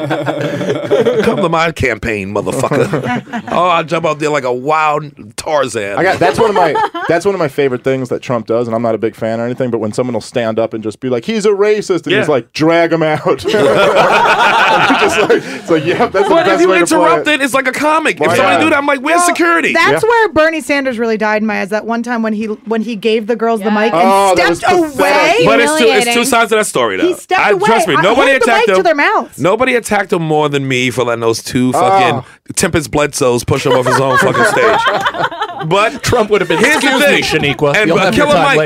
[SPEAKER 5] Come to my campaign, motherfucker. oh, I jump out there like a wild Tarzan.
[SPEAKER 3] I got that's one of my that's one of my favorite things that Trump does, and I'm not a big fan or anything. But when someone will stand up and just be like, "He's a racist," and
[SPEAKER 5] Yeah.
[SPEAKER 3] he's like, "Drag him out." Just like- it's like, yeah, that's the
[SPEAKER 5] But if
[SPEAKER 3] best
[SPEAKER 5] you
[SPEAKER 3] way to play
[SPEAKER 5] interrupt
[SPEAKER 3] it.
[SPEAKER 5] it, it's like a comic.
[SPEAKER 3] Why
[SPEAKER 5] if somebody
[SPEAKER 3] not?
[SPEAKER 5] do that, I'm like, where's
[SPEAKER 7] Well,
[SPEAKER 5] security?
[SPEAKER 7] That's where Bernie Sanders really died in my eyes. That one time when he when he gave the girls the mic and
[SPEAKER 3] Oh, that was
[SPEAKER 7] stepped away.
[SPEAKER 5] but it's two, it's two sides of that story, though.
[SPEAKER 7] He stepped
[SPEAKER 5] I-
[SPEAKER 7] away.
[SPEAKER 5] Trust me,
[SPEAKER 7] I
[SPEAKER 5] nobody
[SPEAKER 7] held the
[SPEAKER 5] attacked
[SPEAKER 7] mic to
[SPEAKER 5] him.
[SPEAKER 7] their mouths.
[SPEAKER 5] Nobody attacked him more than me you for letting those
[SPEAKER 14] Oh.
[SPEAKER 5] two fucking Tempest Bledsoes push him off his own fucking stage. But Trump would have been. Here's the thing,
[SPEAKER 14] "Excuse me, Shaniqua, you'll have your
[SPEAKER 5] Killer
[SPEAKER 14] time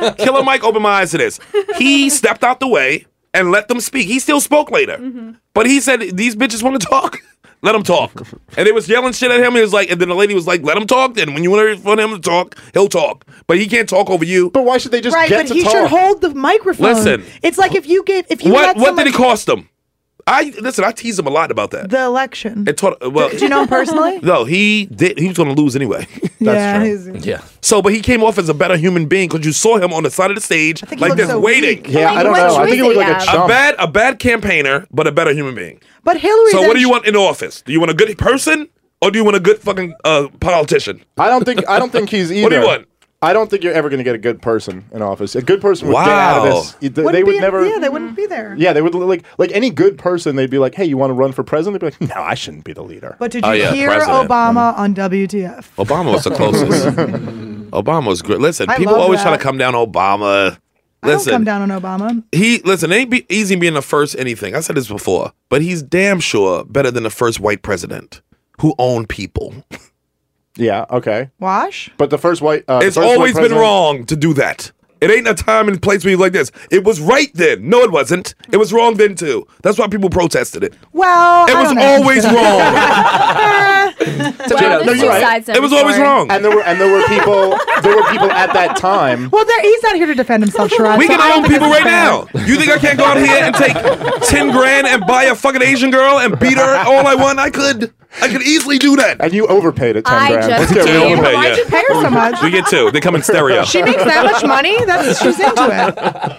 [SPEAKER 5] Mike, Killer Mike opened my eyes to this. He stepped out the way and let them speak. He still spoke later, but he said these bitches want to talk. Let them talk. And they was yelling shit at him. He was like, and then the lady was like, "Let him talk. Then when you want for him to talk, he'll talk. But he can't talk over you." But
[SPEAKER 3] why should they
[SPEAKER 7] right, but he should hold the microphone.
[SPEAKER 5] Listen.
[SPEAKER 7] it's like if you gave if you
[SPEAKER 5] What
[SPEAKER 7] let
[SPEAKER 5] What did
[SPEAKER 7] someone-
[SPEAKER 5] it cost them? I listen. I tease him a lot about that.
[SPEAKER 7] The election.
[SPEAKER 5] It taught, well,
[SPEAKER 7] Did you know him personally?
[SPEAKER 5] No, he did. He was going to lose anyway.
[SPEAKER 7] Yeah, true. he's-
[SPEAKER 5] Yeah. So, but he came off as a better human being because you saw him on the side of the stage,
[SPEAKER 7] think he
[SPEAKER 5] like
[SPEAKER 7] looked
[SPEAKER 5] this,
[SPEAKER 7] so
[SPEAKER 5] waiting.
[SPEAKER 7] weak. Yeah, Like, I don't what know. I think he choice looked did he like a have? chump.
[SPEAKER 5] bad, a bad campaigner, but a better human being.
[SPEAKER 7] But Hillary.
[SPEAKER 5] so,
[SPEAKER 7] then
[SPEAKER 5] what do you want in office? Do you want a good person or do you want a good fucking uh, politician?
[SPEAKER 3] I don't think I don't think he's either.
[SPEAKER 5] What do you want?
[SPEAKER 3] I don't think you're ever going to get a good person in office. A good person would get out of
[SPEAKER 5] Wow.
[SPEAKER 3] this. They- They would never.
[SPEAKER 7] Yeah, they wouldn't be there.
[SPEAKER 3] Yeah, they would like like any good person. They'd be like, "Hey, you want to run for president?" They'd be like, "No, I shouldn't be the leader."
[SPEAKER 7] But did you
[SPEAKER 5] Oh, yeah,
[SPEAKER 7] hear
[SPEAKER 5] president.
[SPEAKER 7] Obama on WTF?
[SPEAKER 5] Obama was the closest. Obama was great. Listen,
[SPEAKER 7] I
[SPEAKER 5] people
[SPEAKER 7] love
[SPEAKER 5] always try
[SPEAKER 7] that.
[SPEAKER 5] to come down on Obama.
[SPEAKER 7] Don't come
[SPEAKER 5] Listen,
[SPEAKER 7] down on Obama.
[SPEAKER 5] He listen, it ain't be easy being the first anything. I said this before, but he's damn sure better than the first white president who owned people.
[SPEAKER 3] Yeah. Okay.
[SPEAKER 7] Wash.
[SPEAKER 3] But the first white. Uh, the
[SPEAKER 5] it's
[SPEAKER 3] first white
[SPEAKER 5] always been
[SPEAKER 3] president-
[SPEAKER 5] wrong to do that. It ain't a time and place where you like this. It was right then. No, it wasn't. It was wrong then too. That's why people protested it.
[SPEAKER 7] Well,
[SPEAKER 5] It
[SPEAKER 7] I
[SPEAKER 5] was
[SPEAKER 7] don't know.
[SPEAKER 5] always wrong.
[SPEAKER 3] Yeah, no, you're right.
[SPEAKER 5] It was always wrong.
[SPEAKER 3] And there were and there were people there were people at that time.
[SPEAKER 7] Well, there, he's not here to defend himself, Sherrod.
[SPEAKER 5] We
[SPEAKER 7] so
[SPEAKER 5] can
[SPEAKER 7] I don't
[SPEAKER 5] own
[SPEAKER 7] think
[SPEAKER 5] people
[SPEAKER 7] this is
[SPEAKER 5] right now. You think I can't go out here and take ten grand and buy a fucking Asian girl and beat her all I want? I could. I could easily do that.
[SPEAKER 3] And you overpaid at ten
[SPEAKER 7] I
[SPEAKER 3] grand.
[SPEAKER 7] just did.
[SPEAKER 5] Overpay,
[SPEAKER 7] Why'd you pay her so much?
[SPEAKER 5] We get two. They come in stereo.
[SPEAKER 7] She makes that much money. That's she's into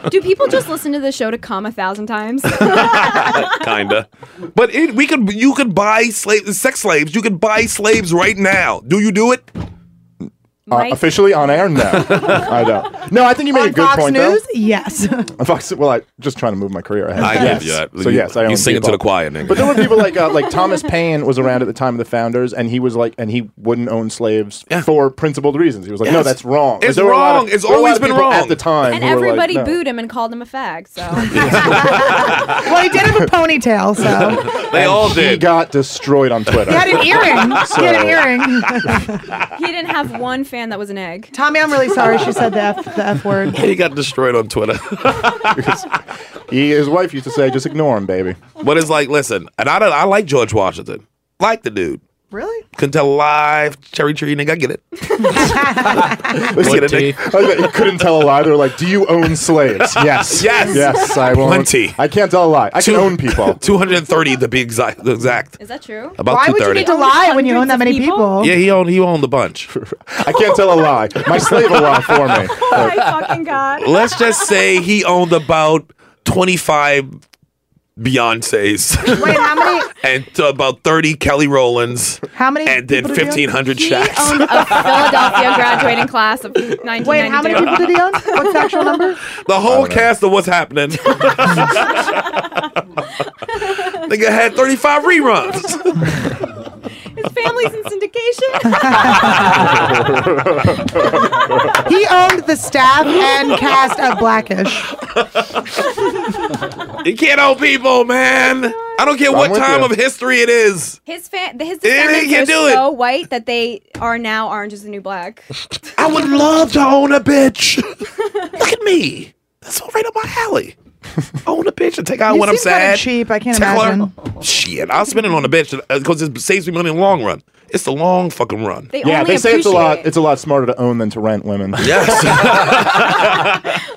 [SPEAKER 7] it.
[SPEAKER 12] Do people just listen to the show to come a thousand times?
[SPEAKER 5] kinda. But it, we could, you could buy slaves, sex slaves. You could buy slaves right now. Do you do it?
[SPEAKER 3] Uh, officially on air? No, I don't. No, I think you made a good
[SPEAKER 7] Fox
[SPEAKER 3] point
[SPEAKER 7] News, yes.
[SPEAKER 3] though. On Fox, well, I'm just trying to move my career ahead.
[SPEAKER 5] I
[SPEAKER 3] yes.
[SPEAKER 5] give you that.
[SPEAKER 3] So
[SPEAKER 5] You-
[SPEAKER 3] yes, I
[SPEAKER 5] you
[SPEAKER 3] own
[SPEAKER 5] sing it to
[SPEAKER 3] people.
[SPEAKER 5] the choir, nigga.
[SPEAKER 3] But there were people like uh, like Thomas Paine was around at the time of the founders, and he was like, and he wouldn't own slaves for principled reasons. He was like, no,
[SPEAKER 5] Yes.
[SPEAKER 3] that's wrong. But
[SPEAKER 5] It's
[SPEAKER 3] there were a lot
[SPEAKER 5] wrong.
[SPEAKER 3] of-
[SPEAKER 5] It's
[SPEAKER 3] there were a lot
[SPEAKER 5] always
[SPEAKER 3] of
[SPEAKER 5] been
[SPEAKER 3] people
[SPEAKER 5] wrong.
[SPEAKER 3] at the time.
[SPEAKER 12] and
[SPEAKER 3] who were like,
[SPEAKER 12] everybody
[SPEAKER 3] no.
[SPEAKER 12] booed him and called him a fag. So
[SPEAKER 7] well, he did have a ponytail, so
[SPEAKER 5] They all
[SPEAKER 3] did. He got destroyed on Twitter.
[SPEAKER 7] he had an earring. He had an earring.
[SPEAKER 12] he didn't have one fan that was an egg.
[SPEAKER 7] Tommy, I'm really sorry she said the f, the f word.
[SPEAKER 5] He got destroyed on Twitter.
[SPEAKER 3] He, his wife used to say, "Just ignore him, baby."
[SPEAKER 5] But it's like, listen, and I, don't- I like George Washington. Like the dude.
[SPEAKER 7] Really?
[SPEAKER 5] Couldn't tell a lie. Cherry tree, nigga. I get it. Get it, nigga.
[SPEAKER 3] I bet you couldn't tell a lie. They were like, "Do you own slaves?" Yes.
[SPEAKER 5] Yes.
[SPEAKER 3] Yes. I won't.
[SPEAKER 5] Plenty.
[SPEAKER 3] I can't tell a lie. I can own people.
[SPEAKER 5] Two hundred and thirty to be exact. Exact.
[SPEAKER 12] Is that true?
[SPEAKER 5] About
[SPEAKER 7] Why would you
[SPEAKER 5] 230.
[SPEAKER 7] need to lie when you own that many people?
[SPEAKER 5] Yeah, he owned. He owned the bunch.
[SPEAKER 3] I can't tell a lie. My slave will lie for me.
[SPEAKER 12] My fucking god.
[SPEAKER 5] Let's just say he owned about twenty-five Beyonces.
[SPEAKER 7] Wait, how many?
[SPEAKER 5] and to about 30 Kelly Rollins.
[SPEAKER 7] How many
[SPEAKER 5] And then
[SPEAKER 7] people did he own?
[SPEAKER 5] 1,500 Shaqs.
[SPEAKER 12] Owned a Philadelphia graduating class of 1992.
[SPEAKER 7] Wait, how many people did he own? What's the actual number?
[SPEAKER 5] The whole cast of What's Happening. Nigga had 35 reruns.
[SPEAKER 12] His family's in syndication.
[SPEAKER 7] He owned the staff and cast of Blackish.
[SPEAKER 5] You can't own people, man. I don't care
[SPEAKER 12] I'm
[SPEAKER 5] what
[SPEAKER 12] with
[SPEAKER 5] time
[SPEAKER 12] you.
[SPEAKER 5] of history it is.
[SPEAKER 12] His fan, his
[SPEAKER 5] They
[SPEAKER 12] descendants
[SPEAKER 5] can
[SPEAKER 12] are
[SPEAKER 5] do it.
[SPEAKER 12] so white that they are now Orange is the New Black.
[SPEAKER 5] I would love to own a bitch. Look at me. That's all right up my alley. Own a bitch and take out
[SPEAKER 7] You
[SPEAKER 5] when I'm
[SPEAKER 7] seem kinda
[SPEAKER 5] sad.
[SPEAKER 7] cheap. I can't
[SPEAKER 5] Tickle her.
[SPEAKER 7] imagine.
[SPEAKER 5] Shit, I'll spend it on a bitch because it saves me money in the long run. It's the long fucking run.
[SPEAKER 12] They
[SPEAKER 3] yeah,
[SPEAKER 12] only
[SPEAKER 3] they say it's a lot.
[SPEAKER 12] appreciate-
[SPEAKER 3] It's a lot smarter to own than to rent women.
[SPEAKER 5] Yes.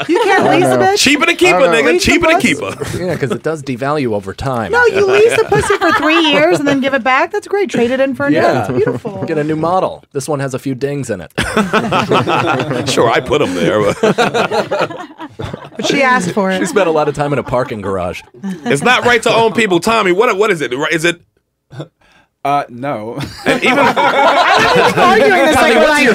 [SPEAKER 7] You can't lease a bitch.
[SPEAKER 5] Cheaper to
[SPEAKER 7] keep
[SPEAKER 5] keep
[SPEAKER 7] I
[SPEAKER 5] her,
[SPEAKER 7] don't know.
[SPEAKER 5] nigga.
[SPEAKER 7] Lease the
[SPEAKER 5] Cheaper to
[SPEAKER 7] bus?
[SPEAKER 5] keep her.
[SPEAKER 6] Yeah, because it does devalue over time.
[SPEAKER 7] No, you lease a pussy for three years and then give it back. That's great. Trade it in for a new. That's beautiful.
[SPEAKER 6] Get a new model. This one has a few dings in it.
[SPEAKER 5] sure, I put them there.
[SPEAKER 7] But she asked for
[SPEAKER 6] She
[SPEAKER 7] it.
[SPEAKER 6] spent a lot of time in a parking garage.
[SPEAKER 5] It's not right to own people, Tommy. What what is it? Right- Is it?
[SPEAKER 9] Uh, no.
[SPEAKER 7] Arguing this like,
[SPEAKER 9] what's
[SPEAKER 7] like, uh,
[SPEAKER 9] your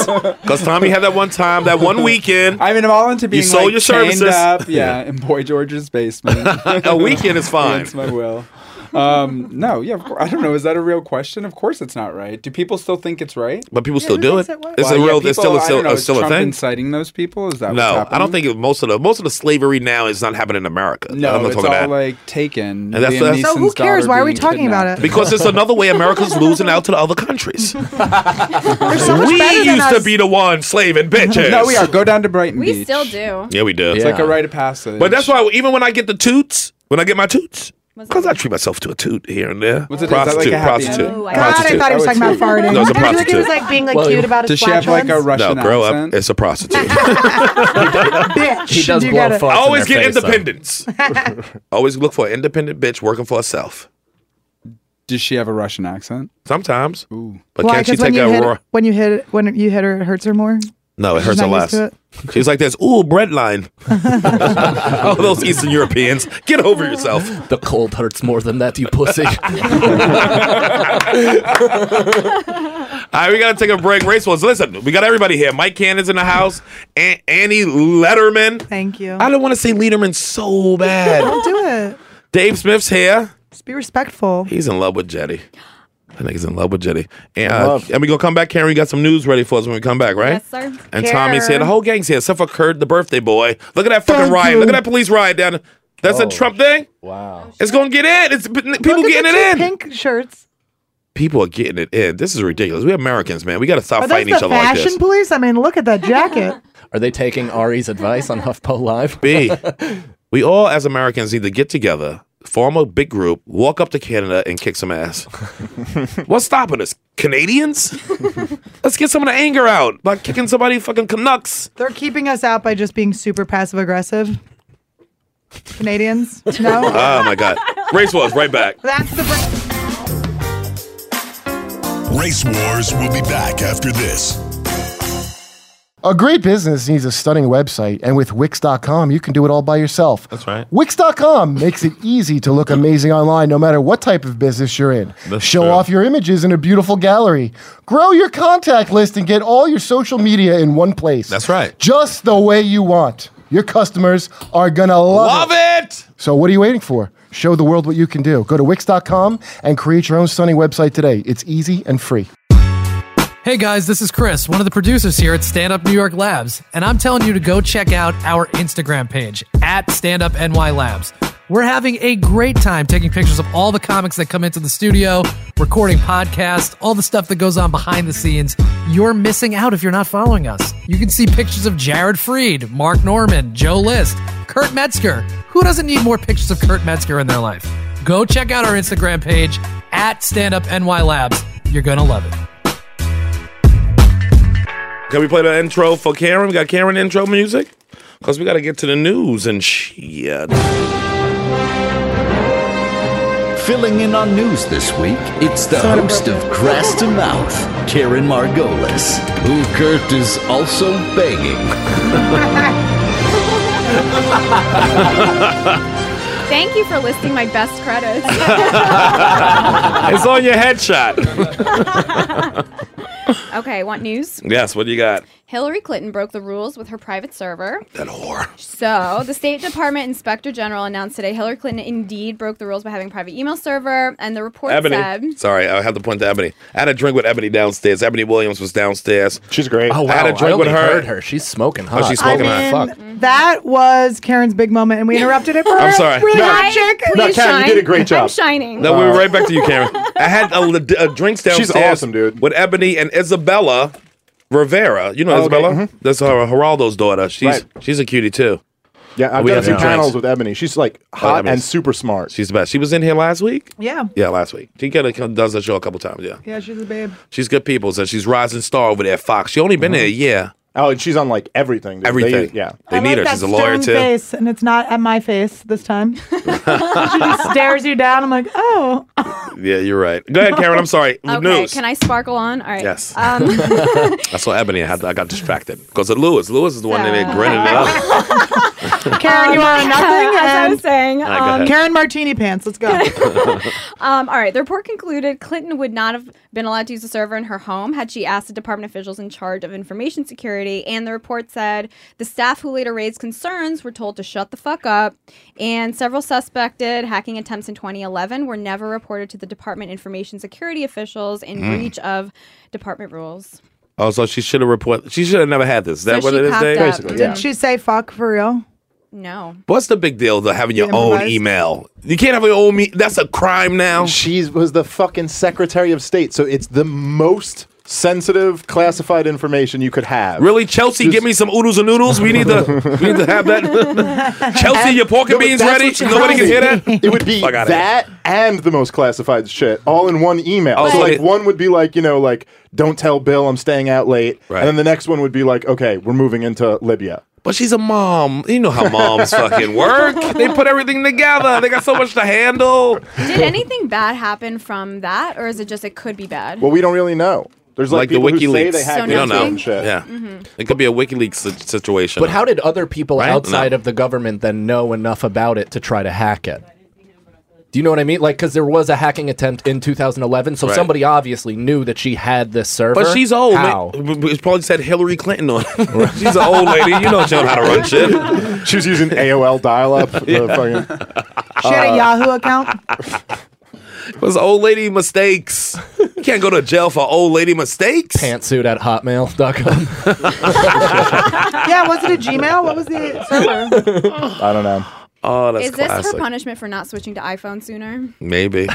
[SPEAKER 9] stance?
[SPEAKER 5] Because Tommy had that one time, that one weekend.
[SPEAKER 9] I mean, I'm all into being
[SPEAKER 5] You sold
[SPEAKER 9] like,
[SPEAKER 5] your
[SPEAKER 9] chained
[SPEAKER 5] services.
[SPEAKER 9] up, yeah, in Boy George's basement.
[SPEAKER 5] a weekend is fine.
[SPEAKER 9] Against my will. Um, no, yeah, of course. I don't know. Is that a real question? Of course, it's not right. Do people still think it's right?
[SPEAKER 5] But people still do it. It's a real. It's still a, still, it's still a
[SPEAKER 9] Trump
[SPEAKER 5] thing.
[SPEAKER 9] Inciting those people is that what's
[SPEAKER 5] No, I
[SPEAKER 9] happening?
[SPEAKER 5] don't think it- most of the most of the slavery now is not happening in America. I'm
[SPEAKER 9] No,
[SPEAKER 5] not
[SPEAKER 9] it's all
[SPEAKER 5] talking about.
[SPEAKER 9] like
[SPEAKER 5] And
[SPEAKER 9] taken.
[SPEAKER 5] that's-
[SPEAKER 9] Liam
[SPEAKER 5] that's- So who
[SPEAKER 9] Neeson's
[SPEAKER 7] cares?
[SPEAKER 9] daughter
[SPEAKER 7] Why are we
[SPEAKER 9] being
[SPEAKER 7] talking about
[SPEAKER 9] kidnapped.
[SPEAKER 7] it?
[SPEAKER 5] because it's another way America's losing out to the other countries.
[SPEAKER 7] so much
[SPEAKER 5] we
[SPEAKER 7] better than
[SPEAKER 5] used to
[SPEAKER 7] us.
[SPEAKER 5] be the one slaving bitches.
[SPEAKER 9] no, we are. Go down to Brighton
[SPEAKER 12] We
[SPEAKER 9] Beach.
[SPEAKER 12] still do.
[SPEAKER 5] Yeah, we do.
[SPEAKER 9] It's like a rite of passage.
[SPEAKER 5] But that's why even when I get the toots, when I get my toots, because I treat myself to a toot here and there.
[SPEAKER 9] What's it- is that like a
[SPEAKER 5] prostitute,
[SPEAKER 9] happy
[SPEAKER 5] prostitute,
[SPEAKER 9] ending? Oh, I
[SPEAKER 7] God, I
[SPEAKER 5] prostitute.
[SPEAKER 7] thought he was talking about farting.
[SPEAKER 5] No, it's
[SPEAKER 7] I
[SPEAKER 5] a
[SPEAKER 7] feel like he
[SPEAKER 5] prostitute.
[SPEAKER 7] was like being like cute about his flatulence.
[SPEAKER 5] no, grow up. It's a prostitute.
[SPEAKER 7] bitch?
[SPEAKER 6] He does
[SPEAKER 7] you
[SPEAKER 6] blow
[SPEAKER 7] get it.
[SPEAKER 6] farts
[SPEAKER 5] I
[SPEAKER 6] in
[SPEAKER 5] always
[SPEAKER 6] their
[SPEAKER 5] get
[SPEAKER 6] face, though.
[SPEAKER 5] independence. always look for an independent bitch working for herself.
[SPEAKER 9] Does she have a Russian accent?
[SPEAKER 5] Sometimes. But
[SPEAKER 7] Why?
[SPEAKER 5] can't she
[SPEAKER 7] 'Cause when
[SPEAKER 5] take
[SPEAKER 7] you
[SPEAKER 5] that
[SPEAKER 7] hit,
[SPEAKER 5] roar?
[SPEAKER 7] When you hit when you hit her, it hurts her more.
[SPEAKER 5] No, it
[SPEAKER 7] She's
[SPEAKER 5] hurts her
[SPEAKER 7] not used
[SPEAKER 5] less.
[SPEAKER 7] to
[SPEAKER 5] She's like this. Ooh, breadline. oh, those Eastern Europeans. Get over yourself.
[SPEAKER 6] The cold hurts more than that, you pussy.
[SPEAKER 5] All right, we gotta take a break. Race was listen. We got everybody here. Mike Cannon's in the house. A- Annie Letterman.
[SPEAKER 7] Thank you.
[SPEAKER 5] I don't want to say Letterman so bad.
[SPEAKER 7] Don't do it.
[SPEAKER 5] Dave Smith's here.
[SPEAKER 7] Just be respectful.
[SPEAKER 5] He's in love with Jetty. I think he's in love with Jetty. And,
[SPEAKER 7] In
[SPEAKER 5] uh,
[SPEAKER 7] love.
[SPEAKER 5] and we gonna come back. Karen, you got some news ready for us when we come back, right?
[SPEAKER 12] Yes, sir.
[SPEAKER 5] And Tommy's here. The whole gang's here, except for Kurt, the birthday boy. Look at that fucking
[SPEAKER 12] Thank
[SPEAKER 5] riot.
[SPEAKER 12] you.
[SPEAKER 5] Look at that police riot down. That's a
[SPEAKER 6] Oh.
[SPEAKER 5] Trump thing.
[SPEAKER 6] Wow.
[SPEAKER 5] It's gonna get in. It's people
[SPEAKER 7] Look at
[SPEAKER 5] getting
[SPEAKER 7] the
[SPEAKER 5] it in.
[SPEAKER 7] two Pink shirts.
[SPEAKER 5] People are getting it in. This is ridiculous. We Americans, man. We gotta stop
[SPEAKER 7] Are those
[SPEAKER 5] fighting each
[SPEAKER 7] the
[SPEAKER 5] other like
[SPEAKER 7] fashion
[SPEAKER 5] this.
[SPEAKER 7] police? I mean, look at that jacket.
[SPEAKER 6] Are they taking Ari's advice on HuffPo Live?
[SPEAKER 5] B. we all as Americans need to get together, form a big group, walk up to Canada and kick some ass. What's stopping us? Canadians? Let's get some of the anger out by kicking somebody fucking Canucks.
[SPEAKER 7] They're keeping us out by just being super passive aggressive. Canadians, no.
[SPEAKER 5] Oh my god. Race Wars, right back.
[SPEAKER 7] That's the. Br-
[SPEAKER 4] Race Wars will be back after this.
[SPEAKER 14] A great business needs a stunning website, and with Wix.com, you can do it all by yourself. That's
[SPEAKER 5] right.
[SPEAKER 14] Wix.com makes it easy to look amazing online no matter what type of business you're in.
[SPEAKER 5] That's
[SPEAKER 14] Show
[SPEAKER 5] true.
[SPEAKER 14] off your images in a beautiful gallery, grow your contact list, and get all your social media in one place. That's
[SPEAKER 5] right.
[SPEAKER 14] Just the way you want. Your customers are going to love,
[SPEAKER 5] Love it.
[SPEAKER 14] So, what are you waiting for? Show the world what you can do. Go to Wix.com and create your own stunning website today. It's easy and free.
[SPEAKER 15] Hey guys, this is Chris, one of the producers here at Stand Up New York Labs, and I'm telling you to go check out our Instagram page at Stand Up NY Labs. We're having a great time taking pictures of all the comics that come into the studio, recording podcasts, all the stuff that goes on behind the scenes. You're missing out if you're not following us. You can see pictures of Jared Freed, Mark Norman, Joe List, Kurt Metzger. Who doesn't need more pictures of Kurt Metzger in their life? Go check out our Instagram page at Stand Up NY Labs. You're going to love it.
[SPEAKER 5] Can we play the intro for Karen? We got Karen intro music? Because we gotta get to the news and shit.
[SPEAKER 16] Filling in on news this week, it's the host of Grass to Mouth, Karen Margolis, who Kurt is also begging.
[SPEAKER 12] Thank you for listing my best credits.
[SPEAKER 5] it's on your headshot.
[SPEAKER 12] okay, want news?
[SPEAKER 5] Yes, what do you got?
[SPEAKER 12] Hillary Clinton broke the rules with her private server.
[SPEAKER 5] That whore.
[SPEAKER 12] So, the State Department Inspector General announced today Hillary Clinton indeed broke the rules by having a private email server, and the report
[SPEAKER 5] Ebony.
[SPEAKER 12] said.
[SPEAKER 5] Sorry, I had to point to Ebony. I had a drink with Ebony downstairs. Ebony Williams was downstairs. She's great.
[SPEAKER 6] Oh,
[SPEAKER 5] I had
[SPEAKER 6] wow.
[SPEAKER 5] a
[SPEAKER 6] I
[SPEAKER 5] drink with
[SPEAKER 6] only
[SPEAKER 5] her.
[SPEAKER 6] heard her. She's smoking hot.
[SPEAKER 5] Oh, she's smoking
[SPEAKER 6] I
[SPEAKER 5] hot.
[SPEAKER 6] Fuck.
[SPEAKER 7] That was Karen's big moment, and we interrupted it for
[SPEAKER 5] I'm
[SPEAKER 7] her.
[SPEAKER 5] sorry.
[SPEAKER 7] Really
[SPEAKER 5] No.
[SPEAKER 7] hot chick.
[SPEAKER 5] No, Karen, you did a great job.
[SPEAKER 12] I'm shining.
[SPEAKER 5] No, we were right back to you, Karen. I had a, li- a drinks downstairs.
[SPEAKER 3] awesome,
[SPEAKER 5] dude. With Ebony and Isabella Rivera. You know
[SPEAKER 3] Oh, okay.
[SPEAKER 5] Isabella?
[SPEAKER 3] Mhm.
[SPEAKER 5] That's her, Geraldo's daughter. She's
[SPEAKER 3] Right.
[SPEAKER 5] she's a cutie too.
[SPEAKER 3] Yeah, I've
[SPEAKER 5] We
[SPEAKER 3] done
[SPEAKER 5] had
[SPEAKER 3] a few
[SPEAKER 5] some
[SPEAKER 3] panels
[SPEAKER 5] drinks.
[SPEAKER 3] with Ebony. She's like
[SPEAKER 5] Oh,
[SPEAKER 3] hot
[SPEAKER 5] Ebony's-
[SPEAKER 3] and super smart.
[SPEAKER 5] She's the best. She was in here last week.
[SPEAKER 7] Yeah.
[SPEAKER 5] Yeah, last week. She kinda come- does the show a couple times. Yeah,
[SPEAKER 7] Yeah, she's a babe.
[SPEAKER 5] she's good people. So she's rising star over there at Fox. She only been there a year.
[SPEAKER 3] Oh, and she's on like everything. dude.
[SPEAKER 5] Everything.
[SPEAKER 3] They- yeah.
[SPEAKER 5] they
[SPEAKER 7] I
[SPEAKER 5] need
[SPEAKER 7] like
[SPEAKER 5] her.
[SPEAKER 7] that
[SPEAKER 5] She's a lawyer
[SPEAKER 7] stern
[SPEAKER 5] too.
[SPEAKER 7] Face, and it's not at my face this time. she just stares you down. I'm like, oh.
[SPEAKER 5] Yeah, you're right. Go ahead, Karen. I'm sorry.
[SPEAKER 12] Okay,
[SPEAKER 5] News.
[SPEAKER 12] can I sparkle on? All right.
[SPEAKER 5] Yes.
[SPEAKER 12] Um,
[SPEAKER 5] I saw Ebony. I, had, I got distracted because of Lewis. Lewis is the one that they grinning it up.
[SPEAKER 7] Karen, you are
[SPEAKER 12] Um,
[SPEAKER 7] nothing.
[SPEAKER 12] as I was
[SPEAKER 7] and-
[SPEAKER 12] saying, All right, go um, ahead.
[SPEAKER 7] Karen Martini Pants. Let's go.
[SPEAKER 12] Um, all right. The report concluded Clinton would not have been allowed to use a server in her home had she asked the department officials in charge of information security. And the report said the staff who later raised concerns were told to shut the fuck up. And several suspected hacking attempts in 2011 were never reported to the department information security officials in
[SPEAKER 5] Mm.
[SPEAKER 12] breach of department rules.
[SPEAKER 5] Oh, so she should have reported. She should have never had this. Is that
[SPEAKER 12] So
[SPEAKER 5] what
[SPEAKER 12] she
[SPEAKER 5] it is,
[SPEAKER 12] cocked
[SPEAKER 5] Dave?
[SPEAKER 12] up. Basically,
[SPEAKER 7] Did she say fuck for real?
[SPEAKER 12] No.
[SPEAKER 5] What's the big deal though? Having your
[SPEAKER 7] Yeah,
[SPEAKER 5] own
[SPEAKER 7] revised.
[SPEAKER 5] email. You can't have your own. Me- That's a crime now.
[SPEAKER 3] She was the fucking Secretary of State, so it's the most sensitive, classified information you could have.
[SPEAKER 5] Really, Chelsea, give me some oodles and noodles. We need to. We need to have that. Chelsea, your pork and
[SPEAKER 3] No, but
[SPEAKER 5] beans
[SPEAKER 3] that's
[SPEAKER 5] ready?
[SPEAKER 3] what you
[SPEAKER 5] Nobody
[SPEAKER 3] have
[SPEAKER 5] can hear
[SPEAKER 3] it.
[SPEAKER 5] that.
[SPEAKER 3] It would be
[SPEAKER 5] Fuck outta here.
[SPEAKER 3] that and the most classified shit all in one email.
[SPEAKER 5] Oh,
[SPEAKER 3] so
[SPEAKER 5] so
[SPEAKER 3] like
[SPEAKER 5] it-
[SPEAKER 3] one would be like, you know, like don't tell Bill I'm staying out late, and then the next one would be like, okay, we're moving into Libya.
[SPEAKER 5] But she's a mom. You know how moms fucking work. They put everything together. They got so much to handle.
[SPEAKER 12] Did anything bad happen from that, or is it just it could be bad?
[SPEAKER 3] Well, we don't really know. There's
[SPEAKER 5] Like
[SPEAKER 3] like,
[SPEAKER 5] the
[SPEAKER 3] people who say
[SPEAKER 5] WikiLeaks.
[SPEAKER 3] they hacked
[SPEAKER 12] So
[SPEAKER 5] You don't
[SPEAKER 3] into it
[SPEAKER 5] know.
[SPEAKER 3] and shit.
[SPEAKER 5] Yeah. It could be a WikiLeaks si- situation.
[SPEAKER 6] But how did other people
[SPEAKER 5] Right?
[SPEAKER 6] outside
[SPEAKER 5] No.
[SPEAKER 6] of the government then know enough about it to try to hack it? Do you know what I mean? Like, because there was a hacking attempt in 2011, so
[SPEAKER 5] Right.
[SPEAKER 6] somebody obviously knew that she had this server.
[SPEAKER 5] But she's old.
[SPEAKER 6] How?
[SPEAKER 5] man. B- b- It probably said Hillary Clinton on. it. she's an old lady. You know she don't know how to run shit.
[SPEAKER 3] She was using AOL dial up.
[SPEAKER 7] She
[SPEAKER 3] uh,
[SPEAKER 7] had a Yahoo account.
[SPEAKER 5] Those Uh, old lady mistakes. You can't go to jail for old lady mistakes.
[SPEAKER 6] Pantsuit at hotmail.com.
[SPEAKER 7] yeah, was it a Gmail? What was the server?
[SPEAKER 3] I don't know.
[SPEAKER 5] Oh, that's
[SPEAKER 12] is this
[SPEAKER 5] classic.
[SPEAKER 12] her punishment for not switching to iPhone sooner?
[SPEAKER 5] Maybe.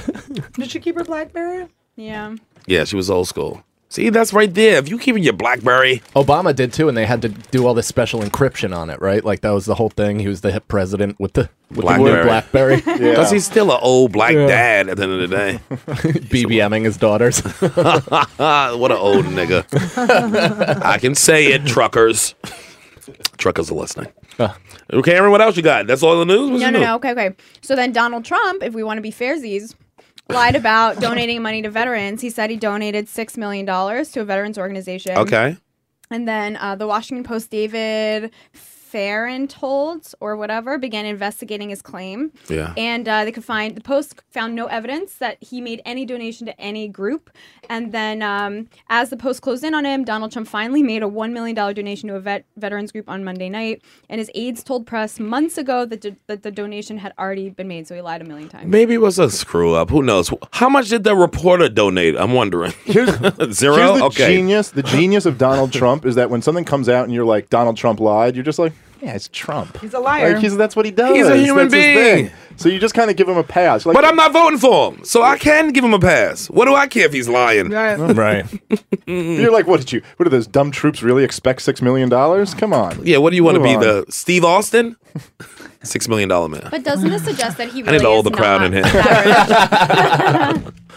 [SPEAKER 7] Did she keep her BlackBerry?
[SPEAKER 12] Yeah.
[SPEAKER 5] Yeah, she was old school. See, that's right there. If you keeping your BlackBerry,
[SPEAKER 6] Obama did too, and they had to do all this special encryption on it, right? Like that was the whole thing. He was the hip president with the with the word
[SPEAKER 5] BlackBerry.
[SPEAKER 6] BlackBerry.
[SPEAKER 5] Because he's still an old black dad at the end of the day.
[SPEAKER 6] BBMing his daughters.
[SPEAKER 5] what an old nigga. I can say it, truckers. truckers are listening. Okay, Aaron, what else you got? That's all the news? What's
[SPEAKER 12] No,
[SPEAKER 5] the
[SPEAKER 12] no,
[SPEAKER 5] news?
[SPEAKER 12] no. Okay, okay. So then Donald Trump, if we want to be fairsies, lied about donating money to veterans. He said he donated $6 million to a veterans organization.
[SPEAKER 5] Okay.
[SPEAKER 12] And then uh, the Washington Post, David Farenthold or whatever, began investigating his claim.
[SPEAKER 5] Yeah.
[SPEAKER 12] And uh, they could find, the Post found no evidence that he made any donation to any group. And then um, as the Post closed in on him, Donald Trump finally made a $1 million donation to a vet- veterans group on Monday night. And his aides told press months ago that, d- that the donation had already been made. So he lied a million times.
[SPEAKER 5] Maybe it was a screw up. Who knows? How much did the reporter donate? I'm wondering. Zero?
[SPEAKER 3] Here's the
[SPEAKER 5] okay.
[SPEAKER 3] genius. The genius of Donald Trump is that when something comes out and you're like, Donald Trump lied, you're just like, yeah, it's Trump.
[SPEAKER 7] He's a liar.
[SPEAKER 3] Like, he's, that's what he does.
[SPEAKER 5] He's a human
[SPEAKER 3] That's his
[SPEAKER 5] being.
[SPEAKER 3] thing. So you just kind of give him a pass. You're like,
[SPEAKER 5] But I'm not voting for him, so I can give him a pass. What do I care if he's lying?
[SPEAKER 7] Right.
[SPEAKER 6] Right.
[SPEAKER 3] you're like, what did you? What do those dumb troops really expect? Six million dollars? Come on.
[SPEAKER 5] Yeah, what do you want to
[SPEAKER 3] Move
[SPEAKER 5] be?
[SPEAKER 3] on.
[SPEAKER 5] The Steve Austin? Six million dollar man.
[SPEAKER 12] But doesn't this suggest that he
[SPEAKER 5] I need
[SPEAKER 12] really
[SPEAKER 5] to hold
[SPEAKER 12] is
[SPEAKER 5] the crowd in
[SPEAKER 12] not
[SPEAKER 5] here.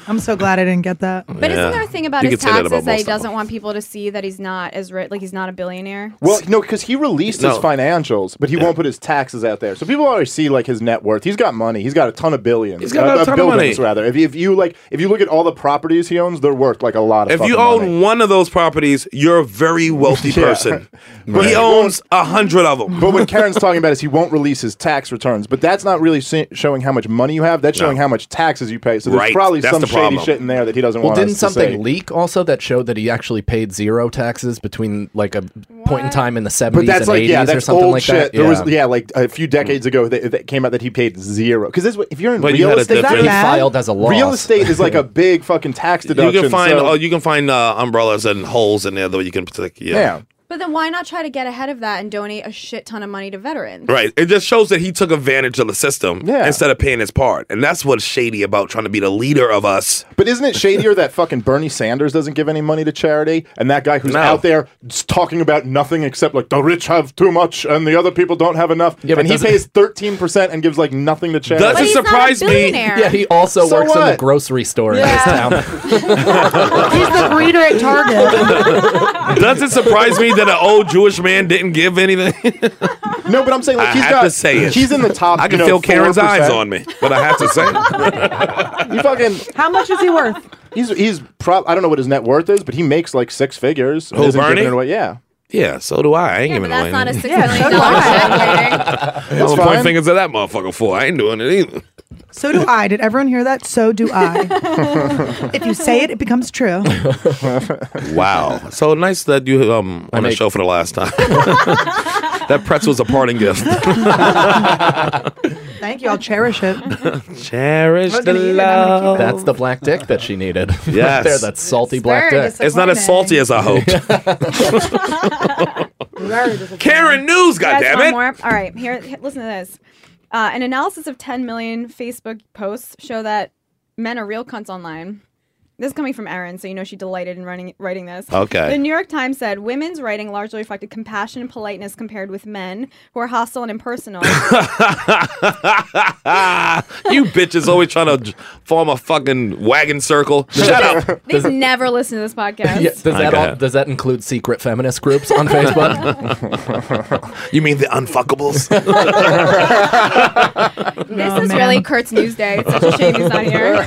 [SPEAKER 7] I'm so glad I didn't get that.
[SPEAKER 12] But isn't there a thing about
[SPEAKER 5] You
[SPEAKER 12] his
[SPEAKER 5] could say that
[SPEAKER 12] taxes
[SPEAKER 5] about
[SPEAKER 12] that,
[SPEAKER 5] most
[SPEAKER 12] he
[SPEAKER 5] of them.
[SPEAKER 12] doesn't want people to see that he's not as rich, like he's not a billionaire?
[SPEAKER 3] Well, no, because he released
[SPEAKER 5] No.
[SPEAKER 3] his financials, but he won't put his taxes out there. So people always see like his net worth. He's got money. He's got a ton of billions.
[SPEAKER 5] He's got a ton of
[SPEAKER 3] billions,
[SPEAKER 5] money.
[SPEAKER 3] rather. If, if you like, if you look at all the properties he owns, they're worth like a lot of.
[SPEAKER 5] If you
[SPEAKER 3] fucking
[SPEAKER 5] own
[SPEAKER 3] money.
[SPEAKER 5] one of those properties, you're a very wealthy
[SPEAKER 3] Yeah.
[SPEAKER 5] person.
[SPEAKER 3] But
[SPEAKER 5] He
[SPEAKER 3] he
[SPEAKER 5] owns a hundred of them.
[SPEAKER 3] But what Karen's talking about is he won't release his tax returns. But that's not really se- showing how much money you have. That's showing how much taxes you pay. So there's
[SPEAKER 5] Right.
[SPEAKER 3] probably
[SPEAKER 5] That's
[SPEAKER 3] some
[SPEAKER 5] the
[SPEAKER 3] shady
[SPEAKER 5] problem.
[SPEAKER 3] shit in there that he doesn't
[SPEAKER 6] Well,
[SPEAKER 3] want.
[SPEAKER 6] didn't
[SPEAKER 3] us to
[SPEAKER 6] something
[SPEAKER 3] see.
[SPEAKER 6] leak also that showed that he actually paid zero taxes between like a point in time in the 70s
[SPEAKER 3] But that's
[SPEAKER 6] and
[SPEAKER 3] like
[SPEAKER 6] 80s
[SPEAKER 3] yeah,
[SPEAKER 6] or
[SPEAKER 3] that's
[SPEAKER 6] something
[SPEAKER 3] old
[SPEAKER 6] like
[SPEAKER 3] shit.
[SPEAKER 6] that?
[SPEAKER 3] There was yeah, Hmm. like a few decades ago that, that came out that he paid zero. Because this, if you're in
[SPEAKER 5] But you
[SPEAKER 3] real
[SPEAKER 5] had a
[SPEAKER 3] estate,
[SPEAKER 5] different- Is that bad? filed as a
[SPEAKER 3] Real
[SPEAKER 5] loss.
[SPEAKER 3] estate is like a big fucking tax
[SPEAKER 5] You
[SPEAKER 3] deduction.
[SPEAKER 5] can find
[SPEAKER 3] so-
[SPEAKER 5] oh, you can find uh, umbrellas and holes in there that you can take. Yeah.
[SPEAKER 3] yeah.
[SPEAKER 12] But then why not try to get ahead of that and donate a shit ton of money to veterans?
[SPEAKER 5] Right. It just shows that he took advantage of the system
[SPEAKER 3] Yeah.
[SPEAKER 5] instead of paying his part. And that's what's shady about trying to be the leader of us.
[SPEAKER 3] But isn't it shadier that fucking Bernie Sanders doesn't give any money to charity, and that guy who's
[SPEAKER 5] No.
[SPEAKER 3] out there just talking about nothing except like the rich have too much and the other people don't have enough,
[SPEAKER 6] Yeah, but
[SPEAKER 3] and he
[SPEAKER 6] doesn't-
[SPEAKER 3] pays thirteen percent and gives like nothing to charity.
[SPEAKER 5] Doesn't But he's not a surprise me- billionaire.
[SPEAKER 6] Yeah, he also
[SPEAKER 3] So
[SPEAKER 6] works in the
[SPEAKER 3] what?
[SPEAKER 6] grocery store in this town.
[SPEAKER 7] He's the greeter at Target.
[SPEAKER 5] Does it surprise me that an old Jewish man didn't give anything?
[SPEAKER 3] No, but I'm saying like
[SPEAKER 5] I
[SPEAKER 3] he's
[SPEAKER 5] have
[SPEAKER 3] got.
[SPEAKER 5] to say it.
[SPEAKER 3] He's in the top.
[SPEAKER 5] I
[SPEAKER 3] you
[SPEAKER 5] can
[SPEAKER 3] know,
[SPEAKER 5] feel Karen's
[SPEAKER 3] 4%.
[SPEAKER 5] eyes on me, but I have to say it.
[SPEAKER 3] You fucking.
[SPEAKER 7] How much is he worth?
[SPEAKER 3] He's he's. Pro- I don't know what his net worth is, but he makes like six figures. and
[SPEAKER 5] Who,
[SPEAKER 3] isn't giving
[SPEAKER 5] Bernie?
[SPEAKER 3] it away. Yeah.
[SPEAKER 5] Yeah, so do I. I ain't giving away.
[SPEAKER 17] That's not a
[SPEAKER 5] anything.
[SPEAKER 17] six million dollar check.
[SPEAKER 5] I'm gonna
[SPEAKER 7] fine.
[SPEAKER 5] point fingers at that motherfucker for. I ain't doing it either.
[SPEAKER 7] So do I. Did everyone hear that? So do I. if you say it, it becomes true.
[SPEAKER 5] Wow. So nice that you um on the show for the last time. that pretzel's a parting gift.
[SPEAKER 7] Thank you. I'll cherish it.
[SPEAKER 5] Cherish
[SPEAKER 7] I was gonna eat it, I'm gonna keep it.
[SPEAKER 6] That's the black dick that she needed.
[SPEAKER 5] Yes.
[SPEAKER 6] there, that salty black
[SPEAKER 7] very
[SPEAKER 6] dick.
[SPEAKER 5] It's not as salty as I hoped. Karen News,
[SPEAKER 12] Guys, one
[SPEAKER 5] goddammit.
[SPEAKER 12] more. All right, here, h- listen to this. Uh, an analysis of 10 million Facebook posts show that men are real cunts online. This is coming from Erin, so you know she delighted in running, writing this.
[SPEAKER 5] Okay.
[SPEAKER 12] The New York Times said women's writing largely reflected compassion and politeness compared with men who are hostile and impersonal.
[SPEAKER 5] Ah, you bitches always trying to j- form a fucking wagon circle. Shut up.
[SPEAKER 12] They've never listened to this podcast.
[SPEAKER 6] Yeah, does that all, does that include secret feminist groups on Facebook?
[SPEAKER 5] you mean the unfuckables?
[SPEAKER 12] This
[SPEAKER 6] No,
[SPEAKER 12] is
[SPEAKER 6] ma'am.
[SPEAKER 12] really Kurt's news day. It's such a shame he's not here.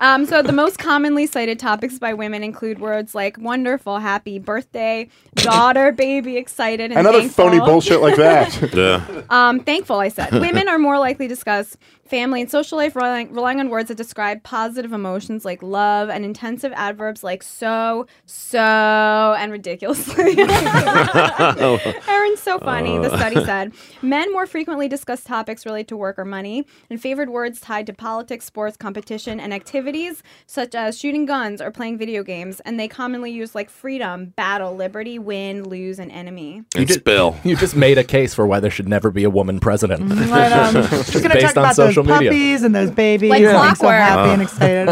[SPEAKER 12] um, so the most commonly cited topics by women include words like wonderful, happy, birthday, daughter, baby, excited, and
[SPEAKER 3] Another
[SPEAKER 12] thankful.
[SPEAKER 3] phony bullshit like that.
[SPEAKER 5] yeah.
[SPEAKER 12] Um, thankful, I said. Women are more likely to discuss family and social life, relying, relying on words that describe positive emotions like love and intensive adverbs like so, so, and ridiculously. Aaron's so funny, the
[SPEAKER 17] Uh.
[SPEAKER 12] study said. Men more frequently discuss topics related to work or money and favored words tied to politics, sports, competition, and activities such as shooting guns or playing video games. And they commonly use like freedom, battle, liberty, win, lose, and enemy.
[SPEAKER 6] you just,
[SPEAKER 5] Bill.
[SPEAKER 6] You just made a case for why there should never be a woman president.
[SPEAKER 7] Right on. um, She's
[SPEAKER 6] Just
[SPEAKER 7] gonna talk
[SPEAKER 6] based on
[SPEAKER 7] about those
[SPEAKER 6] social media.
[SPEAKER 7] puppies and those babies.
[SPEAKER 17] Like
[SPEAKER 7] I'm so
[SPEAKER 17] clockwork.
[SPEAKER 7] happy and
[SPEAKER 6] Oh.
[SPEAKER 7] excited.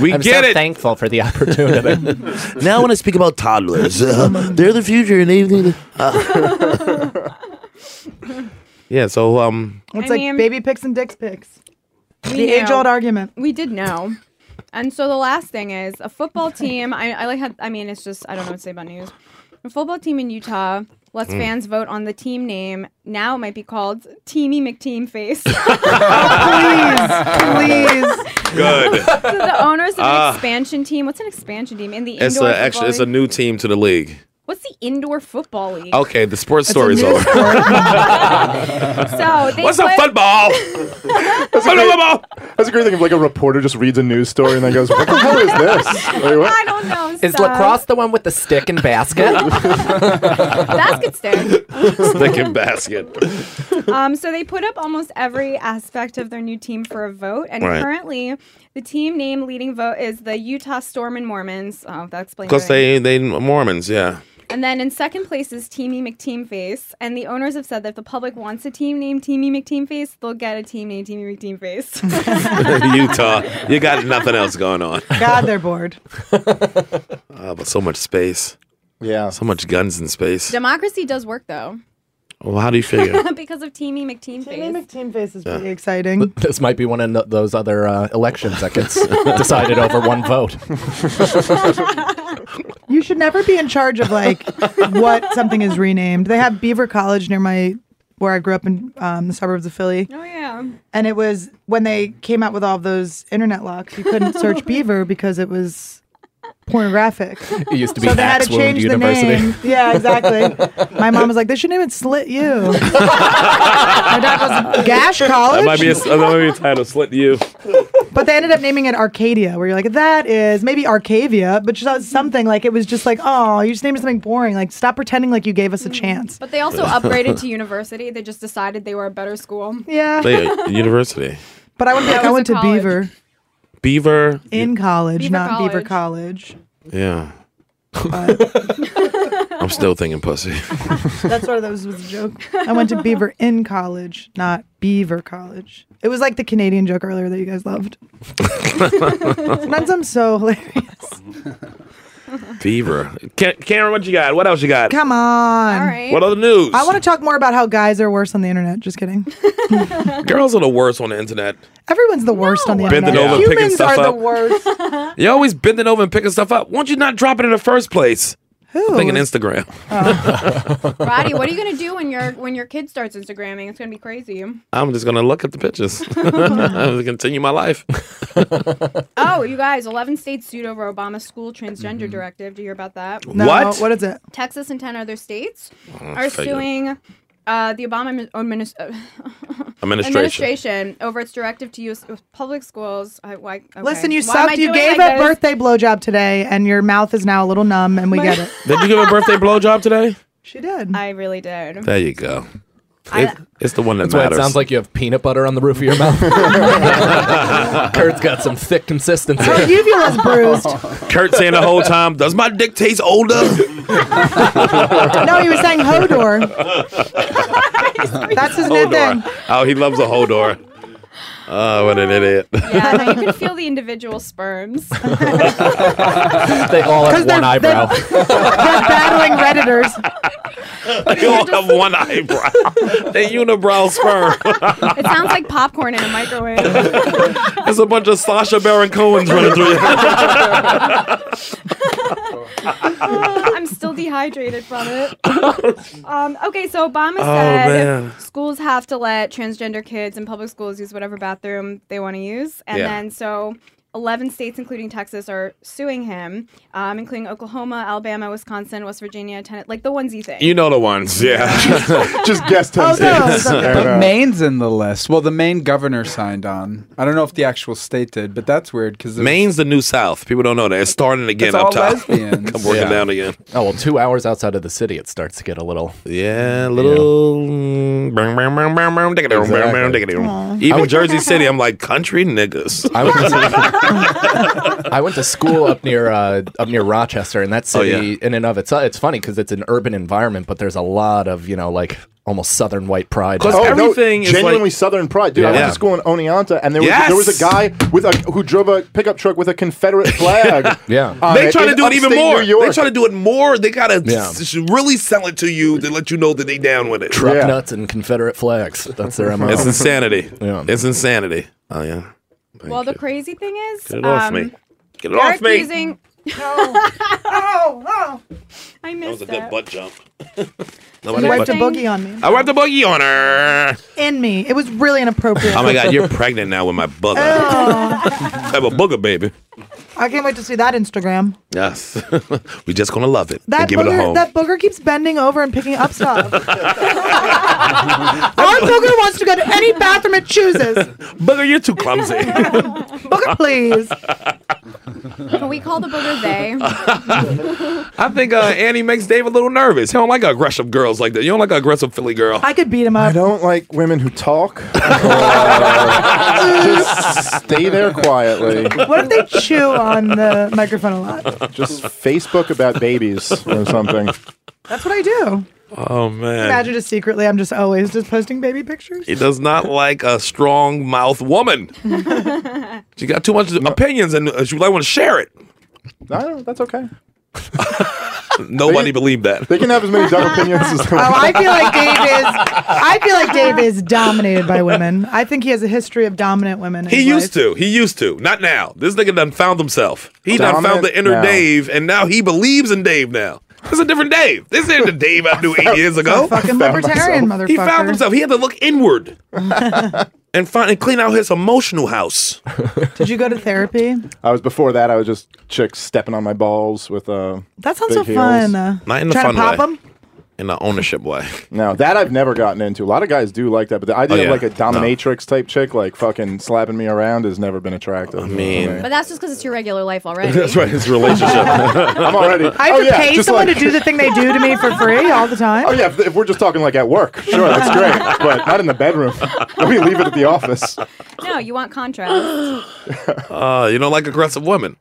[SPEAKER 5] We
[SPEAKER 6] I'm
[SPEAKER 5] get
[SPEAKER 6] so
[SPEAKER 5] it.
[SPEAKER 6] thankful for the opportunity.
[SPEAKER 5] now I want to speak about toddlers. Uh, they're the future and everything. uh. yeah, so um
[SPEAKER 7] It's
[SPEAKER 12] I
[SPEAKER 7] like
[SPEAKER 12] mean-
[SPEAKER 7] baby pics and dicks pics.
[SPEAKER 12] We
[SPEAKER 7] The
[SPEAKER 12] knew.
[SPEAKER 7] age-old argument.
[SPEAKER 12] We did know. And so the last thing is a football team. I, I like. How, I mean, it's just I don't know what to say about news. A football team in Utah lets
[SPEAKER 17] Mm.
[SPEAKER 12] fans vote on the team name. Now it might be called Teamy McTeamface.
[SPEAKER 7] please,
[SPEAKER 5] good.
[SPEAKER 12] so the owners of an
[SPEAKER 5] Ah.
[SPEAKER 12] expansion team. What's an expansion team in the
[SPEAKER 5] It's
[SPEAKER 12] indoor?
[SPEAKER 5] a actually it's a
[SPEAKER 12] football league-
[SPEAKER 5] new team to the league.
[SPEAKER 12] What's the indoor football league?
[SPEAKER 5] Okay, the sports story's over.
[SPEAKER 12] So they
[SPEAKER 5] What's a
[SPEAKER 12] put-
[SPEAKER 5] football?
[SPEAKER 3] That's a, great, that's a great thing if like a reporter just reads a news story and then goes, "What the hell is this?" Like, what?
[SPEAKER 12] I don't know.
[SPEAKER 6] Is
[SPEAKER 12] so-
[SPEAKER 6] lacrosse the one with the stick and basket?
[SPEAKER 12] Basket stand.
[SPEAKER 5] Stick and basket.
[SPEAKER 12] um, so they put up almost every aspect of their new team for a vote, and
[SPEAKER 5] Right.
[SPEAKER 12] currently the team name leading vote is the Utah Storm and Mormons. Oh, that explains
[SPEAKER 5] Because
[SPEAKER 12] everything.
[SPEAKER 5] they they Mormons, yeah.
[SPEAKER 12] And then in second place is Teamy McTeamface, and the owners have said that if the public wants a team named Teamy McTeamface, they'll get a team named Teamy McTeamface.
[SPEAKER 5] Utah. You got nothing else going on.
[SPEAKER 7] God, they're bored.
[SPEAKER 5] Ah, but so much space.
[SPEAKER 3] Yeah.
[SPEAKER 5] So much guns in space.
[SPEAKER 12] Democracy does work though,
[SPEAKER 5] Well, how do you figure?
[SPEAKER 12] because of Teamy McTeamface. Teamy
[SPEAKER 7] McTeamface is
[SPEAKER 6] Yeah. pretty
[SPEAKER 7] exciting.
[SPEAKER 6] this might be one of no- those other uh, elections that gets decided over one vote.
[SPEAKER 7] You should never be in charge of like what something is renamed. They have Beaver College near my where I grew up in um, the suburbs of Philly.
[SPEAKER 12] Oh yeah.
[SPEAKER 7] And it was when they came out with all those internet locks, you couldn't search Beaver because it was pornographic.
[SPEAKER 6] It used to be
[SPEAKER 7] so they had
[SPEAKER 6] Axe
[SPEAKER 7] to
[SPEAKER 6] Wound
[SPEAKER 7] change the
[SPEAKER 6] University.
[SPEAKER 7] name. Yeah, exactly. My mom was like, "They should name it Slit You." My dad was Gash College.
[SPEAKER 5] That might be a, that might be a title. Slit you.
[SPEAKER 7] But they ended up naming it Arcadia, where you're like, that is maybe Arcavia, but just something like it was just like, oh, you just named it something boring. Like, stop pretending like you gave us a chance.
[SPEAKER 12] But they also upgraded to university. They just decided they were a better school.
[SPEAKER 7] Yeah.
[SPEAKER 5] They, uh, university.
[SPEAKER 7] But I went,
[SPEAKER 12] That
[SPEAKER 7] I
[SPEAKER 12] was
[SPEAKER 7] went
[SPEAKER 12] a
[SPEAKER 7] to
[SPEAKER 12] college.
[SPEAKER 7] Beaver
[SPEAKER 5] Beaver.
[SPEAKER 7] in college,
[SPEAKER 12] Beaver
[SPEAKER 7] not Beaver College.
[SPEAKER 5] Yeah. I'm still thinking pussy.
[SPEAKER 7] That's why that was, was a joke. I went to Beaver in college, not Beaver College. It was like the Canadian joke earlier that you guys loved. Sometimes I'm so hilarious.
[SPEAKER 5] Beaver. Ca- Cameron, what you got? What else you got?
[SPEAKER 7] Come on. All
[SPEAKER 5] What other news?
[SPEAKER 7] I want to talk more about how guys are worse on the internet. Just kidding.
[SPEAKER 5] Girls are the worst on the internet.
[SPEAKER 7] Everyone's the worst on the
[SPEAKER 5] Bending
[SPEAKER 7] internet.
[SPEAKER 5] over, picking
[SPEAKER 7] Humans
[SPEAKER 5] stuff
[SPEAKER 7] are
[SPEAKER 5] up.
[SPEAKER 7] the worst.
[SPEAKER 5] You're always bending over and picking stuff up. Why don't you not drop it in the first place? I'm thinking Instagram.
[SPEAKER 12] Roddy, what are you gonna do when your when your kid starts Instagramming? It's gonna be crazy.
[SPEAKER 5] I'm just gonna look at the pictures. I'm gonna continue my life.
[SPEAKER 12] Oh, you guys, 11 states sued over Obama's school transgender
[SPEAKER 7] Mm-hmm.
[SPEAKER 12] directive. Do you hear about that?
[SPEAKER 5] No, What? what
[SPEAKER 7] is it?
[SPEAKER 12] Texas and 10 other states
[SPEAKER 5] Oh,
[SPEAKER 12] are
[SPEAKER 5] figure.
[SPEAKER 12] suing uh, the Obama admi- adminis-
[SPEAKER 5] Administration.
[SPEAKER 12] administration over its directive to use public schools. I, why, okay.
[SPEAKER 7] Listen, you
[SPEAKER 12] Why am I
[SPEAKER 7] sucked. You
[SPEAKER 12] doing
[SPEAKER 7] gave
[SPEAKER 12] like
[SPEAKER 7] a
[SPEAKER 12] this?
[SPEAKER 7] birthday blowjob today, and your mouth is now a little numb, and we get it.
[SPEAKER 5] Did you give a birthday blowjob today?
[SPEAKER 7] She did.
[SPEAKER 12] I really did.
[SPEAKER 5] There you go. It, it's the one that
[SPEAKER 6] That's why it
[SPEAKER 5] matters.
[SPEAKER 6] sounds like you have peanut butter on the roof of your mouth. Kurt's got some thick consistency.
[SPEAKER 7] Oh, Uvula's bruised.
[SPEAKER 5] Kurt saying the whole time, "Does my dick taste older?"
[SPEAKER 7] no, he was saying Hodor. That's his new thing.
[SPEAKER 5] Oh, he loves a Hodor. Oh, what an idiot!
[SPEAKER 12] Yeah, no, you can feel the individual sperms.
[SPEAKER 6] they all have
[SPEAKER 12] 'Cause they're-
[SPEAKER 6] one eyebrow.
[SPEAKER 7] battling redditors.
[SPEAKER 5] you all have one eyebrow. They unibrow sperm.
[SPEAKER 12] It sounds like popcorn in a microwave.
[SPEAKER 5] There's a bunch of Sasha Baron Cohen's running through your
[SPEAKER 12] I'm still dehydrated from it. Um, okay, so Obama
[SPEAKER 5] Oh,
[SPEAKER 12] said
[SPEAKER 5] man.
[SPEAKER 12] schools have to let transgender kids in public schools use whatever bathroom they want to use. And
[SPEAKER 5] Yeah.
[SPEAKER 12] then so 11 states, including Texas, are suing him, um, including Oklahoma, Alabama, Wisconsin, West Virginia, Ten- like the onesie thing.
[SPEAKER 5] You know the ones, yeah.
[SPEAKER 3] Just guess ten states. Fair
[SPEAKER 9] Oh, But
[SPEAKER 3] enough.
[SPEAKER 9] Maine's in the list. Well, the Maine governor signed on. I don't know if the actual state did, but that's weird because
[SPEAKER 5] Maine's the new South. People don't know that. It's starting again
[SPEAKER 9] It's
[SPEAKER 5] up
[SPEAKER 9] all
[SPEAKER 5] top.
[SPEAKER 9] lesbians.
[SPEAKER 5] Come working
[SPEAKER 6] Yeah.
[SPEAKER 5] down again.
[SPEAKER 6] Oh well, two hours outside of the city, it starts to get a little.
[SPEAKER 5] Yeah, a little. mm, brum, brum, brum, brum, brum, diggity, brum, brum, brum, diggity, brum.
[SPEAKER 6] Aw. I
[SPEAKER 5] Even
[SPEAKER 6] would-
[SPEAKER 5] Jersey City, I'm like country niggas.
[SPEAKER 6] I I went to school up near uh, up near Rochester, and that
[SPEAKER 5] Oh,
[SPEAKER 6] city, in and of itself, it's funny because it's an urban environment, but there's a lot of you know like almost Southern white pride.
[SPEAKER 3] Oh, no, genuinely Southern pride, dude. I went
[SPEAKER 6] Yeah.
[SPEAKER 3] to school in Oneonta, and there was
[SPEAKER 6] Yes!
[SPEAKER 3] there was a guy with a who drove a pickup truck with a Confederate flag.
[SPEAKER 6] yeah,
[SPEAKER 3] on
[SPEAKER 5] they try to
[SPEAKER 3] in
[SPEAKER 5] do it even
[SPEAKER 3] upstate
[SPEAKER 5] more.
[SPEAKER 3] New York.
[SPEAKER 5] They try to do it more. They gotta
[SPEAKER 6] Yeah.
[SPEAKER 5] s- really sell it to you to let you know that they down with it.
[SPEAKER 6] truck nuts and Confederate flags. That's their MO.
[SPEAKER 5] It's insanity. It's insanity. Oh yeah.
[SPEAKER 12] well, the crazy thing is, um,
[SPEAKER 5] Get it off me. Get it
[SPEAKER 12] they're
[SPEAKER 5] off me.
[SPEAKER 12] accusing- oh, oh. I
[SPEAKER 5] That was
[SPEAKER 12] missed
[SPEAKER 5] a good butt jump.
[SPEAKER 7] You wiped a boogie on me.
[SPEAKER 5] I wiped a boogie on her.
[SPEAKER 7] In me. It was really inappropriate.
[SPEAKER 5] Oh my god, you're pregnant now with my booger.
[SPEAKER 7] Oh.
[SPEAKER 5] I have a booger baby.
[SPEAKER 7] I can't wait to see that Instagram.
[SPEAKER 5] Yes, we just gonna love it.
[SPEAKER 7] That
[SPEAKER 5] and give it a
[SPEAKER 7] booger,
[SPEAKER 5] home.
[SPEAKER 7] that booger keeps bending over and picking up stuff. Our booger wants to go to any bathroom it chooses.
[SPEAKER 5] booger, you're too clumsy.
[SPEAKER 7] booger, please.
[SPEAKER 12] Can we call the booger they?
[SPEAKER 5] I think uh, Annie makes Dave a little nervous. He don't like aggressive girls like that. You don't like an aggressive Philly girl.
[SPEAKER 7] I could beat him up.
[SPEAKER 3] I don't like women who talk. or just stay there quietly.
[SPEAKER 7] What if they chew on the microphone a lot?
[SPEAKER 3] Just Facebook about babies or something.
[SPEAKER 7] That's what I do.
[SPEAKER 5] Oh man,
[SPEAKER 7] Imagine just secretly, I'm just always just posting baby pictures.
[SPEAKER 5] he does not like a strong mouth woman. she got too much opinions, and uh, she like want to share it.
[SPEAKER 3] I don't. That's okay.
[SPEAKER 5] Nobody believed that.
[SPEAKER 3] They can have as many dumb opinions as they
[SPEAKER 7] Oh,
[SPEAKER 3] want.
[SPEAKER 7] I feel like Dave is. I feel like Dave is dominated by women. I think he has a history of dominant women. in
[SPEAKER 5] He
[SPEAKER 7] his
[SPEAKER 5] used to. He used to. Not now. This nigga done found himself. He done
[SPEAKER 3] Dominant
[SPEAKER 5] found the inner
[SPEAKER 3] now.
[SPEAKER 5] Dave, and now he believes in Dave now. It's a different Dave. This ain't the Dave I knew eight years ago.
[SPEAKER 7] Fucking libertarian, motherfucker.
[SPEAKER 5] He found himself. He had to look inward and find and clean out his emotional house.
[SPEAKER 7] life. Did you go to therapy?
[SPEAKER 3] I was before that. I was just chicks stepping on my balls with uh.
[SPEAKER 7] That sounds
[SPEAKER 3] big
[SPEAKER 7] so
[SPEAKER 3] heels.
[SPEAKER 7] fun. Uh,
[SPEAKER 5] Not in the
[SPEAKER 7] trying
[SPEAKER 5] fun
[SPEAKER 7] to pop
[SPEAKER 5] way.
[SPEAKER 7] them.
[SPEAKER 5] In the ownership way.
[SPEAKER 3] No, that I've never gotten into. A lot of guys do like that, but the idea
[SPEAKER 5] Oh, yeah.
[SPEAKER 3] of like a dominatrix type chick, like fucking slapping me around, has never been attractive. I
[SPEAKER 5] mean,
[SPEAKER 12] But that's just because it's your regular life already.
[SPEAKER 5] right. His relationship.
[SPEAKER 3] I'm already.
[SPEAKER 7] I have
[SPEAKER 3] oh,
[SPEAKER 7] to
[SPEAKER 3] yeah,
[SPEAKER 7] pay
[SPEAKER 3] just
[SPEAKER 7] someone
[SPEAKER 3] like-
[SPEAKER 7] to do the thing they do to me for free all the time.
[SPEAKER 3] Oh yeah, if, if we're just talking like at work, sure, that's great, but not in the bedroom. Let me leave it at the office.
[SPEAKER 12] No, you want contrast.
[SPEAKER 5] Uh, you don't like aggressive women.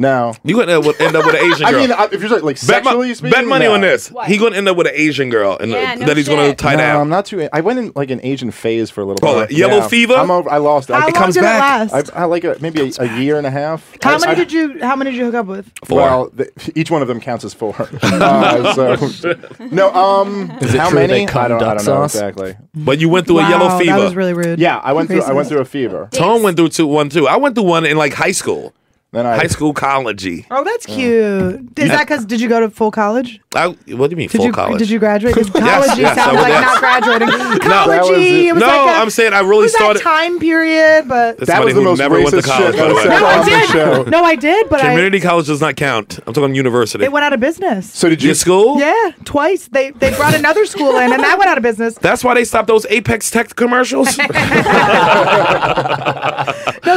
[SPEAKER 3] No.
[SPEAKER 5] You gonna end up with, end up with an Asian
[SPEAKER 3] Oh. I
[SPEAKER 5] girl.
[SPEAKER 3] mean, I- if you're like, like
[SPEAKER 5] bet,
[SPEAKER 3] sexually
[SPEAKER 5] my-
[SPEAKER 3] speaking,
[SPEAKER 5] bet money
[SPEAKER 3] no.
[SPEAKER 5] on this. He gonna end up with an Asian girl, and
[SPEAKER 3] Yeah,
[SPEAKER 5] that he's gonna tie
[SPEAKER 3] no,
[SPEAKER 5] down.
[SPEAKER 3] I'm not too. I went in like an Asian phase for a little
[SPEAKER 5] Oh,
[SPEAKER 3] while.
[SPEAKER 5] like yellow fever?
[SPEAKER 3] I'm over, I lost.
[SPEAKER 7] How
[SPEAKER 3] I,
[SPEAKER 7] It long comes did it back. last?
[SPEAKER 3] I, I like a, maybe a, a year and a half.
[SPEAKER 7] How
[SPEAKER 3] I,
[SPEAKER 7] many
[SPEAKER 3] I,
[SPEAKER 7] did you? How many did you hook up with?
[SPEAKER 3] Well, th- each one of them counts as four. Uh, so, no, um,
[SPEAKER 5] Is it
[SPEAKER 3] how
[SPEAKER 5] true they
[SPEAKER 3] many?
[SPEAKER 5] come
[SPEAKER 3] I don't, I
[SPEAKER 5] duck
[SPEAKER 3] don't know
[SPEAKER 5] sauce?
[SPEAKER 3] exactly.
[SPEAKER 5] But you went through a yellow fever.
[SPEAKER 7] really rude.
[SPEAKER 3] Yeah, I went through. I went through a fever.
[SPEAKER 5] Tone went through two, one, two. I went through one in like high school.
[SPEAKER 3] Then I
[SPEAKER 5] high school collegey.
[SPEAKER 7] Oh, that's cute. Is that because did you go to full college?
[SPEAKER 5] I, what do you mean
[SPEAKER 7] Did
[SPEAKER 5] full
[SPEAKER 7] you
[SPEAKER 5] college?
[SPEAKER 7] did you graduate? 'Cause College
[SPEAKER 5] yes, I
[SPEAKER 7] sounds
[SPEAKER 5] was-
[SPEAKER 7] like
[SPEAKER 5] yes.
[SPEAKER 7] not graduating.
[SPEAKER 5] That was
[SPEAKER 7] College,
[SPEAKER 5] it.
[SPEAKER 7] it was
[SPEAKER 5] No,
[SPEAKER 7] like a-
[SPEAKER 5] I'm saying I really
[SPEAKER 7] it was that
[SPEAKER 5] started-
[SPEAKER 7] time period, but
[SPEAKER 5] That's somebody who never went to college, by the way.
[SPEAKER 7] No, I did. No, I did, but I,
[SPEAKER 5] Community college does not count. I'm talking university.
[SPEAKER 7] it went out of business.
[SPEAKER 5] So did you- Your school?
[SPEAKER 7] Yeah, twice. They they brought another school in, and that went out of business.
[SPEAKER 5] That's why they stopped those Apex Tech commercials.
[SPEAKER 7] No,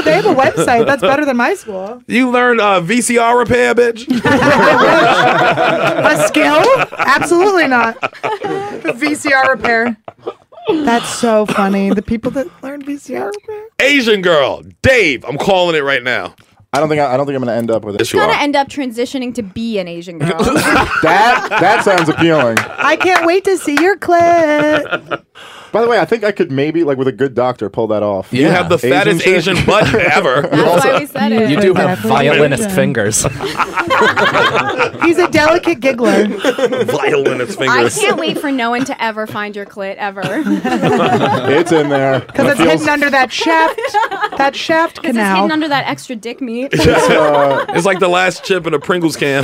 [SPEAKER 7] they have a website that's better than my school.
[SPEAKER 5] you learned uh, VCR repair, bitch.
[SPEAKER 7] A skill? Absolutely not. VCR repair. That's so funny. The people that learn VCR repair.
[SPEAKER 5] Asian girl, Dave. I'm calling it right now.
[SPEAKER 3] I don't think I, I don't think I'm going to end up with it.
[SPEAKER 5] Yes, you
[SPEAKER 8] Gonna
[SPEAKER 5] are.
[SPEAKER 8] end up transitioning to be an Asian girl.
[SPEAKER 3] That that sounds appealing.
[SPEAKER 7] I can't wait to see your clip.
[SPEAKER 3] By the way, I think I could maybe like with a good doctor pull that off.
[SPEAKER 5] You have the fattest
[SPEAKER 3] shit.
[SPEAKER 5] Asian butt ever.
[SPEAKER 7] That's why we said it.
[SPEAKER 6] You do have violinist
[SPEAKER 7] Yeah.
[SPEAKER 6] fingers.
[SPEAKER 7] He's a delicate giggler.
[SPEAKER 5] Violinist
[SPEAKER 8] I
[SPEAKER 5] fingers.
[SPEAKER 8] can't wait for no one to ever find your clit ever.
[SPEAKER 3] it's in there. Because
[SPEAKER 7] it's hidden under that shaft, that shaft
[SPEAKER 8] Because it's
[SPEAKER 7] canal.
[SPEAKER 8] hidden under that extra dick meat.
[SPEAKER 7] uh,
[SPEAKER 5] it's like the last chip in a Pringles can.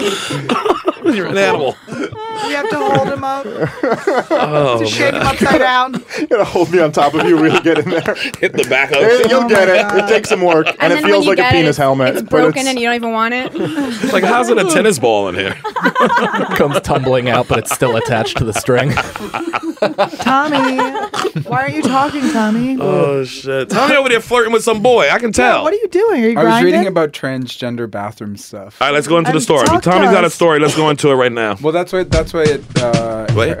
[SPEAKER 5] You're an animal.
[SPEAKER 7] We have to hold him up.
[SPEAKER 5] Oh,
[SPEAKER 7] to shake him
[SPEAKER 5] man.
[SPEAKER 7] upside down.
[SPEAKER 3] You gotta hold me on top of you, really get in there.
[SPEAKER 5] Hit the back of
[SPEAKER 3] it. You'll
[SPEAKER 8] Oh
[SPEAKER 3] get
[SPEAKER 8] my
[SPEAKER 3] it.
[SPEAKER 8] God.
[SPEAKER 3] It takes some work, and, it
[SPEAKER 8] then when
[SPEAKER 3] feels
[SPEAKER 8] you
[SPEAKER 3] like a
[SPEAKER 8] get it,
[SPEAKER 3] penis
[SPEAKER 8] it's-
[SPEAKER 3] helmet.
[SPEAKER 8] It's
[SPEAKER 3] but
[SPEAKER 8] broken
[SPEAKER 3] it's-
[SPEAKER 8] and you don't even want it.
[SPEAKER 5] It's like, how's it a tennis ball in here?
[SPEAKER 6] Comes tumbling out, but it's still attached to the string.
[SPEAKER 7] Tommy, why aren't you talking, Tommy?
[SPEAKER 5] Oh shit! Tommy over there flirting with some boy. I can tell.
[SPEAKER 7] Yeah, what are you doing? Are you
[SPEAKER 9] I was reading
[SPEAKER 7] grinding?
[SPEAKER 9] about transgender bathroom stuff.
[SPEAKER 5] All right, let's go into the
[SPEAKER 9] Um,
[SPEAKER 5] story.
[SPEAKER 9] talk to
[SPEAKER 5] Tommy's got a
[SPEAKER 9] us.
[SPEAKER 5] story. Let's go into it right now.
[SPEAKER 9] Well, that's why. That's why it. Uh,
[SPEAKER 5] Wait.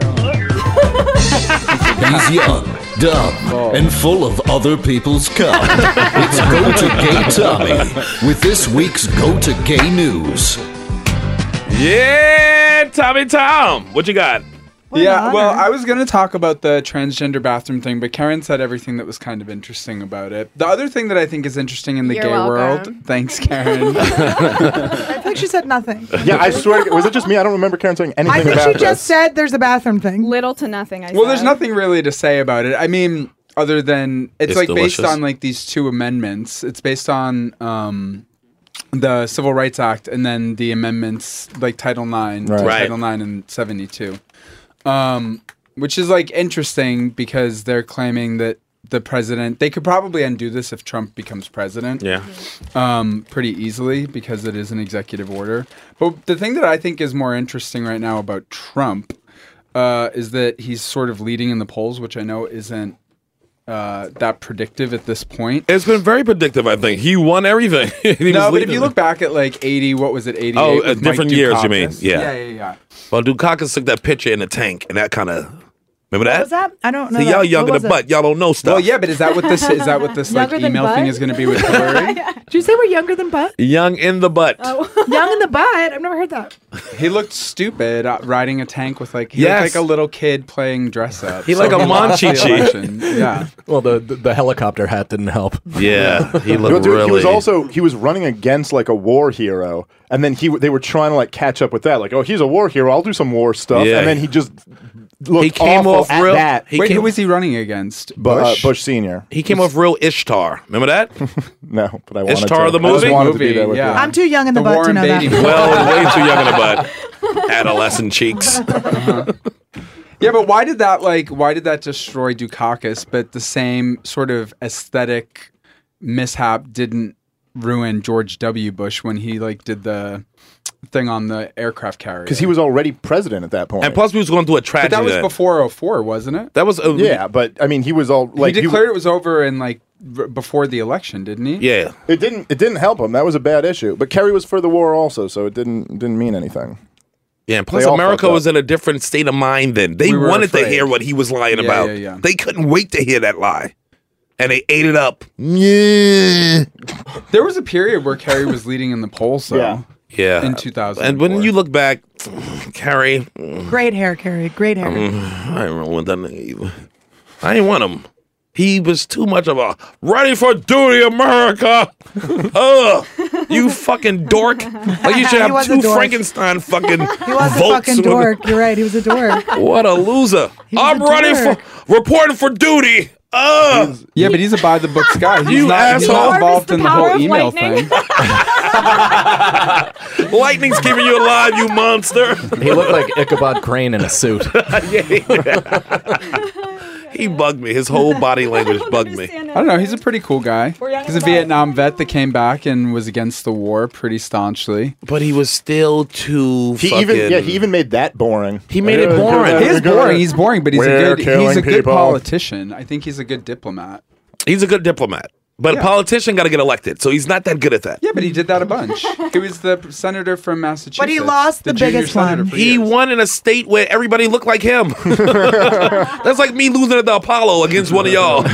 [SPEAKER 16] He's young, dumb,
[SPEAKER 9] Oh.
[SPEAKER 16] and full of other people's cum. it's Go to Gay Tommy with this week's Go to Gay News.
[SPEAKER 5] Yeah, Tommy Tom. What you got?
[SPEAKER 9] yeah, well, I was going to talk about the transgender bathroom thing, but Karen said everything that was kind of interesting about it. The other thing that I think is interesting in the
[SPEAKER 7] You're
[SPEAKER 9] gay
[SPEAKER 7] welcome.
[SPEAKER 9] world, thanks, Karen.
[SPEAKER 7] I think she said nothing.
[SPEAKER 3] yeah, I swear. to- Was it just me? I don't remember Karen saying
[SPEAKER 7] I
[SPEAKER 3] anything
[SPEAKER 7] think
[SPEAKER 3] about
[SPEAKER 7] she just
[SPEAKER 3] this.
[SPEAKER 7] said there's a bathroom thing.
[SPEAKER 8] Little to nothing. I
[SPEAKER 9] well, there's nothing really to say about it. I mean, other than it's,
[SPEAKER 5] It's
[SPEAKER 9] like based
[SPEAKER 5] delicious.
[SPEAKER 9] on like these two amendments. It's based on um, the Civil Rights Act and then the amendments like Title IX,
[SPEAKER 13] Right.
[SPEAKER 9] to
[SPEAKER 13] Right.
[SPEAKER 9] Title IX and seventy two, um, which is like interesting because they're claiming that the president they could probably undo this if Trump becomes president.
[SPEAKER 5] Yeah.
[SPEAKER 9] Um, pretty easily because it is an executive order. But the thing that I think is more interesting right now about Trump uh, is that he's sort of leading in the polls, which I know isn't uh, that predictive at this point.
[SPEAKER 5] It's been very predictive. I think he won everything. He
[SPEAKER 9] no,
[SPEAKER 5] was
[SPEAKER 9] but if
[SPEAKER 5] leading.
[SPEAKER 9] you look back at like 80, what was it, 88?
[SPEAKER 5] Oh,
[SPEAKER 9] with
[SPEAKER 5] uh,
[SPEAKER 9] Mike
[SPEAKER 5] different years, you mean?
[SPEAKER 9] Dukakis?
[SPEAKER 5] Yeah.
[SPEAKER 9] Yeah, yeah, yeah.
[SPEAKER 5] Well, Dukakis took that picture in the tank, and that kind of remember
[SPEAKER 7] What
[SPEAKER 5] that?
[SPEAKER 7] was that? I don't know.
[SPEAKER 5] See,
[SPEAKER 7] that.
[SPEAKER 5] y'all
[SPEAKER 7] What
[SPEAKER 5] younger
[SPEAKER 7] was
[SPEAKER 5] than
[SPEAKER 7] it?
[SPEAKER 5] butt. Y'all don't know stuff.
[SPEAKER 9] Well, yeah, but is that what this is that what this like
[SPEAKER 7] Younger than
[SPEAKER 9] email thing
[SPEAKER 7] butt?
[SPEAKER 9] is going to be with Hillary?
[SPEAKER 7] Did you say we're younger than butt?
[SPEAKER 5] Young in the butt.
[SPEAKER 8] Oh.
[SPEAKER 7] Young in the butt. I've never heard that.
[SPEAKER 9] he looked stupid uh, riding a tank with like he
[SPEAKER 6] Yes.
[SPEAKER 9] looked like a little kid playing dress up.
[SPEAKER 6] He
[SPEAKER 9] So
[SPEAKER 6] like a
[SPEAKER 9] lost the
[SPEAKER 6] Monchichi.
[SPEAKER 9] election. Yeah.
[SPEAKER 6] Well, the, the the helicopter hat didn't help.
[SPEAKER 5] Yeah, he
[SPEAKER 3] No, dude, He was also he was running against like a war hero, and then he w- they were trying to like catch up with that. Like, oh, he's a war hero. I'll do some war stuff,
[SPEAKER 5] Yeah.
[SPEAKER 3] and then he just looked awful at that.
[SPEAKER 9] Wait, who was he running against?
[SPEAKER 3] Bu- uh, Bush Senior.
[SPEAKER 5] He came off real Ishtar. Remember that?
[SPEAKER 3] no, but I wanted
[SPEAKER 5] Ishtar
[SPEAKER 3] to.
[SPEAKER 5] the
[SPEAKER 3] I just
[SPEAKER 5] movie.
[SPEAKER 3] wanted to be there
[SPEAKER 5] Uh,
[SPEAKER 3] with
[SPEAKER 7] I'm too young in the,
[SPEAKER 9] The
[SPEAKER 7] butt to
[SPEAKER 9] Warren
[SPEAKER 7] know
[SPEAKER 9] Beatty.
[SPEAKER 7] that.
[SPEAKER 5] well, way too young in the butt. Adolescent cheeks.
[SPEAKER 9] Yeah, but why did that like why did that destroy Dukakis? But the same sort of aesthetic mishap didn't ruin George W. Bush when he like did the thing on the aircraft carrier.
[SPEAKER 3] because he was already president at that point.
[SPEAKER 5] And plus, we was going through a
[SPEAKER 9] but
[SPEAKER 5] tragedy.
[SPEAKER 9] that was
[SPEAKER 5] then.
[SPEAKER 9] before 04, wasn't it?
[SPEAKER 5] That was oh, a,
[SPEAKER 3] yeah, but I mean, he was all like
[SPEAKER 9] he declared it was over in like r- before the election, didn't he?
[SPEAKER 5] Yeah.
[SPEAKER 3] It didn't. It didn't help him. That was a bad issue. But Kerry was for the war also, so it didn't didn't mean anything.
[SPEAKER 5] Yeah, and plus
[SPEAKER 3] They all
[SPEAKER 5] America
[SPEAKER 3] fucked up.
[SPEAKER 5] was in a different state of mind then. They
[SPEAKER 3] We were
[SPEAKER 5] wanted to
[SPEAKER 3] afraid.
[SPEAKER 5] hear what he was lying
[SPEAKER 3] Yeah,
[SPEAKER 5] about.
[SPEAKER 3] yeah, yeah.
[SPEAKER 5] They couldn't wait to hear that lie. And they ate it up. Yeah.
[SPEAKER 9] There was a period where Kerry was leading in the polls though.
[SPEAKER 5] Yeah. Yeah.
[SPEAKER 9] In 2000.
[SPEAKER 5] And when you look back, Carrie,
[SPEAKER 7] Great hair, Carrie. Great hair.
[SPEAKER 5] I don't want that nigga either. I didn't want him. He was too much of a ready for duty America. Ugh. You fucking dork. Like you
[SPEAKER 7] He
[SPEAKER 5] should have
[SPEAKER 7] was a
[SPEAKER 5] two
[SPEAKER 7] dork.
[SPEAKER 5] Frankenstein fucking
[SPEAKER 7] He was a
[SPEAKER 5] Volks
[SPEAKER 7] fucking
[SPEAKER 5] with-
[SPEAKER 7] dork. You're right. He was a dork.
[SPEAKER 5] What a loser.
[SPEAKER 7] He's
[SPEAKER 5] I'm
[SPEAKER 7] a
[SPEAKER 5] running for reporting for duty. Uh,
[SPEAKER 9] yeah, but he's a by the books guy. He's
[SPEAKER 5] You
[SPEAKER 9] not, he's not
[SPEAKER 5] asshole.
[SPEAKER 9] involved in the
[SPEAKER 5] Harvest the power
[SPEAKER 9] whole email
[SPEAKER 5] of lightning.
[SPEAKER 9] thing.
[SPEAKER 5] Lightning's keeping you alive, you monster.
[SPEAKER 6] He looked like Ichabod Crane in a suit.
[SPEAKER 5] he bugged me. His whole body language bugged me.
[SPEAKER 9] I don't know. He's a pretty cool guy.
[SPEAKER 5] young
[SPEAKER 9] He's a Vietnam vet that came back and was against the war pretty staunchly.
[SPEAKER 5] But he was still too.
[SPEAKER 3] He even yeah, he even made that boring.
[SPEAKER 5] He
[SPEAKER 9] made it boring. He is boring. He's boring, but he's a good- he's a good
[SPEAKER 5] politician. I think he's a good diplomat. He's a good diplomat. But a politician got to get elected, so he's not that good at that.
[SPEAKER 9] Yeah, but he did that a bunch. he was the senator from Massachusetts.
[SPEAKER 7] But he lost the
[SPEAKER 9] junior
[SPEAKER 7] biggest
[SPEAKER 9] senator
[SPEAKER 7] one.
[SPEAKER 9] for
[SPEAKER 5] He won in a state where everybody looked like him. That's like me losing at the Apollo against one of y'all.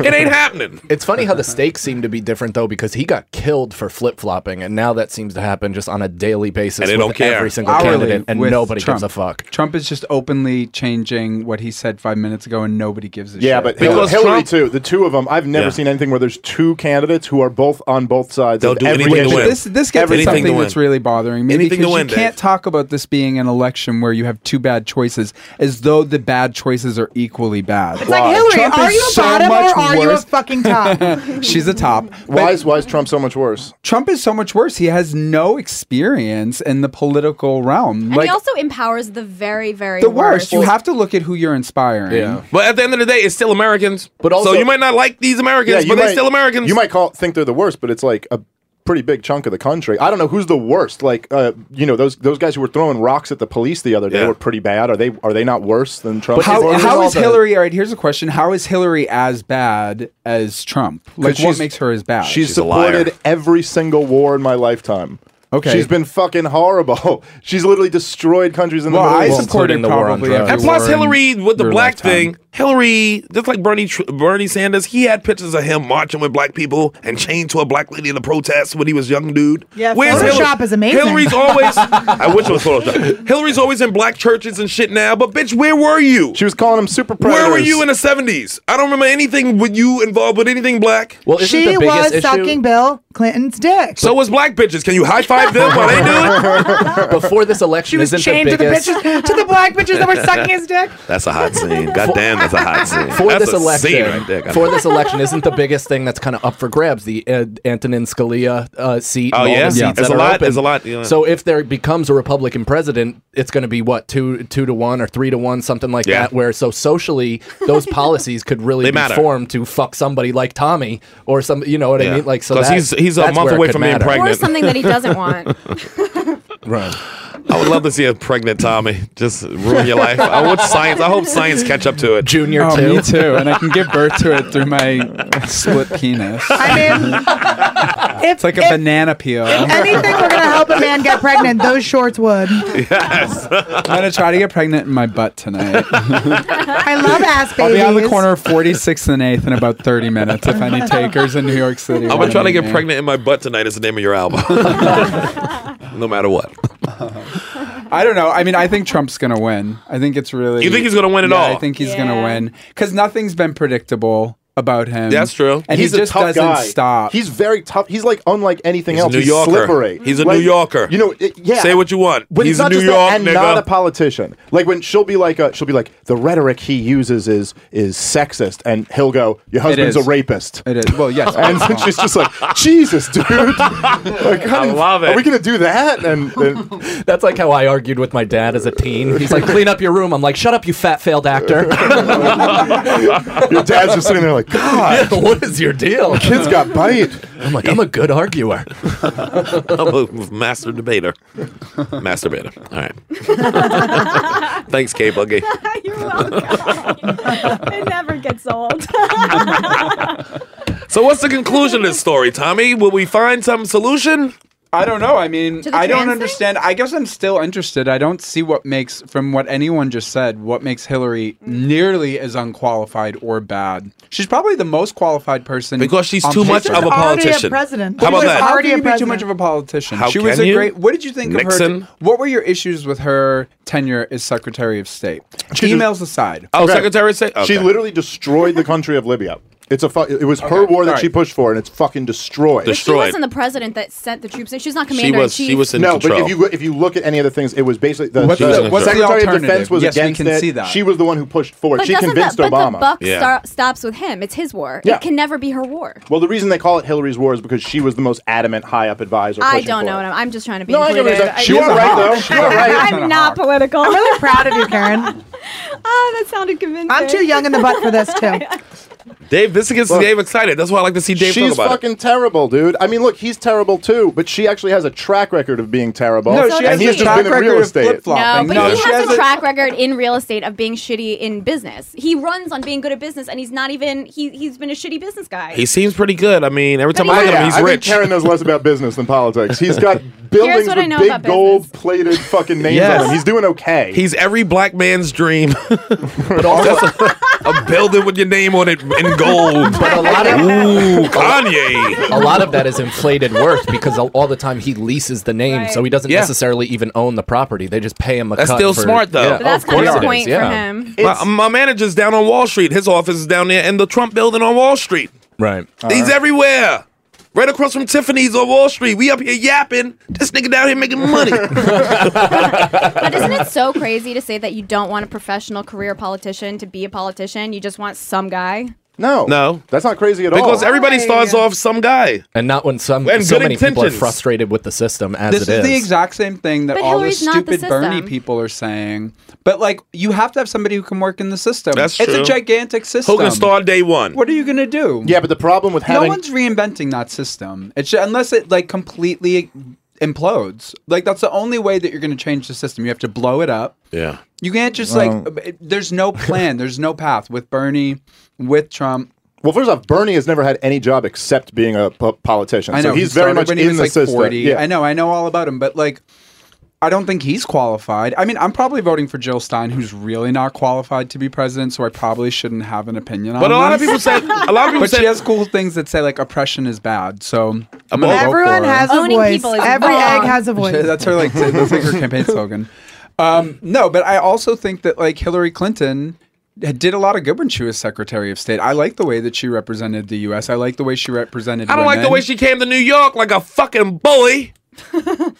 [SPEAKER 5] it ain't happening.
[SPEAKER 6] It's funny how the stakes seem to be different though, because he got killed for flip flopping, and now that seems to happen just on a daily basis
[SPEAKER 5] And they
[SPEAKER 6] with
[SPEAKER 5] don't care.
[SPEAKER 6] every single
[SPEAKER 9] Hourly
[SPEAKER 6] candidate, and
[SPEAKER 9] with
[SPEAKER 6] nobody
[SPEAKER 9] Trump.
[SPEAKER 6] gives a fuck.
[SPEAKER 9] Trump is just openly changing what he said five minutes ago, and nobody gives a shit.
[SPEAKER 3] Yeah, but Hillary, Hillary too. The two of them. I've never
[SPEAKER 9] Yeah.
[SPEAKER 3] seen anything where there's two candidates who are both on both sides.
[SPEAKER 5] They'll
[SPEAKER 3] of
[SPEAKER 5] do
[SPEAKER 3] every
[SPEAKER 5] anything to
[SPEAKER 3] issue.
[SPEAKER 5] win.
[SPEAKER 9] This this gets to something that's really bothering me
[SPEAKER 5] Anything to
[SPEAKER 9] because
[SPEAKER 5] win,
[SPEAKER 9] you
[SPEAKER 5] Dave.
[SPEAKER 9] can't talk about this being an election where you have two bad choices as though the bad choices are equally bad.
[SPEAKER 7] It's like Hillary.
[SPEAKER 9] Trump
[SPEAKER 7] are
[SPEAKER 9] is
[SPEAKER 7] you a
[SPEAKER 9] so
[SPEAKER 7] bottom
[SPEAKER 9] much
[SPEAKER 7] or are you a
[SPEAKER 9] worse.
[SPEAKER 7] fucking top?
[SPEAKER 9] She's a top. Why is
[SPEAKER 3] why is Trump so much worse?
[SPEAKER 9] Trump is so much worse. He has no experience in the political realm.
[SPEAKER 17] And
[SPEAKER 9] like
[SPEAKER 17] he also empowers the very, very
[SPEAKER 9] the worst. You have to look at who you're inspiring.
[SPEAKER 5] Yeah. But at the end of the day, it's still Americans. But
[SPEAKER 3] also-
[SPEAKER 5] so you might not like these Americans,
[SPEAKER 3] you
[SPEAKER 5] but
[SPEAKER 3] might-
[SPEAKER 5] they're still Americans.
[SPEAKER 3] You might call think they're the worst, but it's like a pretty big chunk of the country. I don't know who's the worst. Like, uh, you know, those those guys who were throwing rocks at the police the other day were pretty bad. Are they are they not worse than Trump?
[SPEAKER 9] But how,
[SPEAKER 3] supporters?
[SPEAKER 9] how is Hillary? All right, here's a question: How is Hillary as bad as Trump? Like, what
[SPEAKER 3] she's-
[SPEAKER 9] makes her as bad?
[SPEAKER 3] She's, supported every single war in my lifetime.
[SPEAKER 9] Okay.
[SPEAKER 3] She's been fucking horrible. She's literally destroyed countries in
[SPEAKER 9] Well,
[SPEAKER 3] the Middle
[SPEAKER 9] I
[SPEAKER 3] East.
[SPEAKER 9] supported Including the war on probably drugs. every
[SPEAKER 5] And plus,
[SPEAKER 9] war in
[SPEAKER 5] Hillary with the
[SPEAKER 9] your
[SPEAKER 5] black
[SPEAKER 9] lifetime.
[SPEAKER 5] thing, Hillary, just like Bernie Tr- Bernie Sanders, he had pictures of him marching with black people and chained to a black lady in a protest when he was young dude.
[SPEAKER 7] Yeah, Photoshop is amazing.
[SPEAKER 5] Hillary's always. I wish it was Photoshop. Hillary's always in black churches and shit now. But bitch, where were you?
[SPEAKER 3] She was calling them super.
[SPEAKER 5] Where were
[SPEAKER 3] predators.
[SPEAKER 5] you in the seventies? I don't remember anything with you involved with anything black. Well,
[SPEAKER 7] she was sucking Bill Clinton's dick.
[SPEAKER 5] So was black bitches. Can you high five them while they do it?
[SPEAKER 6] Before this election,
[SPEAKER 7] she was chained to the bitches, to the black bitches that were sucking his dick.
[SPEAKER 5] That's a hot scene. God damn, that's a hot scene.
[SPEAKER 6] For
[SPEAKER 5] That's
[SPEAKER 6] this
[SPEAKER 5] a scene
[SPEAKER 6] election,
[SPEAKER 5] right there. God
[SPEAKER 6] for
[SPEAKER 5] damn.
[SPEAKER 6] this election, isn't the biggest thing that's kind of up for grabs the uh, Antonin Scalia uh, seat?
[SPEAKER 5] Oh,
[SPEAKER 6] and all
[SPEAKER 5] yeah?
[SPEAKER 6] the seats
[SPEAKER 5] Yeah. There's
[SPEAKER 6] that
[SPEAKER 5] a
[SPEAKER 6] are
[SPEAKER 5] lot-
[SPEAKER 6] open.
[SPEAKER 5] there's a lot, yeah.
[SPEAKER 6] So if there becomes a Republican president, it's going to be what two two to one or three to one, something like
[SPEAKER 5] Yeah.
[SPEAKER 6] that. Where so socially, those policies could really
[SPEAKER 5] They
[SPEAKER 6] be
[SPEAKER 5] matter.
[SPEAKER 6] formed to fuck somebody like Tommy or some. You know what
[SPEAKER 5] Yeah.
[SPEAKER 6] I mean? Like so
[SPEAKER 5] 'Cause
[SPEAKER 6] that-
[SPEAKER 5] he's- he's a
[SPEAKER 6] that's
[SPEAKER 5] month
[SPEAKER 6] where it
[SPEAKER 5] away
[SPEAKER 6] could
[SPEAKER 5] from being
[SPEAKER 6] matter.
[SPEAKER 5] pregnant.
[SPEAKER 17] or something that he doesn't want.
[SPEAKER 5] Right. I would love to see a pregnant Tommy just ruin your life. I want science. I hope science catch up to it.
[SPEAKER 6] Junior
[SPEAKER 9] Oh, me too, and I can give birth to it through my split penis.
[SPEAKER 7] I mean,
[SPEAKER 9] it's like a banana peel.
[SPEAKER 7] anything we're gonna help a man get pregnant, those shorts would.
[SPEAKER 5] yes.
[SPEAKER 9] I'm gonna try to get pregnant in my butt tonight.
[SPEAKER 7] I love ass
[SPEAKER 9] I'll be
[SPEAKER 7] babies.
[SPEAKER 9] on the corner of 46th and 8th in about 30 minutes if any takers in New York City.
[SPEAKER 5] I'm gonna
[SPEAKER 9] wanna
[SPEAKER 5] try to
[SPEAKER 9] meet
[SPEAKER 5] get
[SPEAKER 9] me.
[SPEAKER 5] pregnant in my butt tonight. Is the name of your album. no matter what.
[SPEAKER 9] I don't know. I mean, I think Trump's going to win. I think it's really.
[SPEAKER 5] You think he's gonna win at
[SPEAKER 9] Yeah,
[SPEAKER 5] all?
[SPEAKER 9] I think he's going to win because nothing's been predictable about him.
[SPEAKER 5] That's true.
[SPEAKER 9] And
[SPEAKER 3] he's
[SPEAKER 9] he just
[SPEAKER 3] a tough
[SPEAKER 9] doesn't
[SPEAKER 3] guy.
[SPEAKER 9] stop.
[SPEAKER 3] He's very tough. He's like unlike anything
[SPEAKER 5] He's a
[SPEAKER 3] else.
[SPEAKER 5] New
[SPEAKER 3] he's
[SPEAKER 5] Yorker.
[SPEAKER 3] slippery.
[SPEAKER 5] He's a
[SPEAKER 3] Like,
[SPEAKER 5] New Yorker.
[SPEAKER 3] You know, it, yeah.
[SPEAKER 5] Say what you want.
[SPEAKER 3] But
[SPEAKER 5] He's
[SPEAKER 3] it's not
[SPEAKER 5] a New
[SPEAKER 3] just
[SPEAKER 5] York
[SPEAKER 3] that, and
[SPEAKER 5] nigga.
[SPEAKER 3] not a politician. Like when she'll be like, uh she'll be like, the rhetoric he uses is is sexist, and he'll go, "Your husband's a
[SPEAKER 9] is.
[SPEAKER 3] rapist."
[SPEAKER 9] It is. Well, yes.
[SPEAKER 3] and then she's just like, "Jesus, dude! Like, honey,
[SPEAKER 6] love
[SPEAKER 3] Are
[SPEAKER 6] it.
[SPEAKER 3] we gonna do that?" And, and
[SPEAKER 6] That's like how I argued with my dad as a teen. He's like, "Clean up your room." I'm like, "Shut up, you fat failed actor."
[SPEAKER 3] your dad's just sitting there like, "God,
[SPEAKER 6] what is your deal?
[SPEAKER 3] Kids got bite."
[SPEAKER 6] I'm like, I'm a good arguer.
[SPEAKER 5] I'm a master debater. Masturbator. All right. Thanks, Kate Buggy.
[SPEAKER 12] You're welcome. it never gets old.
[SPEAKER 5] So, what's the conclusion of this story, Tommy? Will we find some solution?
[SPEAKER 9] I don't know. I mean,
[SPEAKER 5] To the
[SPEAKER 9] I
[SPEAKER 5] trans
[SPEAKER 9] don't
[SPEAKER 5] thing?
[SPEAKER 9] understand. I guess I'm still interested. I don't see what makes, from what anyone just said, what makes Hillary
[SPEAKER 5] Mm.
[SPEAKER 9] nearly as unqualified or bad. She's probably the most qualified person
[SPEAKER 5] Because she's
[SPEAKER 9] on
[SPEAKER 5] too much
[SPEAKER 9] paper.
[SPEAKER 5] of a Already a politician. president. How about
[SPEAKER 9] She was
[SPEAKER 5] that?
[SPEAKER 9] Already
[SPEAKER 7] Already a
[SPEAKER 9] a be too
[SPEAKER 7] president.
[SPEAKER 9] much of a politician.
[SPEAKER 5] How
[SPEAKER 9] she was
[SPEAKER 5] can
[SPEAKER 9] a
[SPEAKER 5] you?
[SPEAKER 9] great. What did you think of
[SPEAKER 5] Nixon?
[SPEAKER 9] her? What were your issues with her tenure as Secretary of State? Emails aside.
[SPEAKER 5] Oh, Secretary of State?
[SPEAKER 3] She
[SPEAKER 5] Okay.
[SPEAKER 3] literally destroyed the country of Libya. It's a fu- it was her war that
[SPEAKER 5] all
[SPEAKER 3] she
[SPEAKER 5] right.
[SPEAKER 3] pushed for, and it's fucking destroyed.
[SPEAKER 17] But she wasn't the president that sent the troops in. She was not commander in chief.
[SPEAKER 3] no, but if you if you look at any of the things, it was basically the,
[SPEAKER 9] What's
[SPEAKER 3] the-
[SPEAKER 9] the- what's the
[SPEAKER 3] Secretary of
[SPEAKER 9] alternative?
[SPEAKER 3] Defense was
[SPEAKER 9] Yes, we
[SPEAKER 3] against
[SPEAKER 9] can
[SPEAKER 3] it.
[SPEAKER 9] see that.
[SPEAKER 3] She was the one who pushed for it.
[SPEAKER 17] But
[SPEAKER 3] she
[SPEAKER 17] doesn't
[SPEAKER 3] convinced
[SPEAKER 17] the, But
[SPEAKER 3] Obama.
[SPEAKER 17] the buck star- stops with him. It's his war.
[SPEAKER 3] Yeah.
[SPEAKER 17] It can never be her war.
[SPEAKER 3] well, the reason they call it Hillary's war is because she was the most adamant high up advisor.
[SPEAKER 17] I
[SPEAKER 3] pushing
[SPEAKER 17] don't
[SPEAKER 3] for
[SPEAKER 17] know
[SPEAKER 3] it.
[SPEAKER 17] what I'm. I'm just trying to be
[SPEAKER 3] No, I get what
[SPEAKER 17] included.
[SPEAKER 3] you're saying. You are right, though. You are right.
[SPEAKER 17] I'm not political.
[SPEAKER 7] I'm really proud of you, Karen.
[SPEAKER 12] Oh, that sounded convincing.
[SPEAKER 7] I'm too young in the butt for this too.
[SPEAKER 5] Dave, this gets Dave excited. That's why I like to see Dave
[SPEAKER 3] She's
[SPEAKER 5] talk about
[SPEAKER 3] fucking terrible, dude. I mean, look, he's terrible too, but she actually has a track record of being terrible.
[SPEAKER 17] No, she has
[SPEAKER 3] and
[SPEAKER 17] a
[SPEAKER 3] he's just
[SPEAKER 17] track
[SPEAKER 3] been in
[SPEAKER 17] record
[SPEAKER 3] real
[SPEAKER 17] of
[SPEAKER 3] estate.
[SPEAKER 17] No, but he has, a track record in real estate of being shitty in business. He runs on being good at business, and he's not even. He he's been a shitty business guy.
[SPEAKER 5] it. He seems pretty good. I mean, every time I
[SPEAKER 3] Oh,
[SPEAKER 5] look at
[SPEAKER 3] yeah,
[SPEAKER 5] him, he's
[SPEAKER 3] I
[SPEAKER 5] rich.
[SPEAKER 3] Think Karen knows less about business than politics. He's got
[SPEAKER 17] Here's
[SPEAKER 3] buildings
[SPEAKER 17] what I know
[SPEAKER 3] with big
[SPEAKER 17] about
[SPEAKER 3] gold plated fucking names on them. He's doing okay.
[SPEAKER 5] He's every black man's dream. but also a, a building with your name on it in gold.
[SPEAKER 6] But a lot of-
[SPEAKER 5] Ooh, Kanye.
[SPEAKER 6] A lot of that is inflated worth because all- all the time he leases the name, so he doesn't
[SPEAKER 5] Yeah.
[SPEAKER 6] necessily even own the property. They just pay him a
[SPEAKER 5] That's
[SPEAKER 6] cut
[SPEAKER 5] still
[SPEAKER 6] for-
[SPEAKER 5] smart, though.
[SPEAKER 6] Yeah, of course it is, yeah.
[SPEAKER 5] My, my manager's down on Wall Street. His office is down there in the Trump building on Wall Street.
[SPEAKER 6] Right.
[SPEAKER 5] He's everywhere. Right across from Tiffany's on Wall Street. We up here yapping. This nigga down here making money.
[SPEAKER 17] But isn't it so crazy to say that you don't want a professional career politician to be a politician? You just want some guy.
[SPEAKER 3] No.
[SPEAKER 5] No.
[SPEAKER 3] That's not crazy at
[SPEAKER 5] because
[SPEAKER 6] all.
[SPEAKER 5] Because everybody starts off some guy.
[SPEAKER 6] And not when some
[SPEAKER 5] And
[SPEAKER 6] so
[SPEAKER 5] good
[SPEAKER 6] many people are
[SPEAKER 5] intentions.
[SPEAKER 6] frustrated with the system as
[SPEAKER 9] this
[SPEAKER 6] it
[SPEAKER 9] is
[SPEAKER 6] is.
[SPEAKER 9] the exact same thing that
[SPEAKER 17] But
[SPEAKER 9] all the
[SPEAKER 17] Hillary's not the
[SPEAKER 9] stupid Bernie
[SPEAKER 17] system.
[SPEAKER 9] people are saying. But like, you have to have somebody who can work in the system.
[SPEAKER 5] That's
[SPEAKER 9] it's
[SPEAKER 5] true.
[SPEAKER 9] a gigantic system.
[SPEAKER 5] start day one?
[SPEAKER 9] What are you gonna do?
[SPEAKER 3] Yeah, but the problem with
[SPEAKER 9] no
[SPEAKER 3] having-
[SPEAKER 9] one's reinventing that system. It's ju- unless it like completely implodes. Like that's the only way that you're gonna change the system. You have to blow it up.
[SPEAKER 5] Yeah.
[SPEAKER 9] You can't just
[SPEAKER 3] Well-
[SPEAKER 9] like. it- There's no plan. there's no path with Bernie, with Trump.
[SPEAKER 3] Um, Well, first off, Bernie has never had any job except being a po- politician.
[SPEAKER 9] I know
[SPEAKER 3] so he's
[SPEAKER 9] he
[SPEAKER 3] very
[SPEAKER 9] started
[SPEAKER 3] much
[SPEAKER 9] when
[SPEAKER 3] in
[SPEAKER 9] he was
[SPEAKER 3] the
[SPEAKER 9] like
[SPEAKER 3] system.
[SPEAKER 9] 40.
[SPEAKER 3] Yeah.
[SPEAKER 9] I know, I know all about him, but like, I don't think he's qualified. I mean, I'm probably voting for Jill Stein, who's really not qualified to be president, so I probably shouldn't have an opinion on.
[SPEAKER 5] But a lot of
[SPEAKER 9] this.
[SPEAKER 5] people said a lot of people
[SPEAKER 9] But
[SPEAKER 5] said
[SPEAKER 9] she has cool things that say like oppression is bad. So I'm gonna vote
[SPEAKER 7] Everyone
[SPEAKER 9] for her.
[SPEAKER 7] has a
[SPEAKER 17] Owning
[SPEAKER 7] voice.
[SPEAKER 17] people is
[SPEAKER 7] Every
[SPEAKER 17] wrong.
[SPEAKER 7] egg has a voice.
[SPEAKER 9] that's her like that's like her campaign slogan. Um, no, but I also think that like Hillary Clinton did a lot of good when she was Secretary of State. I like the way that she represented the U.S. I like the way she represented.
[SPEAKER 5] I don't like the
[SPEAKER 9] women.
[SPEAKER 5] way she came to New York like a fucking bully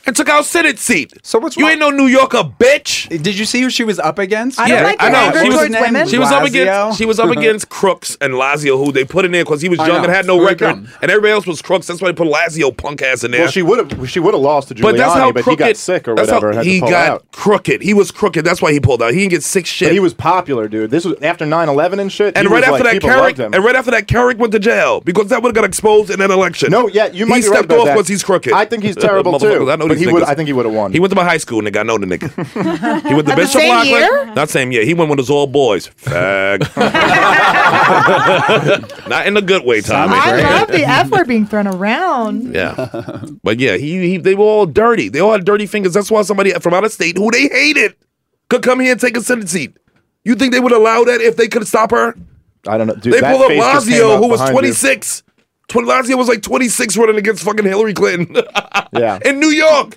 [SPEAKER 5] and took our Senate seat. So what's you ain't no New Yorker, bitch.
[SPEAKER 9] Did you see who she was up against?
[SPEAKER 5] She was, she was up against she was up against Crooks and Lazio, who they put in there because he was
[SPEAKER 3] I
[SPEAKER 5] young and
[SPEAKER 3] know.
[SPEAKER 5] had no
[SPEAKER 3] Very
[SPEAKER 5] record,
[SPEAKER 3] dumb.
[SPEAKER 5] and everybody else was Crooks. That's why they put Lazio punk ass in there.
[SPEAKER 3] Well, she would have she would have lost to Giuliani,
[SPEAKER 5] but
[SPEAKER 3] but,
[SPEAKER 5] that's how
[SPEAKER 3] he
[SPEAKER 5] crooked,
[SPEAKER 3] got sick or
[SPEAKER 5] that's how
[SPEAKER 3] whatever. and had
[SPEAKER 5] he
[SPEAKER 3] to pull
[SPEAKER 5] got
[SPEAKER 3] out.
[SPEAKER 5] crooked. He was crooked. That's why he pulled out. He didn't get sick shit.
[SPEAKER 3] But he was popular, dude. This was after 9-11 and shit.
[SPEAKER 5] and
[SPEAKER 3] he
[SPEAKER 5] right
[SPEAKER 3] was,
[SPEAKER 5] after
[SPEAKER 3] like,
[SPEAKER 5] that,
[SPEAKER 3] people
[SPEAKER 5] Carrick,
[SPEAKER 3] loved him.
[SPEAKER 5] and right after that, Carrick went to jail because that would have got exposed in an election.
[SPEAKER 3] No, yeah, you might
[SPEAKER 5] he
[SPEAKER 3] be right
[SPEAKER 5] stepped
[SPEAKER 3] about
[SPEAKER 5] off
[SPEAKER 3] that.
[SPEAKER 5] because he's crooked.
[SPEAKER 3] I think he's terrible, too.
[SPEAKER 5] Motherfuckers, I know
[SPEAKER 3] But
[SPEAKER 5] these
[SPEAKER 3] he would-
[SPEAKER 5] niggas.
[SPEAKER 3] I think he would've won.
[SPEAKER 5] He went to my high school, nigga. I know the nigga. he went to
[SPEAKER 7] At the
[SPEAKER 5] Bishop
[SPEAKER 7] same
[SPEAKER 5] Lachlan.
[SPEAKER 7] year?
[SPEAKER 5] Not same year. He went with his all boys. Fag. Not in a good way, Tommy.
[SPEAKER 7] I love the F word being thrown around.
[SPEAKER 5] Yeah. But yeah, he, he they were all dirty. They all had dirty fingers. That's why somebody from out of state who they hated could come here and take a Senate seat. You think they would allow that if they could stop her?
[SPEAKER 3] I don't know. Dude,
[SPEAKER 5] they
[SPEAKER 3] that
[SPEAKER 5] pulled up
[SPEAKER 3] face just came
[SPEAKER 5] Lazio,
[SPEAKER 3] up
[SPEAKER 5] who was
[SPEAKER 3] behind you.
[SPEAKER 5] 26. Tw- Lazio was like 26 running against fucking Hillary Clinton
[SPEAKER 3] Yeah.
[SPEAKER 5] in New York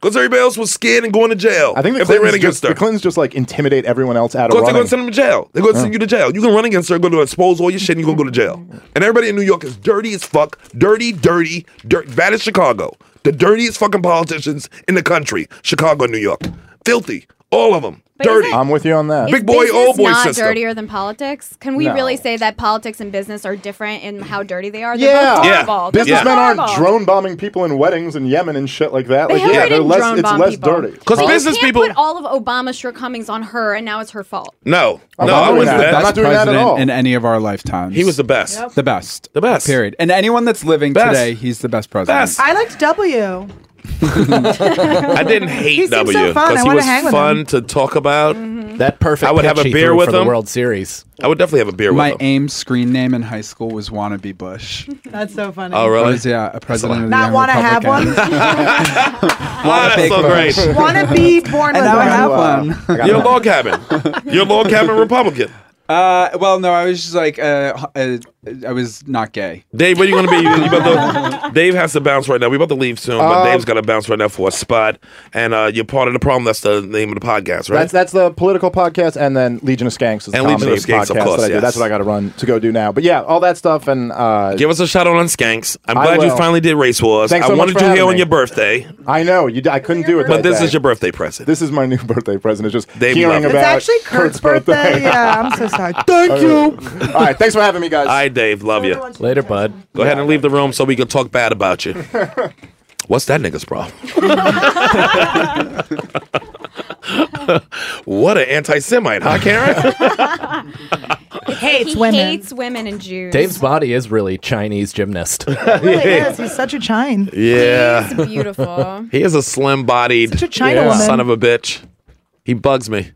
[SPEAKER 5] because everybody else was scared and going to jail.
[SPEAKER 3] I think the
[SPEAKER 5] if they ran
[SPEAKER 3] Clintons,
[SPEAKER 5] against
[SPEAKER 3] just,
[SPEAKER 5] her.
[SPEAKER 3] the Clintons just like intimidate everyone else out of
[SPEAKER 5] Because they're
[SPEAKER 3] running.
[SPEAKER 5] going to send them to jail. They're going to send you to jail. You can run against her, going to expose all your shit, and you're going to go to jail. And everybody in New York is dirty as fuck. Dirty, dirty, dirt. Bad as Chicago. The dirtiest fucking politicians in the country. Chicago, and New York. Filthy. All of them. dirty.
[SPEAKER 3] I'm with you on that.
[SPEAKER 17] Is
[SPEAKER 5] Big boy,
[SPEAKER 17] business
[SPEAKER 5] old boy
[SPEAKER 17] not
[SPEAKER 5] system.
[SPEAKER 17] dirtier than politics? Can we
[SPEAKER 5] No.
[SPEAKER 17] really say that politics and business are different in how dirty they are? They're
[SPEAKER 3] Yeah,
[SPEAKER 17] both horrible. They're both
[SPEAKER 3] Businessmen aren't
[SPEAKER 17] horrible.
[SPEAKER 3] drone booming people in weddings in Yemen and shit like that.
[SPEAKER 17] But
[SPEAKER 3] Like,
[SPEAKER 17] Hillary
[SPEAKER 3] yeah, they're
[SPEAKER 17] didn't
[SPEAKER 3] less.
[SPEAKER 17] drone
[SPEAKER 3] It's
[SPEAKER 17] bomb
[SPEAKER 3] less
[SPEAKER 17] people.
[SPEAKER 3] dirty.
[SPEAKER 5] Because
[SPEAKER 17] But you
[SPEAKER 5] business
[SPEAKER 17] can't
[SPEAKER 5] people.
[SPEAKER 17] put all of Obama's shortcomings on her, and now it's her fault.
[SPEAKER 5] no.
[SPEAKER 9] Obama
[SPEAKER 5] no, I wouldn't
[SPEAKER 9] was the
[SPEAKER 5] do that.
[SPEAKER 9] best
[SPEAKER 5] I'm not doing that at
[SPEAKER 9] president
[SPEAKER 5] all.
[SPEAKER 9] in any of our lifetimes. He was
[SPEAKER 5] the best.
[SPEAKER 9] The best. The
[SPEAKER 5] best.
[SPEAKER 9] Period. And anyone that's living
[SPEAKER 5] Best.
[SPEAKER 9] today, he's the best president.
[SPEAKER 7] I liked W.
[SPEAKER 5] I didn't hate
[SPEAKER 7] He seems so
[SPEAKER 5] W
[SPEAKER 7] fun. I
[SPEAKER 5] because he
[SPEAKER 7] wanna
[SPEAKER 5] was
[SPEAKER 7] hang with
[SPEAKER 5] fun
[SPEAKER 7] him. Mm-hmm.
[SPEAKER 5] to talk about.
[SPEAKER 6] That perfect.
[SPEAKER 5] I would have
[SPEAKER 6] pitch
[SPEAKER 5] a
[SPEAKER 6] he
[SPEAKER 5] beer
[SPEAKER 6] threw
[SPEAKER 5] with
[SPEAKER 6] for the
[SPEAKER 5] him.
[SPEAKER 6] World Series.
[SPEAKER 5] I would definitely have a beer with
[SPEAKER 9] My
[SPEAKER 5] him.
[SPEAKER 9] AIM screen name in high school was "Wannabe Bush."
[SPEAKER 7] That's so funny.
[SPEAKER 5] Oh, really?
[SPEAKER 9] I was, yeah, uh, a president of the
[SPEAKER 7] Not
[SPEAKER 9] Young
[SPEAKER 7] wanna have
[SPEAKER 9] Republicans.
[SPEAKER 7] one?
[SPEAKER 5] Ah, that's
[SPEAKER 9] big
[SPEAKER 5] so
[SPEAKER 9] bush.
[SPEAKER 5] great.
[SPEAKER 7] Wanna be born with
[SPEAKER 9] And now I
[SPEAKER 7] one.
[SPEAKER 9] have one.
[SPEAKER 5] You're a log cabin. You're a log cabin Republican.
[SPEAKER 9] Uh, well, no, I was just like, uh, h- uh, I was not gay.
[SPEAKER 5] Dave, what are you going to be? You, you about to, Dave has to bounce right now. We're about to leave soon, but
[SPEAKER 3] Um,
[SPEAKER 5] Dave's got to bounce right now for a spot. And uh, you're part of the problem. That's the name of the podcast, right?
[SPEAKER 3] That's that's the political podcast, and then Legion of Skanks is the
[SPEAKER 5] And Legion
[SPEAKER 3] comedy
[SPEAKER 5] of Skanks, of
[SPEAKER 3] podcast
[SPEAKER 5] course,
[SPEAKER 3] that I do.
[SPEAKER 5] yes.
[SPEAKER 3] That's what I got to run to go do now. But yeah, all that stuff, and uh,
[SPEAKER 5] Give us a shout out on Skanks. I'm
[SPEAKER 3] I
[SPEAKER 5] glad you
[SPEAKER 3] will.
[SPEAKER 5] finally did Race Wars.
[SPEAKER 3] Thanks
[SPEAKER 5] I
[SPEAKER 3] so much
[SPEAKER 5] wanted
[SPEAKER 3] for
[SPEAKER 5] you here
[SPEAKER 3] having
[SPEAKER 5] on
[SPEAKER 3] me.
[SPEAKER 5] your birthday.
[SPEAKER 3] I know you. d- I couldn't do it,
[SPEAKER 5] But
[SPEAKER 3] that
[SPEAKER 5] this
[SPEAKER 3] day.
[SPEAKER 5] is your birthday present.
[SPEAKER 3] This is my new birthday present. It's just
[SPEAKER 5] Dave
[SPEAKER 3] hearing
[SPEAKER 5] loved it.
[SPEAKER 3] about
[SPEAKER 5] It's
[SPEAKER 7] actually Kurt's birthday. yeah, I'm so sorry.
[SPEAKER 3] All
[SPEAKER 7] Thank
[SPEAKER 3] right.
[SPEAKER 7] you.
[SPEAKER 3] All right, thanks for having me, guys.
[SPEAKER 5] All right, Dave. Love you. Later, bud. Go ahead and leave the room so we can talk bad about you. What's that nigga's problem? what an anti Semite, huh, Karen?
[SPEAKER 7] hates
[SPEAKER 17] he
[SPEAKER 7] women.
[SPEAKER 17] hates women and Jews.
[SPEAKER 6] Dave's body is really Chinese gymnast.
[SPEAKER 7] Really is. He's such a chine.
[SPEAKER 5] yeah.
[SPEAKER 17] Oh He's beautiful.
[SPEAKER 5] He is a slim bodied
[SPEAKER 7] Such a China Yeah. woman.
[SPEAKER 5] son of a bitch. He bugs me.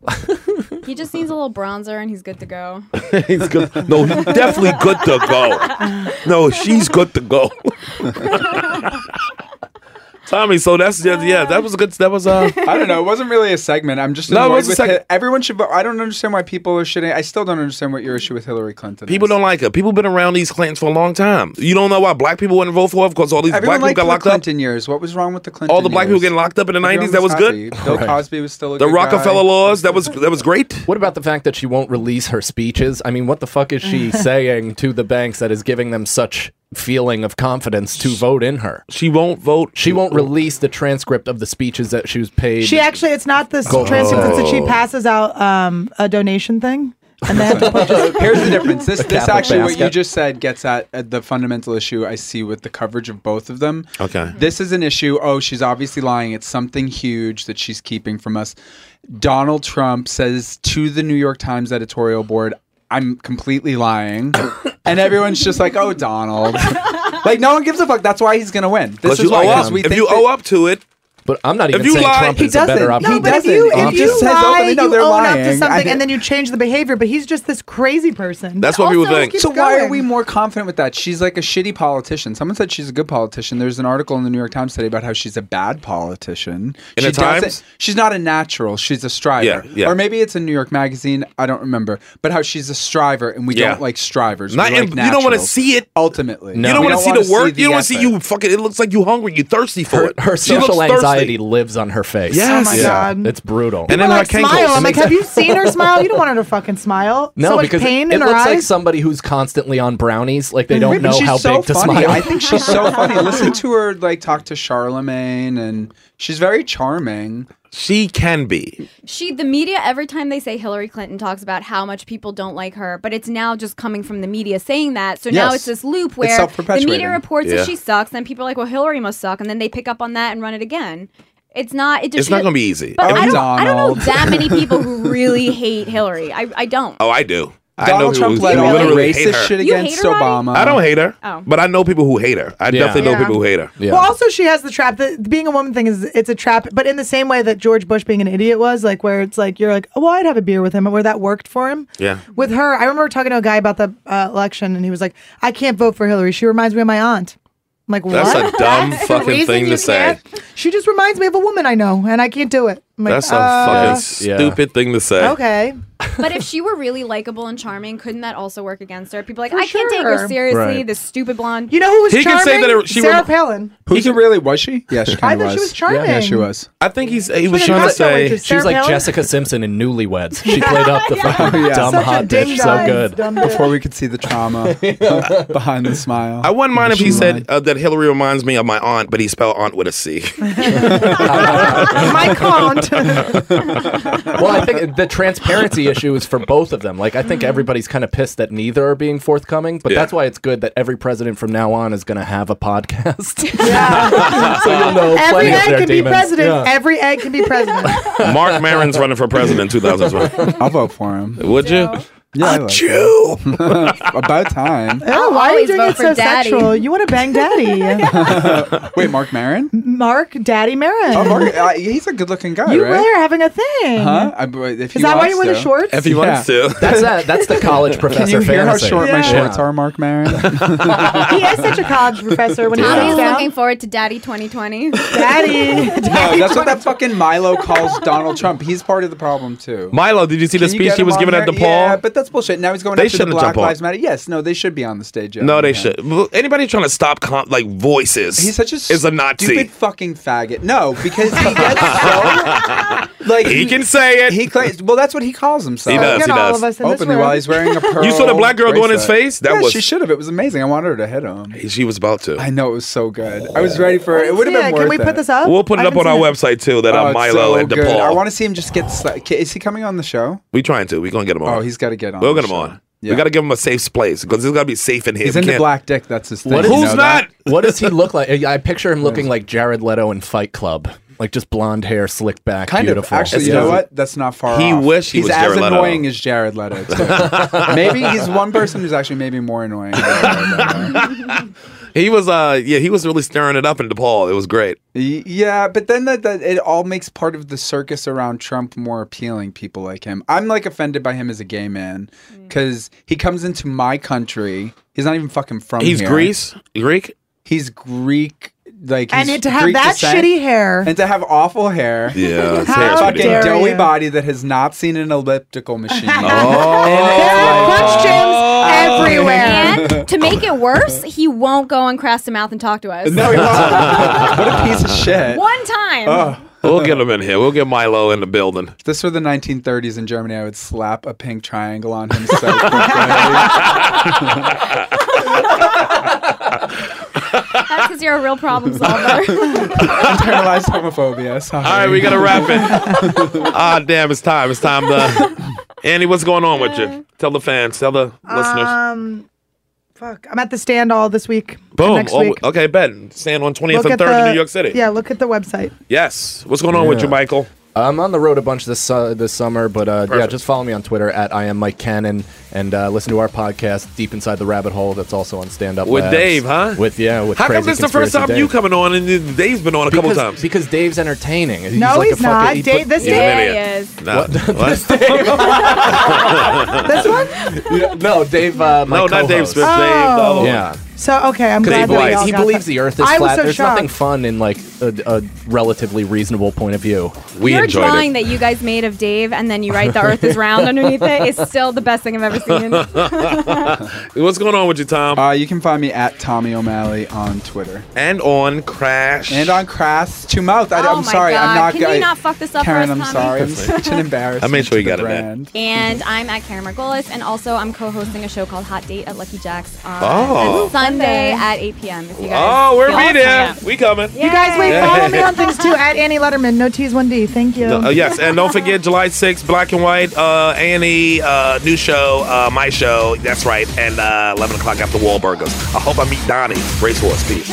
[SPEAKER 17] He just needs a little bronzer and he's good to go.
[SPEAKER 5] He's good. No, he's definitely good to go. No, she's good to go. Tommy, so that's yeah, yeah, that was a good. That was uh,
[SPEAKER 9] I don't know. It wasn't really a segment. I'm just
[SPEAKER 5] No, it
[SPEAKER 9] annoyed
[SPEAKER 5] was a
[SPEAKER 9] with
[SPEAKER 5] seg-
[SPEAKER 9] Hi- everyone should vote. I don't understand why people are shitting. I still don't understand what your issue with Hillary Clinton.
[SPEAKER 5] People don't like her. People been around these Clintons for a long time. You don't know why black people wouldn't vote for her because all these
[SPEAKER 9] Everyone
[SPEAKER 5] black
[SPEAKER 9] liked
[SPEAKER 5] people got locked
[SPEAKER 9] the
[SPEAKER 5] up.
[SPEAKER 9] Clinton years. What was wrong with the Clinton?
[SPEAKER 5] All the black people
[SPEAKER 9] years?
[SPEAKER 5] getting locked up in the
[SPEAKER 9] Everyone
[SPEAKER 5] 90s, that was
[SPEAKER 9] happy.
[SPEAKER 5] good?
[SPEAKER 9] Bill
[SPEAKER 5] Right.
[SPEAKER 9] Cosby was still a
[SPEAKER 5] The
[SPEAKER 9] good
[SPEAKER 5] Rockefeller
[SPEAKER 9] guy.
[SPEAKER 5] laws. That was that was great.
[SPEAKER 6] What about the fact that she won't release her speeches? I mean, what the fuck is she saying to the banks that is giving them such feeling of confidence to vote in her?
[SPEAKER 5] She won't vote.
[SPEAKER 6] She won't release the transcript of the speeches that she was paid.
[SPEAKER 7] She actually, it's not this
[SPEAKER 6] Gold.
[SPEAKER 7] transcript. It's that she
[SPEAKER 6] Oh.
[SPEAKER 7] passes out um, a donation thing. And then
[SPEAKER 9] Here's the difference. This,
[SPEAKER 7] A
[SPEAKER 9] this
[SPEAKER 7] Catholic
[SPEAKER 9] actually, what you
[SPEAKER 7] basket.
[SPEAKER 9] just said gets at, at the fundamental issue I see with the coverage of both of them.
[SPEAKER 5] Okay.
[SPEAKER 9] This is an issue. Oh, she's obviously lying. It's something huge that she's keeping from us. Donald Trump says to the New York Times editorial board, I'm completely lying. and everyone's just like, oh, Donald. like, no one gives a fuck. That's why he's going to win. This
[SPEAKER 5] Because
[SPEAKER 9] is
[SPEAKER 5] you
[SPEAKER 9] why
[SPEAKER 5] owe
[SPEAKER 9] 'cause
[SPEAKER 5] up.
[SPEAKER 9] we
[SPEAKER 5] If
[SPEAKER 9] think
[SPEAKER 5] you
[SPEAKER 9] that-
[SPEAKER 5] owe up to it,
[SPEAKER 6] but I'm not
[SPEAKER 5] even If you saying lie- Trump
[SPEAKER 9] he
[SPEAKER 5] is a better
[SPEAKER 9] doesn't.
[SPEAKER 5] option.
[SPEAKER 9] No,
[SPEAKER 7] No,
[SPEAKER 9] he
[SPEAKER 7] but if
[SPEAKER 9] doesn't.
[SPEAKER 7] you,
[SPEAKER 9] He
[SPEAKER 7] if you
[SPEAKER 9] just says
[SPEAKER 7] lie,
[SPEAKER 9] openly, no,
[SPEAKER 7] you
[SPEAKER 9] they're
[SPEAKER 7] own up to
[SPEAKER 9] lying. I
[SPEAKER 7] something,
[SPEAKER 9] think-
[SPEAKER 7] and then you change the behavior. But he's just this crazy person.
[SPEAKER 5] That's what people think.
[SPEAKER 9] So why are we more confident with that? She's like a shitty politician. Someone said she's a good politician. There's an article in the New York Times today about how she's a bad politician.
[SPEAKER 5] In the
[SPEAKER 9] she
[SPEAKER 5] Times?
[SPEAKER 9] doesn't- She's not a natural. She's a striver.
[SPEAKER 5] Yeah, yeah.
[SPEAKER 9] Or maybe it's in New York Magazine. I don't remember. But how she's a striver, and we
[SPEAKER 5] Yeah.
[SPEAKER 9] don't like strivers.
[SPEAKER 5] Not-
[SPEAKER 9] we like
[SPEAKER 5] and you don't wanna
[SPEAKER 9] naturals,
[SPEAKER 5] see it.
[SPEAKER 9] Ultimately,
[SPEAKER 5] you don't
[SPEAKER 9] We
[SPEAKER 5] want to see
[SPEAKER 9] wanna
[SPEAKER 5] the work. you don't want to
[SPEAKER 9] effort.
[SPEAKER 5] see you fucking. It looks like you hungry. You thirsty for
[SPEAKER 6] her,
[SPEAKER 5] it.
[SPEAKER 6] her
[SPEAKER 5] She looks
[SPEAKER 6] social
[SPEAKER 5] thirsty.
[SPEAKER 6] anxiety lives on her face.
[SPEAKER 5] Yes. Oh my
[SPEAKER 7] God.
[SPEAKER 6] It's brutal.
[SPEAKER 5] And then
[SPEAKER 7] like
[SPEAKER 5] her
[SPEAKER 7] smile. I'm like, have you seen her smile? You don't want her to fucking smile.
[SPEAKER 6] No,
[SPEAKER 7] so much
[SPEAKER 6] because
[SPEAKER 7] pain
[SPEAKER 6] it,
[SPEAKER 7] in
[SPEAKER 6] it
[SPEAKER 7] her
[SPEAKER 6] looks
[SPEAKER 7] eyes.
[SPEAKER 6] like somebody who's constantly on brownies. Like they
[SPEAKER 9] Wait,
[SPEAKER 6] don't
[SPEAKER 9] but
[SPEAKER 6] know
[SPEAKER 9] she's
[SPEAKER 6] how
[SPEAKER 9] so
[SPEAKER 6] big to
[SPEAKER 9] funny.
[SPEAKER 6] smile.
[SPEAKER 9] I think she's so funny. Listen to her like talk to Charlemagne, and she's very charming.
[SPEAKER 5] She can be.
[SPEAKER 17] She, the media, every time they say Hillary Clinton talks about how much people don't like her, but it's now just coming from the media saying that. So now
[SPEAKER 12] Yes.
[SPEAKER 17] it's this loop
[SPEAKER 12] It's
[SPEAKER 17] where the
[SPEAKER 12] self-perpetuating.
[SPEAKER 17] media reports
[SPEAKER 5] Yeah.
[SPEAKER 17] that she sucks, then people are like, "Well, Hillary must suck," and then they pick up on that and run it again. It's not. It just
[SPEAKER 5] It's not gonna be easy.
[SPEAKER 17] But
[SPEAKER 5] Oh,
[SPEAKER 17] I, don't, I don't know
[SPEAKER 5] Donald.
[SPEAKER 17] that many people who really hate Hillary. I, I don't.
[SPEAKER 5] Oh, I do. I know
[SPEAKER 9] Donald
[SPEAKER 5] who
[SPEAKER 9] Trump
[SPEAKER 5] who
[SPEAKER 9] led all the
[SPEAKER 5] literally hate
[SPEAKER 9] racist
[SPEAKER 5] her.
[SPEAKER 9] shit
[SPEAKER 17] You hate
[SPEAKER 9] against
[SPEAKER 17] her,
[SPEAKER 9] Obama.
[SPEAKER 5] I don't hate her,
[SPEAKER 17] Oh.
[SPEAKER 5] but I know people who hate her. I
[SPEAKER 6] Yeah.
[SPEAKER 5] definitely know
[SPEAKER 7] Yeah.
[SPEAKER 5] people who hate her.
[SPEAKER 7] Well, also she has the trap that being a woman thing is it's a trap, but in the same way that George Bush being an idiot was, like where it's like you're like, oh, well, I'd have a beer with him, and where that worked for him.
[SPEAKER 5] yeah.
[SPEAKER 7] With her, I remember talking to a guy about the uh, election, and he was like, I can't vote for Hillary. She reminds me of my aunt. I'm like,
[SPEAKER 5] That's
[SPEAKER 7] what?
[SPEAKER 5] a dumb
[SPEAKER 7] That's the
[SPEAKER 5] fucking
[SPEAKER 7] reason
[SPEAKER 5] thing
[SPEAKER 7] you
[SPEAKER 5] to say.
[SPEAKER 7] can't? She just reminds me of a woman I know, and I can't do it. I'm like,
[SPEAKER 5] That's a
[SPEAKER 7] uh,
[SPEAKER 5] fucking stupid thing to say.
[SPEAKER 7] Okay.
[SPEAKER 17] but if she were really likable and charming, couldn't that also work against her? People are like,
[SPEAKER 7] For
[SPEAKER 17] I can't take her
[SPEAKER 7] sure.
[SPEAKER 17] seriously.
[SPEAKER 5] Right.
[SPEAKER 17] This stupid blonde.
[SPEAKER 7] You know who
[SPEAKER 5] was He can say charming? that it- she Sarah rem-
[SPEAKER 7] Palin.
[SPEAKER 9] Who's it really? Was she? Yeah, she
[SPEAKER 7] I
[SPEAKER 9] kind of
[SPEAKER 7] thought
[SPEAKER 9] was.
[SPEAKER 7] she was charming.
[SPEAKER 9] Yeah, she was.
[SPEAKER 5] I think he's he was
[SPEAKER 7] Fucking
[SPEAKER 5] trying to
[SPEAKER 7] Costco
[SPEAKER 5] say
[SPEAKER 7] waitress,
[SPEAKER 6] She
[SPEAKER 7] Sarah
[SPEAKER 6] was like
[SPEAKER 7] Palin?
[SPEAKER 6] Jessica Simpson in Newlyweds. She played up the fucking
[SPEAKER 9] Yeah.
[SPEAKER 6] dumb
[SPEAKER 9] Such a
[SPEAKER 6] hot bitch so
[SPEAKER 9] ding-dong.
[SPEAKER 6] good.
[SPEAKER 7] Dumb
[SPEAKER 9] Before we could see the trauma behind the smile.
[SPEAKER 5] I wouldn't mind if he said uh, that Hillary reminds me of my aunt, but he spelled aunt with a C.
[SPEAKER 7] my aunt.
[SPEAKER 6] well, I think the transparency issue is for both of them. Like, I think everybody's kind of pissed that neither are being forthcoming, but
[SPEAKER 5] Yeah.
[SPEAKER 6] that's why it's good that every president from now on is going to have a podcast. so you'll know
[SPEAKER 7] Every
[SPEAKER 6] plenty of
[SPEAKER 7] egg
[SPEAKER 6] their
[SPEAKER 7] can be
[SPEAKER 6] demons.
[SPEAKER 7] president.
[SPEAKER 6] Yeah.
[SPEAKER 7] Every egg can be president.
[SPEAKER 5] Mark Maron's running for president in 2020.
[SPEAKER 9] I'll vote for him.
[SPEAKER 5] Would you?
[SPEAKER 9] Yeah,
[SPEAKER 5] a Jew.
[SPEAKER 9] About time.
[SPEAKER 7] Oh, why are you
[SPEAKER 17] always
[SPEAKER 7] doing
[SPEAKER 17] vote
[SPEAKER 7] it
[SPEAKER 17] for
[SPEAKER 7] so
[SPEAKER 17] daddy.
[SPEAKER 7] sexual? You want to bang daddy.
[SPEAKER 9] Wait, Mark Maron?
[SPEAKER 7] Mark Daddy Marin.
[SPEAKER 9] Oh, Mark, uh, he's a good-looking guy,
[SPEAKER 7] you
[SPEAKER 9] right?
[SPEAKER 7] really are having a thing.
[SPEAKER 9] Huh? I, if
[SPEAKER 7] Is that why you wear the shorts?
[SPEAKER 5] If he wants to.
[SPEAKER 6] That's that. That's the college professor.
[SPEAKER 9] Can you hear how
[SPEAKER 6] fantasy.
[SPEAKER 9] short my
[SPEAKER 6] Yeah.
[SPEAKER 9] shorts are, Mark Maron?
[SPEAKER 7] he is such a college uh, professor when he
[SPEAKER 17] Tommy
[SPEAKER 7] comes
[SPEAKER 17] is
[SPEAKER 7] down.
[SPEAKER 17] looking forward to Daddy 2020.
[SPEAKER 7] Daddy.
[SPEAKER 9] No, that's what that fucking Milo calls Donald Trump. He's part of the problem too.
[SPEAKER 5] Milo, did you see the
[SPEAKER 9] Can you
[SPEAKER 5] speech
[SPEAKER 9] get
[SPEAKER 5] he
[SPEAKER 9] him
[SPEAKER 5] was
[SPEAKER 9] on
[SPEAKER 5] giving at
[SPEAKER 9] there?
[SPEAKER 5] DePaul?
[SPEAKER 9] Yeah, but that's bullshit. Now he's going
[SPEAKER 5] They
[SPEAKER 9] after the
[SPEAKER 5] shouldn't
[SPEAKER 9] Black
[SPEAKER 5] jump on.
[SPEAKER 9] Lives Matter. Yes, no, they should be on the stage. yeah.
[SPEAKER 5] No, they should. Well, Anybody trying to stop com- like voices?
[SPEAKER 9] He's such a
[SPEAKER 5] is a Nazi.
[SPEAKER 9] Stupid fucking faggot. No, because he gets so like
[SPEAKER 5] He can say it.
[SPEAKER 9] He claims. Well, that's what he calls himself.
[SPEAKER 5] He does, he Look at all does. of us in this
[SPEAKER 9] Openly while
[SPEAKER 5] room.
[SPEAKER 9] he's wearing a pearl.
[SPEAKER 5] You saw the black girl go in his
[SPEAKER 9] bracelet.
[SPEAKER 5] face? That
[SPEAKER 9] yeah,
[SPEAKER 5] was-
[SPEAKER 9] she should have. It was amazing. I wanted her to hit him.
[SPEAKER 5] She was about to.
[SPEAKER 9] I know it was so good. I was ready for it. It would have
[SPEAKER 7] see
[SPEAKER 9] been
[SPEAKER 7] it.
[SPEAKER 9] worth
[SPEAKER 7] Can we put this up?
[SPEAKER 5] We'll put it
[SPEAKER 9] I
[SPEAKER 5] up on
[SPEAKER 9] haven't
[SPEAKER 5] our
[SPEAKER 9] seen
[SPEAKER 5] website too. That
[SPEAKER 9] Oh,
[SPEAKER 5] uh,
[SPEAKER 9] it's
[SPEAKER 5] Milo
[SPEAKER 9] so
[SPEAKER 5] and
[SPEAKER 9] good. I
[SPEAKER 5] DePaul.
[SPEAKER 9] want to see him just get. Sli- is he coming on the show?
[SPEAKER 5] We trying to. We gonna get him on.
[SPEAKER 9] Oh, he's gotta get on
[SPEAKER 5] We'll
[SPEAKER 9] the
[SPEAKER 5] get him
[SPEAKER 9] show.
[SPEAKER 5] on.
[SPEAKER 9] Yeah.
[SPEAKER 5] We gotta give him a safe place because it's gotta be safe in here.
[SPEAKER 9] He's
[SPEAKER 5] We
[SPEAKER 9] into
[SPEAKER 5] can't-
[SPEAKER 9] black dick. That's his thing.
[SPEAKER 6] What
[SPEAKER 9] you
[SPEAKER 6] is-
[SPEAKER 9] know that?
[SPEAKER 6] What does he look like? I picture him looking like Jared Leto in Fight Club, like just blonde hair, slicked back,
[SPEAKER 9] Kind
[SPEAKER 6] beautiful.
[SPEAKER 9] of. Actually, you know what? That's not far
[SPEAKER 6] He
[SPEAKER 9] off.
[SPEAKER 6] wish he
[SPEAKER 9] he's
[SPEAKER 6] was
[SPEAKER 9] as
[SPEAKER 6] Jared Leto.
[SPEAKER 9] annoying as Jared Leto. too. maybe he's one person who's actually maybe more annoying. than Jared Leto.
[SPEAKER 5] He was uh yeah he was really stirring it up in DePaul. It was great.
[SPEAKER 9] Y- yeah, but then that, that it all makes part of the circus around Trump more appealing. People like him. I'm like offended by him as a gay man
[SPEAKER 7] Mm.
[SPEAKER 9] because he comes into my country. He's not even fucking from.
[SPEAKER 5] He's
[SPEAKER 9] here.
[SPEAKER 5] Greece Greek.
[SPEAKER 9] He's Greek. Like
[SPEAKER 7] And
[SPEAKER 9] he's
[SPEAKER 7] it- to have
[SPEAKER 9] Greek
[SPEAKER 7] that
[SPEAKER 9] descent.
[SPEAKER 7] shitty hair.
[SPEAKER 9] and to have awful hair.
[SPEAKER 5] Yeah, his hair's
[SPEAKER 9] fucking
[SPEAKER 5] pretty bad.
[SPEAKER 9] doughy
[SPEAKER 5] Dare
[SPEAKER 9] body that has not seen an elliptical machine.
[SPEAKER 7] Oh.
[SPEAKER 5] Oh.
[SPEAKER 17] questions
[SPEAKER 9] everywhere.
[SPEAKER 17] And to make it worse, he won't go on Crass the Mouth and talk to us.
[SPEAKER 9] No, he won't. what a piece of shit. Oh.
[SPEAKER 17] One time.
[SPEAKER 5] Oh. We'll get him in here. We'll get Milo in the building.
[SPEAKER 9] If this were the 1930s in Germany, I would slap a pink triangle on him. So quickly.
[SPEAKER 17] That's because you're a real problem solver.
[SPEAKER 9] Internalized homophobia. Sorry.
[SPEAKER 5] All right, we gotta wrap it. Ah, damn, it's time. It's time to. Andy, what's going on with you? Tell the fans. Tell the
[SPEAKER 7] Uh,
[SPEAKER 5] listeners.
[SPEAKER 7] Um, fuck. I'm at the stand all this week. and
[SPEAKER 5] Boom.
[SPEAKER 7] Next
[SPEAKER 5] Oh,
[SPEAKER 7] week.
[SPEAKER 5] okay, Ben. Stand on twentieth
[SPEAKER 7] Look
[SPEAKER 5] and
[SPEAKER 7] at
[SPEAKER 5] third
[SPEAKER 7] the-
[SPEAKER 5] in New York City.
[SPEAKER 7] Yeah, look at the website.
[SPEAKER 5] Yes. What's going on with you, Michael?
[SPEAKER 6] I'm on the road a bunch this uh, this summer, but uh, yeah, just follow me on Twitter at I am Mike Cannon and uh, listen to our podcast Deep Inside the Rabbit Hole. That's also on Stand Up
[SPEAKER 5] With
[SPEAKER 6] Labs.
[SPEAKER 5] Dave, huh?
[SPEAKER 6] With yeah, with
[SPEAKER 5] How come
[SPEAKER 6] Crazy
[SPEAKER 5] this is the first time
[SPEAKER 6] Conspiracy
[SPEAKER 5] you
[SPEAKER 6] Dave.
[SPEAKER 5] coming on and then Dave's been on a couple
[SPEAKER 6] Because-
[SPEAKER 5] times?
[SPEAKER 6] Because Dave's entertaining. He's
[SPEAKER 7] No,
[SPEAKER 6] like a
[SPEAKER 7] he's not.
[SPEAKER 6] fucking- he
[SPEAKER 7] Dave- this He's an Dave- idiot.
[SPEAKER 17] is.
[SPEAKER 5] No. What?
[SPEAKER 7] this one?
[SPEAKER 6] Yeah, no, Dave. Uh, my
[SPEAKER 5] No, not Dave
[SPEAKER 6] co-host.
[SPEAKER 5] Smith, Dave, the other one.
[SPEAKER 6] Yeah.
[SPEAKER 7] So okay, Oh. I'm
[SPEAKER 6] Because he
[SPEAKER 7] glad that we
[SPEAKER 6] believes,
[SPEAKER 7] all
[SPEAKER 6] he
[SPEAKER 7] got
[SPEAKER 6] believes
[SPEAKER 7] that.
[SPEAKER 6] the Earth is
[SPEAKER 7] I was
[SPEAKER 6] flat.
[SPEAKER 7] so
[SPEAKER 6] There's
[SPEAKER 7] shocked.
[SPEAKER 6] nothing fun in like a, a relatively reasonable point of view.
[SPEAKER 5] We
[SPEAKER 17] Your drawing that you guys made of Dave, and then you write the Earth is round underneath it is still the best thing I've ever seen.
[SPEAKER 5] What's going on with you, Tom?
[SPEAKER 9] Uh, you can find me at Tommy O'Malley on Twitter.
[SPEAKER 5] And on Crash.
[SPEAKER 9] And on Crash to Mouth. I,
[SPEAKER 17] oh
[SPEAKER 9] I'm
[SPEAKER 17] my
[SPEAKER 9] sorry.
[SPEAKER 17] God.
[SPEAKER 9] I'm not
[SPEAKER 17] Can
[SPEAKER 9] I-
[SPEAKER 17] we not fuck this up
[SPEAKER 9] Karen,
[SPEAKER 17] for
[SPEAKER 9] I'm
[SPEAKER 17] us,
[SPEAKER 9] sorry.
[SPEAKER 17] Tommy?
[SPEAKER 9] I'm such an
[SPEAKER 5] I
[SPEAKER 9] embarrassment.
[SPEAKER 5] made sure you
[SPEAKER 9] to the
[SPEAKER 5] got it back.
[SPEAKER 9] brand.
[SPEAKER 17] And I'm at Karen Margolis, and also I'm co-hosting a show called Hot Date at Lucky Jack's on
[SPEAKER 5] Oh.
[SPEAKER 17] Sunday at 8 p.m. If you guys
[SPEAKER 5] Oh, we're
[SPEAKER 17] feel-
[SPEAKER 5] be there. We coming.
[SPEAKER 7] You guys, wait,
[SPEAKER 5] Yeah.
[SPEAKER 7] follow me on things too at Annie Letterman. No T's, one D. Thank you.
[SPEAKER 5] No, uh, yes, and don't forget July 6th, Black and White, uh, Annie, uh, new show, uh, my show. That's right. And uh, 11 o'clock after Wahlburgers. I hope I meet Donnie. Racehorse, peace.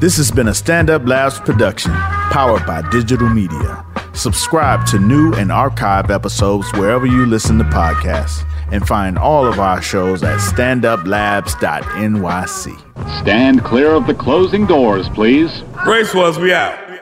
[SPEAKER 18] This has been a Stand Up Labs production, powered by digital media. Subscribe to new and archive episodes wherever you listen to podcasts, and find all of our shows at standuplabs.nyc.
[SPEAKER 19] Stand clear of the closing doors, please.
[SPEAKER 5] Racehorse, we out.